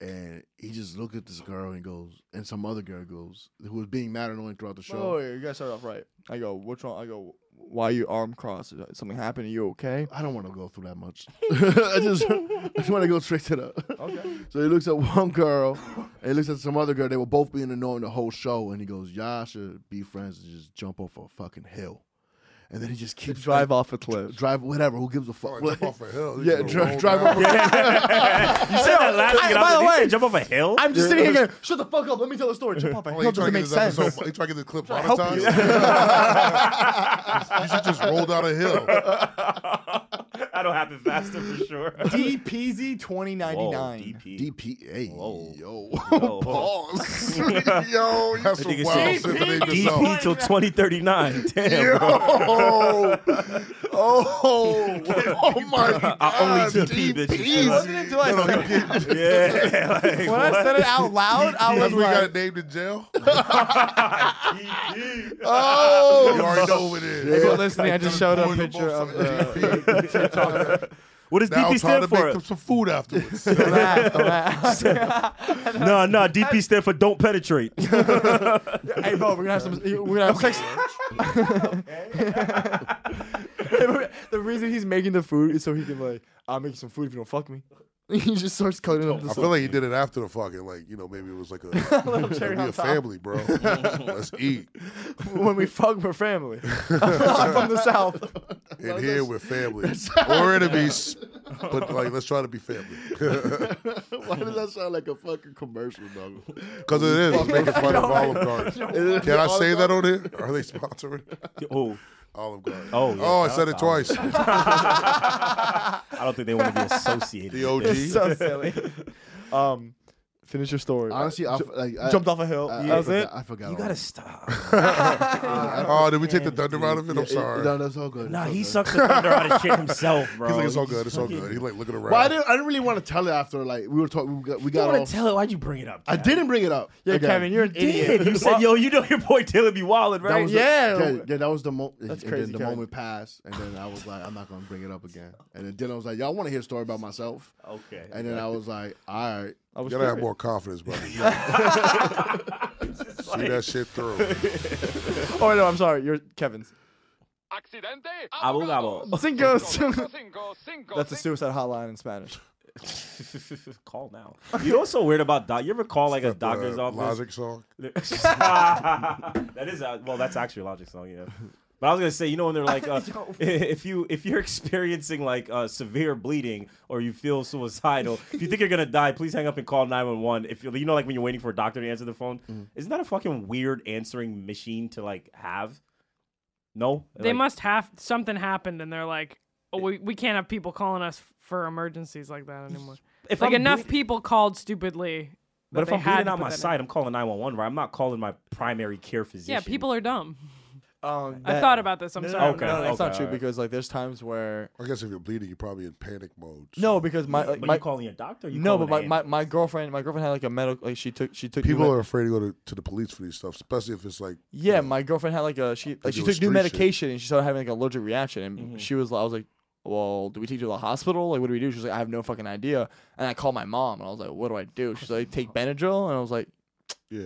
Speaker 5: and he just looked at this girl and goes, and some other girl goes, who was being mad and annoying throughout the show.
Speaker 3: Oh, you gotta start off right. I go, what's wrong? I go, why you arm crossed? Is Something happened? Are you okay?
Speaker 5: I don't want to go through that much. I just I just want to go straight to the.
Speaker 3: Okay.
Speaker 5: So he looks at one girl, and he looks at some other girl. They were both being annoying the whole show, and he goes, "Y'all should be friends and just jump off a fucking hill." And then he just keeps
Speaker 3: Drive off a cliff.
Speaker 5: drive whatever. Who gives a fuck?
Speaker 2: Jump off a hill.
Speaker 5: Yeah,
Speaker 2: Just
Speaker 5: dri-
Speaker 2: roll
Speaker 5: drive
Speaker 2: down.
Speaker 5: up.
Speaker 4: You said that last
Speaker 3: I-
Speaker 4: week. and I
Speaker 3: by
Speaker 4: was
Speaker 3: the
Speaker 4: like, you
Speaker 3: way-
Speaker 4: said jump off a hill?
Speaker 3: I'm just sitting here going, shut the fuck up. Let me tell the story. Jump off a
Speaker 2: Like,
Speaker 3: hill
Speaker 2: you trying to
Speaker 3: doesn't
Speaker 2: get
Speaker 3: make
Speaker 2: this
Speaker 3: sense.
Speaker 2: episode, you trying to get the clip
Speaker 3: help
Speaker 2: monetized?
Speaker 3: you.
Speaker 2: you should just roll down a hill.
Speaker 4: That'll happen faster for sure.
Speaker 3: DPZ twenty ninety
Speaker 4: Whoa,
Speaker 3: nine.
Speaker 4: DP.
Speaker 5: DPA.
Speaker 4: Whoa.
Speaker 5: Yo.
Speaker 4: Whoa.
Speaker 5: Pause.
Speaker 2: Yo, that's
Speaker 4: That
Speaker 2: some
Speaker 4: nigga
Speaker 2: wild
Speaker 4: said
Speaker 2: shit that they just
Speaker 4: DP till 2039. Damn,
Speaker 5: Yo.
Speaker 4: bro.
Speaker 5: Oh. Oh my
Speaker 4: I
Speaker 5: God.
Speaker 4: only DP bitches.
Speaker 5: DPs.
Speaker 3: Wasn't until I said it.
Speaker 4: Yeah. Like,
Speaker 3: when I said it out loud,
Speaker 2: That's
Speaker 3: I was
Speaker 2: when we
Speaker 3: like,
Speaker 2: got named in jail.
Speaker 5: Oh.
Speaker 3: Oh
Speaker 2: You already know what it is.
Speaker 3: if you're listening, I just showed a
Speaker 2: Boys are
Speaker 3: picture
Speaker 2: both
Speaker 3: of uh, the.
Speaker 2: fucking DP.
Speaker 4: what does
Speaker 2: Now
Speaker 4: DP
Speaker 2: I'm trying
Speaker 4: stand
Speaker 2: to make
Speaker 4: for?
Speaker 2: them some food afterwards.
Speaker 3: Don't laugh, don't laugh.
Speaker 4: No, no, DP stand for don't penetrate.
Speaker 3: hey, bro, we're gonna have some. We're gonna have sex. the reason he's making the food is so he can like, I'll make you some food if you don't fuck me. he just starts cutting up the.
Speaker 2: I
Speaker 3: stuff.
Speaker 2: feel like he did it after the fucking, like, you know, maybe it was like a, we
Speaker 3: cherry on
Speaker 2: a
Speaker 3: top.
Speaker 2: family, bro. Let's eat.
Speaker 3: when we fuck, we're family. I'm from the south.
Speaker 2: In here, we're family. Or enemies. But, like, let's try to be family.
Speaker 5: Why does that sound like a fucking commercial, dog?
Speaker 2: Because it is. It's making fun of Olive Garden. Can I say that on here? Are they sponsoring
Speaker 4: oh,
Speaker 2: Olive Garden?
Speaker 4: Oh, yeah.
Speaker 2: oh I said it twice.
Speaker 4: I don't think they want to be associated.
Speaker 2: The
Speaker 4: with
Speaker 2: OG.
Speaker 4: this.
Speaker 3: It's so silly. Um, finish your story.
Speaker 5: Honestly, I, f- like, I,
Speaker 3: Jumped off a hill.
Speaker 5: I, I
Speaker 3: that was
Speaker 5: forgot-
Speaker 3: it.
Speaker 5: I forgot.
Speaker 4: You
Speaker 5: all
Speaker 4: gotta
Speaker 5: that.
Speaker 4: stop.
Speaker 2: Oh, did we take the thunder out of it? I'm sorry.
Speaker 5: No, that's all good.
Speaker 4: Nah,
Speaker 5: it's all
Speaker 4: he
Speaker 5: good.
Speaker 4: sucks the thunder out of shit himself, bro.
Speaker 2: He's like, it's all
Speaker 4: You just
Speaker 2: good. It's all
Speaker 4: fucking-
Speaker 2: good. He's like looking around.
Speaker 5: Well, I didn't. I didn't really want to tell it after. Like we were talking. We got. We
Speaker 4: You
Speaker 5: got
Speaker 4: don't
Speaker 5: all,
Speaker 4: want to tell it. Why'd you bring it up?
Speaker 5: I
Speaker 4: Jack?
Speaker 5: didn't bring it up.
Speaker 3: Yeah,
Speaker 5: Okay.
Speaker 3: Kevin, you're an idiot.
Speaker 4: Did. You said, yo, you know your boy Dylan be wildin',
Speaker 5: That
Speaker 4: right?
Speaker 5: was
Speaker 3: yeah.
Speaker 5: The, yeah, yeah, that was the moment. And
Speaker 3: crazy,
Speaker 5: then the
Speaker 3: Kevin.
Speaker 5: moment passed, and then I was like, I'm not gonna bring it up again. And then Dylan was like, Y'all want to hear a story about myself?
Speaker 4: Okay.
Speaker 5: And then I was like, All right.
Speaker 3: I
Speaker 2: You
Speaker 3: was
Speaker 2: gotta have
Speaker 3: curious.
Speaker 2: more confidence, buddy. See that shit through.
Speaker 3: Oh no, I'm sorry. You're Kevin's.
Speaker 4: Abu Gabo.
Speaker 3: Cinco. That's a suicide hotline in Spanish.
Speaker 4: call now. You know what's so weird about doc? You ever call like a
Speaker 2: The
Speaker 4: doctor's office?
Speaker 2: Uh, Logic song.
Speaker 4: that is a, well, that's actually a Logic song, yeah. But I was gonna say, you know, when they're like, uh, if you if you're experiencing like uh, severe bleeding or you feel suicidal, if you think you're gonna die, please hang up and call nine one one. If you you know, like when you're waiting for a doctor to answer the phone,
Speaker 3: Mm-hmm.
Speaker 4: isn't that a fucking weird answering machine to like have? No,
Speaker 7: They
Speaker 4: Like,
Speaker 7: must have something happened, and they're like, oh, we we can't have people calling us for emergencies like that anymore.
Speaker 4: If
Speaker 7: like
Speaker 4: I'm
Speaker 7: enough
Speaker 4: ble-
Speaker 7: people called stupidly. that
Speaker 4: but if
Speaker 7: they
Speaker 4: I'm
Speaker 7: had
Speaker 4: bleeding
Speaker 7: to
Speaker 4: out
Speaker 7: put
Speaker 4: my
Speaker 7: that in.
Speaker 4: side, I'm calling nine one one. Right, I'm not calling my primary care physician.
Speaker 7: yeah, people are dumb.
Speaker 3: Um,
Speaker 7: I thought about this. I'm
Speaker 3: No, no,
Speaker 7: sorry.
Speaker 3: no, no, no, that's
Speaker 4: Okay,
Speaker 3: not true
Speaker 4: alright.
Speaker 3: because like there's times where
Speaker 2: I guess if you're bleeding, you're probably in panic mode. so
Speaker 3: no, because my
Speaker 4: But
Speaker 3: like, my
Speaker 4: you calling your doctor? You
Speaker 3: no, but
Speaker 4: calling
Speaker 3: my,
Speaker 4: an
Speaker 3: my, my girlfriend my girlfriend had like a medical like she took she took new
Speaker 2: people
Speaker 3: med-
Speaker 2: are afraid to go to, to the police for these stuff, especially if it's like
Speaker 3: yeah my girlfriend had like a she like she
Speaker 2: do a
Speaker 3: took
Speaker 2: street
Speaker 3: new medication and she started having like an allergic reaction and she was I was like well do we take you to the hospital like what do we do she was like I have no fucking idea and I called my mom and I was like what do I do she's like take Benadryl and I was like
Speaker 2: yeah.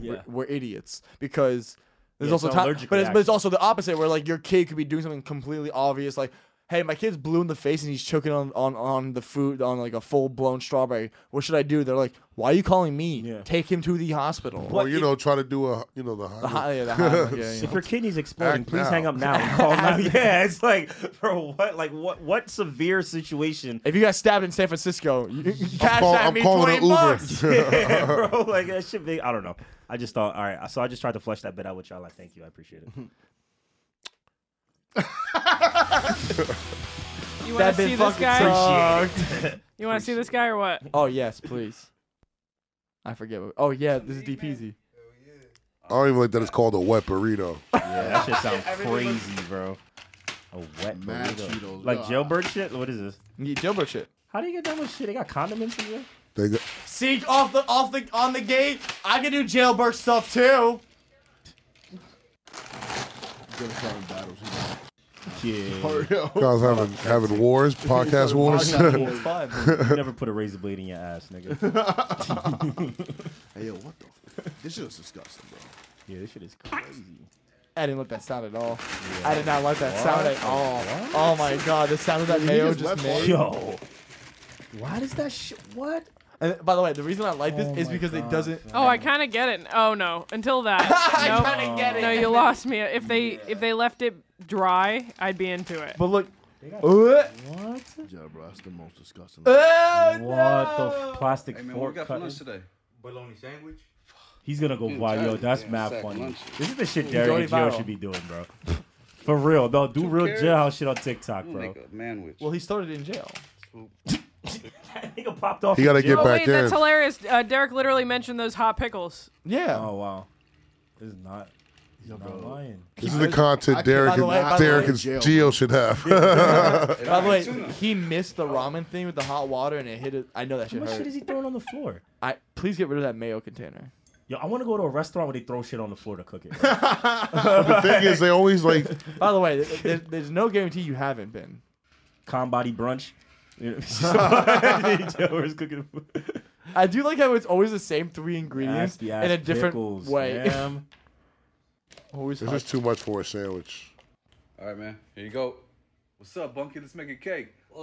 Speaker 4: Yeah.
Speaker 3: we're, we're idiots because there's
Speaker 4: Yeah, it's
Speaker 3: also
Speaker 4: an
Speaker 3: time, but
Speaker 4: allergic
Speaker 3: it's, but it's
Speaker 4: reaction.
Speaker 3: also the opposite where like your kid could be doing something completely obvious like hey my kid's blue in the face and he's choking on on, on the food on like a full blown strawberry what should I do they're like why are you calling me
Speaker 4: Yeah.
Speaker 3: take him to the hospital
Speaker 2: Or you know, try to do a you know the
Speaker 3: The hi-
Speaker 2: high.
Speaker 3: yeah, the hi- yeah, yeah.
Speaker 4: If your kidney's exploding,
Speaker 2: Act
Speaker 4: please hang
Speaker 2: now.
Speaker 4: up now. and Call now. Yeah, it's like, bro, what, like, what, what severe situation?
Speaker 3: If you got stabbed in San Francisco, you, you
Speaker 2: I'm,
Speaker 3: cash
Speaker 2: call-
Speaker 3: at
Speaker 2: I'm
Speaker 3: me
Speaker 2: calling an
Speaker 3: 20 bucks.
Speaker 2: Uber.
Speaker 4: Yeah, bro, like that should be. I don't know. I just thought, all right. So I just tried to flesh that bit out with y'all. Like, thank you, I appreciate it.
Speaker 7: You want to
Speaker 3: That
Speaker 7: see this
Speaker 3: been fucking
Speaker 7: guy?
Speaker 3: sucked.
Speaker 7: You want to see this guy or what?
Speaker 3: Oh yes, please. I forget. What, oh yeah, this is DPZ.
Speaker 2: I don't even like that it's called a wet burrito.
Speaker 4: Yeah, that shit sounds crazy, bro. A wet
Speaker 5: Mad
Speaker 4: burrito,
Speaker 5: Cheetos,
Speaker 4: like
Speaker 5: nah.
Speaker 4: jailbird shit. What is this?
Speaker 3: You Jumbo shit.
Speaker 4: How do you get that much shit? They got condiments in there.
Speaker 2: They go,
Speaker 3: See, off the off the on the gate. I can do jailbird stuff too.
Speaker 5: Dylan started battles. He
Speaker 4: Yeah,
Speaker 2: guys having having wars, podcast wars.
Speaker 5: Podcast.
Speaker 3: It's fine.
Speaker 4: you never put a razor blade in your ass, nigga.
Speaker 5: Hey, yo, what the? F- this shit is disgusting, bro.
Speaker 4: Yeah, this shit is crazy.
Speaker 3: I didn't like that sound at all. I did not like that sound at all. Oh my god, the sound of that mayo
Speaker 5: just
Speaker 3: just
Speaker 5: left
Speaker 3: made.
Speaker 4: Yo, why does that shit? What?
Speaker 3: And by the way, the reason I like this is because it doesn't.
Speaker 7: Oh, I kind of get it. Oh no, until that. Nope.
Speaker 3: I kinda get it.
Speaker 7: No, you lost me. If they if they left it dry, I'd be into it.
Speaker 3: But look. Uh,
Speaker 4: What?
Speaker 5: Yeah, bro, that's the most disgusting.
Speaker 3: uh,
Speaker 4: What the
Speaker 3: no.
Speaker 4: f- plastic fork cutting? He's gonna go wild. Yo, that's mad funny. This is the shit Derek
Speaker 3: already
Speaker 4: and Gio
Speaker 3: viral.
Speaker 4: should be doing, bro. For real, no, do real
Speaker 11: cares?
Speaker 4: jailhouse shit on TikTok,
Speaker 11: We'll
Speaker 4: bro.
Speaker 11: make a manwich.
Speaker 3: Well, he started in
Speaker 4: Oh,
Speaker 3: jail.
Speaker 4: Nigga popped off.
Speaker 2: He gotta
Speaker 4: in jail.
Speaker 2: get
Speaker 7: Oh wait, that's hilarious. Uh, Derek literally mentioned those hot pickles.
Speaker 3: Yeah.
Speaker 4: Oh wow, this is not. He's not lying.
Speaker 2: This is the content Derek
Speaker 3: by the way- by
Speaker 2: and
Speaker 3: the
Speaker 2: Derek
Speaker 3: way-
Speaker 2: and Geo should have.
Speaker 3: By the way, he missed the ramen thing with the hot water, and it hit it. I know that
Speaker 4: How
Speaker 3: shit
Speaker 4: much shit
Speaker 3: hurt.
Speaker 4: is he throwing on the floor?
Speaker 3: I please get rid of that mayo container.
Speaker 4: Yo, I want to go to a restaurant where they throw shit on the floor to cook it. bro.
Speaker 2: the thing is, they always like
Speaker 3: By the way, th- there's, there's no guarantee you haven't been.
Speaker 4: Combody brunch. You know, Joe's cooking food.
Speaker 3: I do like how it's always the same three ingredients
Speaker 4: Nasty ass
Speaker 3: in a different
Speaker 4: pickles,
Speaker 3: way.
Speaker 4: man.
Speaker 3: always
Speaker 2: this is too much for a sandwich.
Speaker 11: All right, man. Here you go. What's up, Bunky? Let's make a cake.
Speaker 3: I,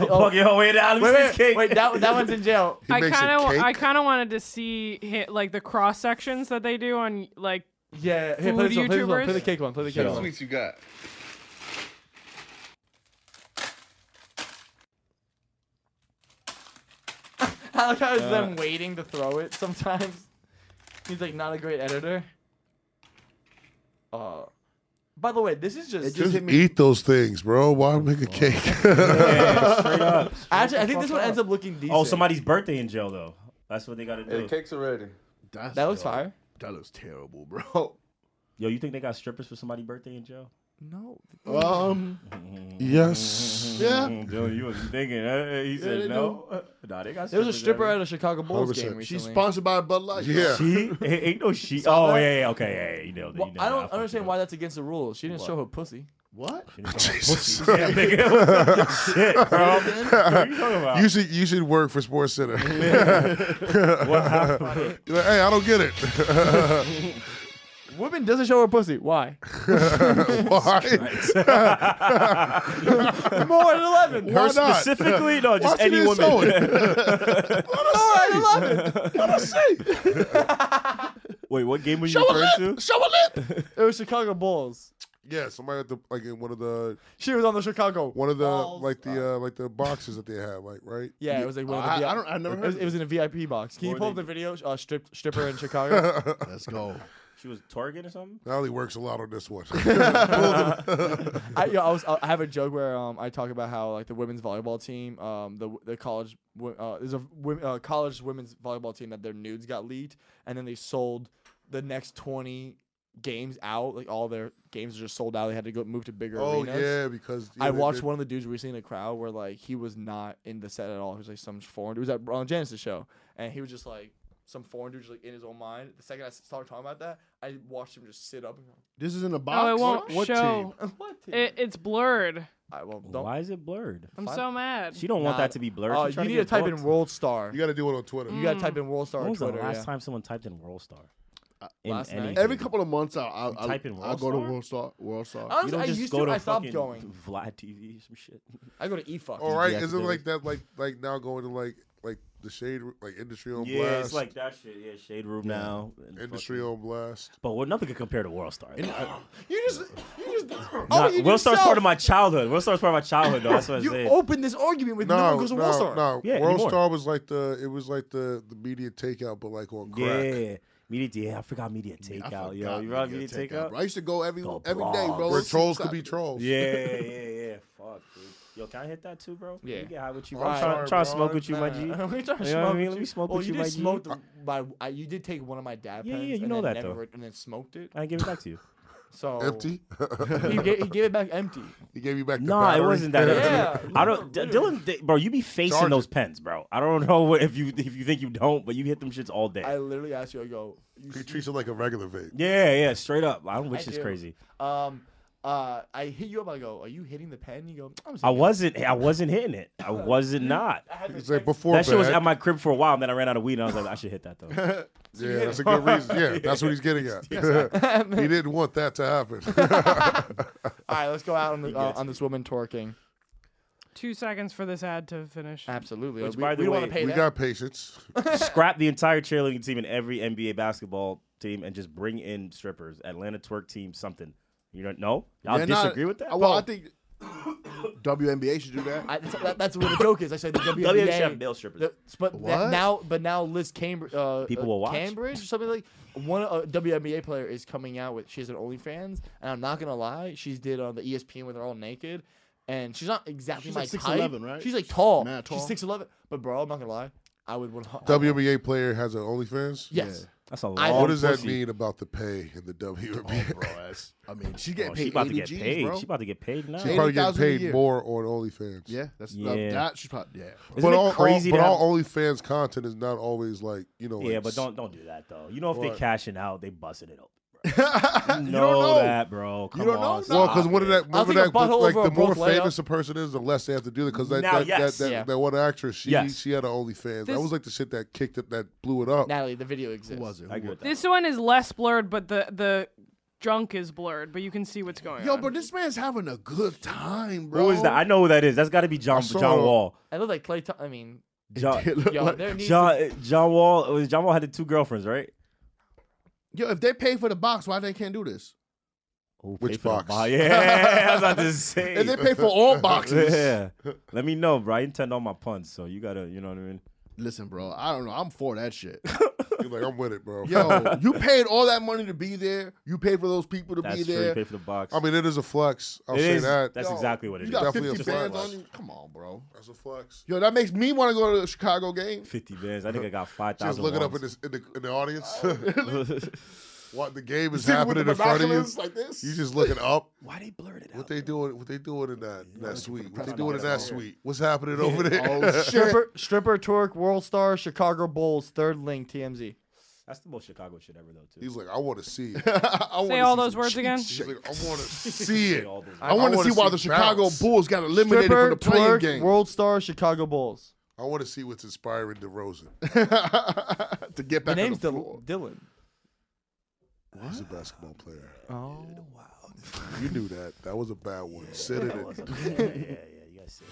Speaker 4: So
Speaker 3: oh,
Speaker 4: fuck your way down.
Speaker 3: wait,
Speaker 4: Wait,
Speaker 3: wait, wait, that, that one's in jail.
Speaker 2: He
Speaker 7: I
Speaker 2: makes a
Speaker 7: kind of,
Speaker 2: cake?
Speaker 7: I kind of wanted to see hit like the cross sections that they do on like.
Speaker 3: Yeah, hey,
Speaker 7: Food
Speaker 3: play, this one, play this one, play
Speaker 7: YouTubers?
Speaker 3: the cake one, play the cake
Speaker 11: What
Speaker 3: one.
Speaker 11: sweets you got?
Speaker 3: I like how it's them
Speaker 4: Uh,
Speaker 3: waiting to throw it sometimes. He's like not a great editor. Uh, by the way, this is just.
Speaker 5: It just
Speaker 2: Just
Speaker 5: hit me.
Speaker 2: eat those things, bro. Why make a cake?
Speaker 4: straight up.
Speaker 3: actually, I think this one ends up looking decent.
Speaker 4: Oh, somebody's birthday in jail though. That's what they gotta
Speaker 11: Hey,
Speaker 4: do.
Speaker 11: the cakes are ready.
Speaker 5: That's
Speaker 3: That looks
Speaker 5: dope.
Speaker 3: fire.
Speaker 5: That looks terrible, bro.
Speaker 4: Yo, you think they got strippers for somebody's birthday in jail?
Speaker 3: No.
Speaker 5: Um,
Speaker 2: yes.
Speaker 5: yeah.
Speaker 4: Mm, Dylan, you wasn't thinking. eh? he said
Speaker 5: they
Speaker 4: no. Nah, they got.
Speaker 3: There was a stripper
Speaker 4: strippers
Speaker 3: at a Chicago Bulls
Speaker 2: 100%.
Speaker 3: game recently.
Speaker 5: She's sponsored by Bud Light.
Speaker 2: Yeah.
Speaker 4: everywhere. She ain't no she.
Speaker 3: Saw
Speaker 4: Oh
Speaker 3: that?
Speaker 4: yeah, yeah, okay, yeah, yeah, you nailed it.
Speaker 3: Well,
Speaker 4: you nailed
Speaker 3: I
Speaker 4: it.
Speaker 3: don't
Speaker 4: fucked
Speaker 3: understand
Speaker 4: it
Speaker 3: why that's against the rules. She didn't show her pussy.
Speaker 5: What?
Speaker 2: Jesus.
Speaker 4: up. Yeah, nigga, what the shit, bro? What are you talking about?
Speaker 2: You should you should work for Sports Center.
Speaker 4: What happened?
Speaker 2: You're like, hey, I don't get it.
Speaker 3: Woman doesn't show her pussy. Why?
Speaker 2: Why?
Speaker 3: More than eleven.
Speaker 2: Why not?
Speaker 4: Her specifically? No,
Speaker 2: Why
Speaker 4: just
Speaker 2: she
Speaker 4: any
Speaker 2: didn't sew
Speaker 4: woman.
Speaker 2: it?
Speaker 3: More than eleven.
Speaker 4: Wait, what game were you referring to?
Speaker 2: Show a lip.
Speaker 3: It was Chicago Bulls.
Speaker 2: Yeah, somebody at the like in one of the
Speaker 3: She was on the Chicago.
Speaker 2: one of the
Speaker 3: Balls.
Speaker 2: like the uh, like the boxes that they have, like right.
Speaker 3: Yeah, it was like one of the.
Speaker 5: I,
Speaker 3: VIP
Speaker 5: I don't. I never
Speaker 3: It was,
Speaker 5: heard.
Speaker 3: it was in a VIP box. Can you
Speaker 4: Or
Speaker 3: pull up
Speaker 4: they-
Speaker 3: the video? Uh, strip, stripper in Chicago.
Speaker 5: Let's go.
Speaker 4: She was Target or something.
Speaker 2: Natalie works a lot on this one.
Speaker 3: I, yo, I was I have a joke where um I talk about how like the women's volleyball team um the the college wo- uh there's a wo- uh, college women's volleyball team that their nudes got leaked and then they sold the next twenty games out like all their games are just sold out they had to go move to bigger
Speaker 2: oh
Speaker 3: arenas.
Speaker 2: yeah, because yeah,
Speaker 3: I
Speaker 2: they-
Speaker 3: watched
Speaker 2: they-
Speaker 3: one of the dudes recently in the crowd where like he was not in the set at all. He was like some foreign. dude. It was at on Janice's show, and he was just like some foreign dude, just like in his own mind. The second I s- started talking about that, I watched him just sit up. And
Speaker 5: This is in a box.
Speaker 7: Oh, it won't
Speaker 5: what, what
Speaker 7: show.
Speaker 5: Team?
Speaker 3: go, what? team?"
Speaker 7: It, it's blurred.
Speaker 3: I well don't.
Speaker 4: Why is it blurred?
Speaker 7: I'm
Speaker 3: Fine.
Speaker 7: so mad.
Speaker 4: She don't want
Speaker 3: Nah.
Speaker 4: that to be blurred.
Speaker 3: Oh,
Speaker 4: She's
Speaker 3: you
Speaker 4: trying
Speaker 3: need to
Speaker 4: get
Speaker 3: type in
Speaker 4: booked.
Speaker 3: World Star.
Speaker 2: You got to do it on Twitter.
Speaker 4: Mm.
Speaker 3: You gotta type in World Star
Speaker 4: When
Speaker 3: on
Speaker 4: was the
Speaker 3: Twitter.
Speaker 4: last
Speaker 3: yeah. Uh,
Speaker 4: time someone typed in World Star?
Speaker 3: last night?
Speaker 5: Every couple of months, I'll, I'll, I'll,
Speaker 4: type in
Speaker 5: I'll go to
Speaker 4: Worldstar?
Speaker 5: World Star. World Star.
Speaker 3: Honestly,
Speaker 4: You don't
Speaker 3: I
Speaker 4: just
Speaker 3: used
Speaker 4: go
Speaker 3: to.
Speaker 4: to
Speaker 3: I stopped
Speaker 4: fucking
Speaker 3: going.
Speaker 4: Vlad TV or some shit.
Speaker 3: I go to eFuck.
Speaker 2: All right,
Speaker 4: Yeah,
Speaker 2: is it
Speaker 4: there
Speaker 2: like
Speaker 4: is.
Speaker 2: that? Like like now going to like like the shade like industry on
Speaker 4: Yeah,
Speaker 2: blast.
Speaker 4: it's like that shit. Yeah, Shade Room now. and
Speaker 2: industry
Speaker 4: fucking-
Speaker 2: on blast.
Speaker 4: But well, nothing could compare to World Star. Not-
Speaker 3: You just, you just. Oh,
Speaker 4: World
Speaker 3: you just
Speaker 4: Star's part of
Speaker 3: self-
Speaker 4: my childhood. World Star's part of my childhood, though. That's what I'm
Speaker 3: You
Speaker 4: saying.
Speaker 3: opened this argument with no, one
Speaker 2: No,
Speaker 3: goes to World
Speaker 2: no,
Speaker 3: Star.
Speaker 2: no.
Speaker 4: Yeah,
Speaker 2: World
Speaker 4: anymore.
Speaker 2: Star was like the it was like the the media takeout, but like on crack.
Speaker 4: Yeah. Media, yeah, I forgot Media
Speaker 5: I
Speaker 4: Takeout, yo.
Speaker 5: forgot
Speaker 4: You remember
Speaker 5: media
Speaker 4: Media Takeout?
Speaker 5: bro. I used to go every
Speaker 4: The
Speaker 5: every day, bro.
Speaker 4: blogs.
Speaker 2: Where
Speaker 5: Six
Speaker 2: trolls could
Speaker 5: hours.
Speaker 2: be trolls.
Speaker 4: Yeah, yeah, yeah. Fuck, dude. Yo, can I hit that too, bro? Let me
Speaker 3: Yeah.
Speaker 4: get high with you.
Speaker 2: I'm
Speaker 4: bro. I'm
Speaker 2: sorry,
Speaker 4: trying, trying to
Speaker 2: bro.
Speaker 4: smoke with you,
Speaker 3: No,
Speaker 4: my
Speaker 3: no,
Speaker 4: G.
Speaker 3: no, no, we trying
Speaker 4: You
Speaker 3: to
Speaker 4: know what I
Speaker 3: smoke
Speaker 4: mean?
Speaker 3: with
Speaker 4: Let me smoke
Speaker 3: well,
Speaker 4: with
Speaker 3: you
Speaker 4: you, my
Speaker 3: did
Speaker 4: G.
Speaker 3: smoke the, my, I, you did take one of my dab
Speaker 4: Yeah, yeah,
Speaker 3: pens.
Speaker 4: you
Speaker 3: and
Speaker 4: know
Speaker 3: then
Speaker 4: that, though.
Speaker 3: never- And then smoked it.
Speaker 4: I give it back to you.
Speaker 3: So
Speaker 4: Oh.
Speaker 2: Empty.
Speaker 3: He gave, he gave it back empty.
Speaker 2: He gave you back. The
Speaker 4: Nah, it
Speaker 2: battery.
Speaker 4: wasn't that.
Speaker 3: Yeah.
Speaker 4: I don't, D- Dylan, D- bro. You be facing
Speaker 2: Charge
Speaker 4: those pens, bro. I don't know what, if you if you think you don't, but you hit them shits all day.
Speaker 3: I literally asked you, I go, you
Speaker 2: He
Speaker 3: see-
Speaker 2: treats it like a regular vape.
Speaker 4: yeah, yeah, straight up. I don't,
Speaker 3: I
Speaker 4: which is
Speaker 3: do.
Speaker 4: crazy.
Speaker 3: Um, uh, I hit you up. I go, are you hitting the pen? You go, I'm just
Speaker 4: I
Speaker 3: hitting
Speaker 4: wasn't, I wasn't hitting it. I wasn't not.
Speaker 3: it." I had
Speaker 2: It's
Speaker 3: this
Speaker 2: like
Speaker 3: text-
Speaker 2: before
Speaker 4: That shit was
Speaker 2: bad.
Speaker 4: at my crib for a while, and then I ran out of weed, and I was like, I should hit that though.
Speaker 2: yeah, that's a good reason. Yeah, that's what he's getting at. he didn't want that to happen.
Speaker 3: All right, let's go out on, the, uh,
Speaker 4: gets
Speaker 3: on this woman twerking.
Speaker 7: Two seconds for this ad to
Speaker 5: Ah.
Speaker 7: finish.
Speaker 3: Absolutely.
Speaker 4: Which,
Speaker 3: we,
Speaker 4: by the
Speaker 3: we don't
Speaker 4: way,
Speaker 3: wanna pay
Speaker 2: we
Speaker 3: that.
Speaker 2: got patience.
Speaker 4: Scrap the entire cheerleading team and every NBA basketball team, and just bring in strippers. Atlanta twerk team, something. You don't know? Y'all
Speaker 5: They're not-
Speaker 4: disagree with that?
Speaker 5: Well, I
Speaker 4: Bro,
Speaker 5: think WNBA should do that.
Speaker 3: I, that's, that- that's what the joke is. I said the WNBA.
Speaker 12: WNBA should have male strippers.
Speaker 3: The- but that-
Speaker 12: What?
Speaker 3: now, but now Liz Cambridge, uh,
Speaker 12: People
Speaker 3: uh,
Speaker 12: will watch.
Speaker 3: Cambridge or something like one uh, WNBA player is coming out with. She has an OnlyFans, and I'm not gonna lie, she's did on the E ESPN where they're all naked, and she's not exactly
Speaker 13: She's
Speaker 3: my
Speaker 13: like
Speaker 3: type.
Speaker 13: 6'11", right?
Speaker 3: She's like tall.
Speaker 13: Mad tall.
Speaker 3: She's six eleven. But bro, I'm not gonna lie, I would want.
Speaker 2: WNBA player has an OnlyFans.
Speaker 3: Yes. Yeah.
Speaker 4: That's a
Speaker 3: I-
Speaker 2: What does that
Speaker 3: pussy.
Speaker 2: mean about the pay in the WNBA?
Speaker 5: I mean, she's
Speaker 4: getting Oh, she paid about to 80 get Gs, paid. bro. She about to get paid now.
Speaker 2: She probably getting
Speaker 4: 80,000 a
Speaker 2: paid
Speaker 4: year.
Speaker 2: more on OnlyFans.
Speaker 5: Yeah, that's
Speaker 4: Yeah.
Speaker 5: That, that should probably yeah.
Speaker 4: Isn't
Speaker 2: but
Speaker 4: it
Speaker 2: all,
Speaker 4: crazy
Speaker 2: all,
Speaker 4: to
Speaker 2: but
Speaker 4: have-
Speaker 2: all OnlyFans content is not always like you know.
Speaker 4: Yeah,
Speaker 2: like,
Speaker 4: but don't don't do that though. You know if
Speaker 2: What?
Speaker 4: they're cashing out, they busting it open. you know,
Speaker 2: know.
Speaker 4: that, bro. Come on.
Speaker 2: Well,
Speaker 4: stop
Speaker 2: because one of
Speaker 4: it.
Speaker 2: that, one of that like the more famous
Speaker 4: Layup.
Speaker 2: a person is, the less they have to do that. Because that,
Speaker 4: Now,
Speaker 2: that,
Speaker 4: yes.
Speaker 2: that, that,
Speaker 4: Yeah.
Speaker 2: that one actress, she
Speaker 4: Yes.
Speaker 2: she had an OnlyFans.
Speaker 7: This-
Speaker 2: that was like the shit that kicked it, that blew it up.
Speaker 3: Natalie, the video exists.
Speaker 2: was it?
Speaker 7: This one is less blurred, but the the junk is blurred, but you can see what's going
Speaker 5: Yo,
Speaker 7: on.
Speaker 5: but this man's having a good time, bro.
Speaker 4: Who is that? I know who that is. That's got to be John
Speaker 5: saw-
Speaker 4: John Wall.
Speaker 3: I look like Clay. Tho- I mean,
Speaker 4: John,
Speaker 3: Yo, like- there needs
Speaker 4: John, John Wall. it was- John Wall had the two girlfriends, right?
Speaker 5: Yo, if they pay for the box, why they can't do this?
Speaker 4: Which box? Yeah, I was about to say.
Speaker 5: And they pay for all boxes.
Speaker 4: Yeah. Let me know, bro. I intend all my puns, so you gotta, you know what I mean.
Speaker 5: Listen, bro. I don't know. I'm for that shit.
Speaker 2: You're like, I'm with it, bro.
Speaker 5: Yo, you paid all that money to be there. You paid for those people to
Speaker 4: That's
Speaker 5: be
Speaker 4: true. You
Speaker 5: there.
Speaker 4: pay for the box.
Speaker 2: I mean, it is a flex. I'll
Speaker 4: It
Speaker 2: say
Speaker 4: is.
Speaker 2: that.
Speaker 4: That's exactly what it
Speaker 5: you
Speaker 4: is.
Speaker 5: got
Speaker 2: Definitely
Speaker 5: 50
Speaker 2: a flex.
Speaker 5: fans on you. Come on, bro.
Speaker 2: That's a flex.
Speaker 5: Yo, that makes me want to go to the Chicago game.
Speaker 4: Fifty bands. I think I got five
Speaker 2: Just
Speaker 4: thousand.
Speaker 2: looking up in, this, in, the, in the audience. what the game is
Speaker 5: see people with
Speaker 2: happening
Speaker 5: the
Speaker 2: in front of you.
Speaker 5: binoculars like this?
Speaker 2: You just looking up.
Speaker 5: Why they blurred it
Speaker 2: What they doing? What they doing in that that suite? What they
Speaker 5: press
Speaker 2: doing in that
Speaker 5: conference.
Speaker 2: suite? What's happening over there?
Speaker 3: Stripper, stripper, Torque, World Star, Chicago Bulls, third link, TMZ.
Speaker 4: That's the most Chicago shit ever, though. Too.
Speaker 2: He's like, I want to see.
Speaker 7: Say all those words again.
Speaker 2: He's like, I want to see it.
Speaker 4: all those
Speaker 5: I want to
Speaker 2: wanna
Speaker 5: see why the Chicago
Speaker 2: bounce.
Speaker 5: Bulls got eliminated
Speaker 3: Stripper,
Speaker 5: from the playing
Speaker 3: twerk,
Speaker 5: game.
Speaker 3: World Star, Chicago Bulls.
Speaker 2: I want to see what's inspiring DeRozan.
Speaker 5: to
Speaker 3: The
Speaker 5: get back on
Speaker 3: name's
Speaker 5: the
Speaker 3: Dil-
Speaker 5: floor.
Speaker 3: Dylan.
Speaker 2: He's a basketball player.
Speaker 3: Oh,
Speaker 2: You knew that. That was a bad one. Sit in it.
Speaker 4: you gotta say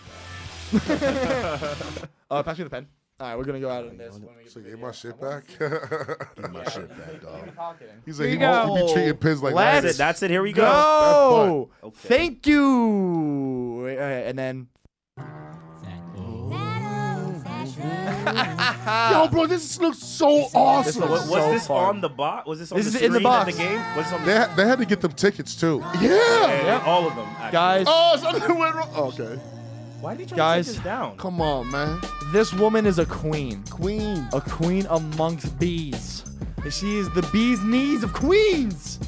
Speaker 5: Oh,
Speaker 3: Uh, pass me the pen. All right, we're gonna go out on this.
Speaker 2: So get my shit back. Get
Speaker 5: my shit back, dog.
Speaker 2: He's
Speaker 3: Here
Speaker 2: like,
Speaker 3: you
Speaker 2: he, won't- he be
Speaker 3: go.
Speaker 2: treating pins like
Speaker 3: Let's
Speaker 2: rabbits.
Speaker 4: That's it. Here we
Speaker 3: go.
Speaker 4: That's fine. Okay.
Speaker 3: Thank you. All right, and then.
Speaker 5: Yo, bro, this looks so awesome.
Speaker 4: Wa- was
Speaker 5: So
Speaker 4: this
Speaker 5: fun.
Speaker 4: on the box? Was this on
Speaker 3: This
Speaker 4: the
Speaker 3: is
Speaker 4: screen
Speaker 3: in the box.
Speaker 4: at the game? Was this on
Speaker 2: They,
Speaker 4: the
Speaker 2: ha- they had to get them tickets too.
Speaker 5: Yeah.
Speaker 4: Yeah, all of them, actually.
Speaker 3: Guys.
Speaker 5: Oh, something went wrong. Okay.
Speaker 4: Why did you try to
Speaker 3: Guys.
Speaker 4: take this down?
Speaker 5: Come on, man.
Speaker 3: This woman is a queen.
Speaker 5: Queen.
Speaker 3: A queen amongst bees. She is the bee's knees of queens.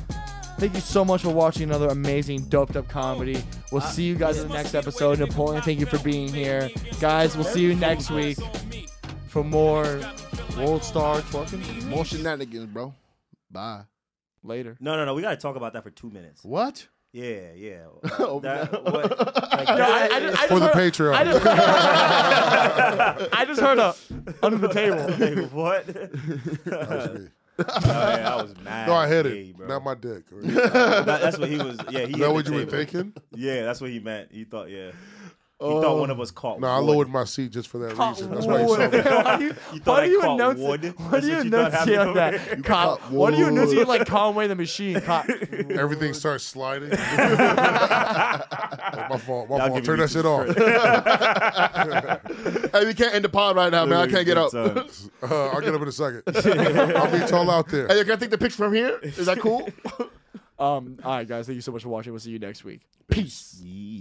Speaker 3: Thank you so much for watching another amazing doped up comedy. We'll see you guys in the next episode. Napoleon, thank you for being here. Guys, we'll see you next week for more World Star Twerking.
Speaker 5: More shenanigans, bro. Bye.
Speaker 3: Later.
Speaker 4: No, no, no. We gotta talk about that for two minutes.
Speaker 5: What?
Speaker 4: Yeah, yeah.
Speaker 5: Oh,
Speaker 4: That-
Speaker 5: no.
Speaker 4: what- like,
Speaker 3: No, I- I just- I
Speaker 2: For
Speaker 3: just
Speaker 2: the
Speaker 3: heard-
Speaker 2: Patreon.
Speaker 3: I just, I just heard a under the table.
Speaker 4: like, what?
Speaker 2: That was me.
Speaker 4: Oh, yeah, I was mad.
Speaker 2: No, I hit
Speaker 4: gay,
Speaker 2: it.
Speaker 4: bro.
Speaker 2: Not my dick.
Speaker 4: That- that's what he was. Yeah, he.
Speaker 2: Is that
Speaker 4: hit the
Speaker 2: what you were
Speaker 4: table.
Speaker 2: thinking?
Speaker 4: Yeah, that's what he meant. He thought. Yeah. He thought one of us caught.
Speaker 2: No, Uh, I
Speaker 4: wood.
Speaker 2: lowered my seat just for that reason. That's why you saw me.
Speaker 3: Why do you-
Speaker 4: You thought
Speaker 3: why
Speaker 4: I
Speaker 3: do you
Speaker 4: caught
Speaker 3: announce
Speaker 4: wood?
Speaker 3: it? Why
Speaker 4: That's
Speaker 3: do you
Speaker 4: what you thought
Speaker 3: announce
Speaker 4: happened
Speaker 3: it like
Speaker 4: over
Speaker 3: that?
Speaker 4: here. You
Speaker 3: Caught-
Speaker 5: caught
Speaker 3: Why do you announce it
Speaker 5: wood.
Speaker 3: like Conway the Machine? Caught-
Speaker 2: Everything starts sliding. my fault. My
Speaker 4: Y'all
Speaker 2: fault.
Speaker 4: give
Speaker 2: Turn
Speaker 4: me
Speaker 2: that shit
Speaker 4: some
Speaker 2: off.
Speaker 5: Hey, we can't end the pod right now, man. I can't get up.
Speaker 4: Good time.
Speaker 2: Uh, I'll get up in a second. I'll be tall out there.
Speaker 5: Hey, can I take the picture from here? Is that cool?
Speaker 3: Um, all right, guys. Thank you so much for watching. We'll see you next week. Peace.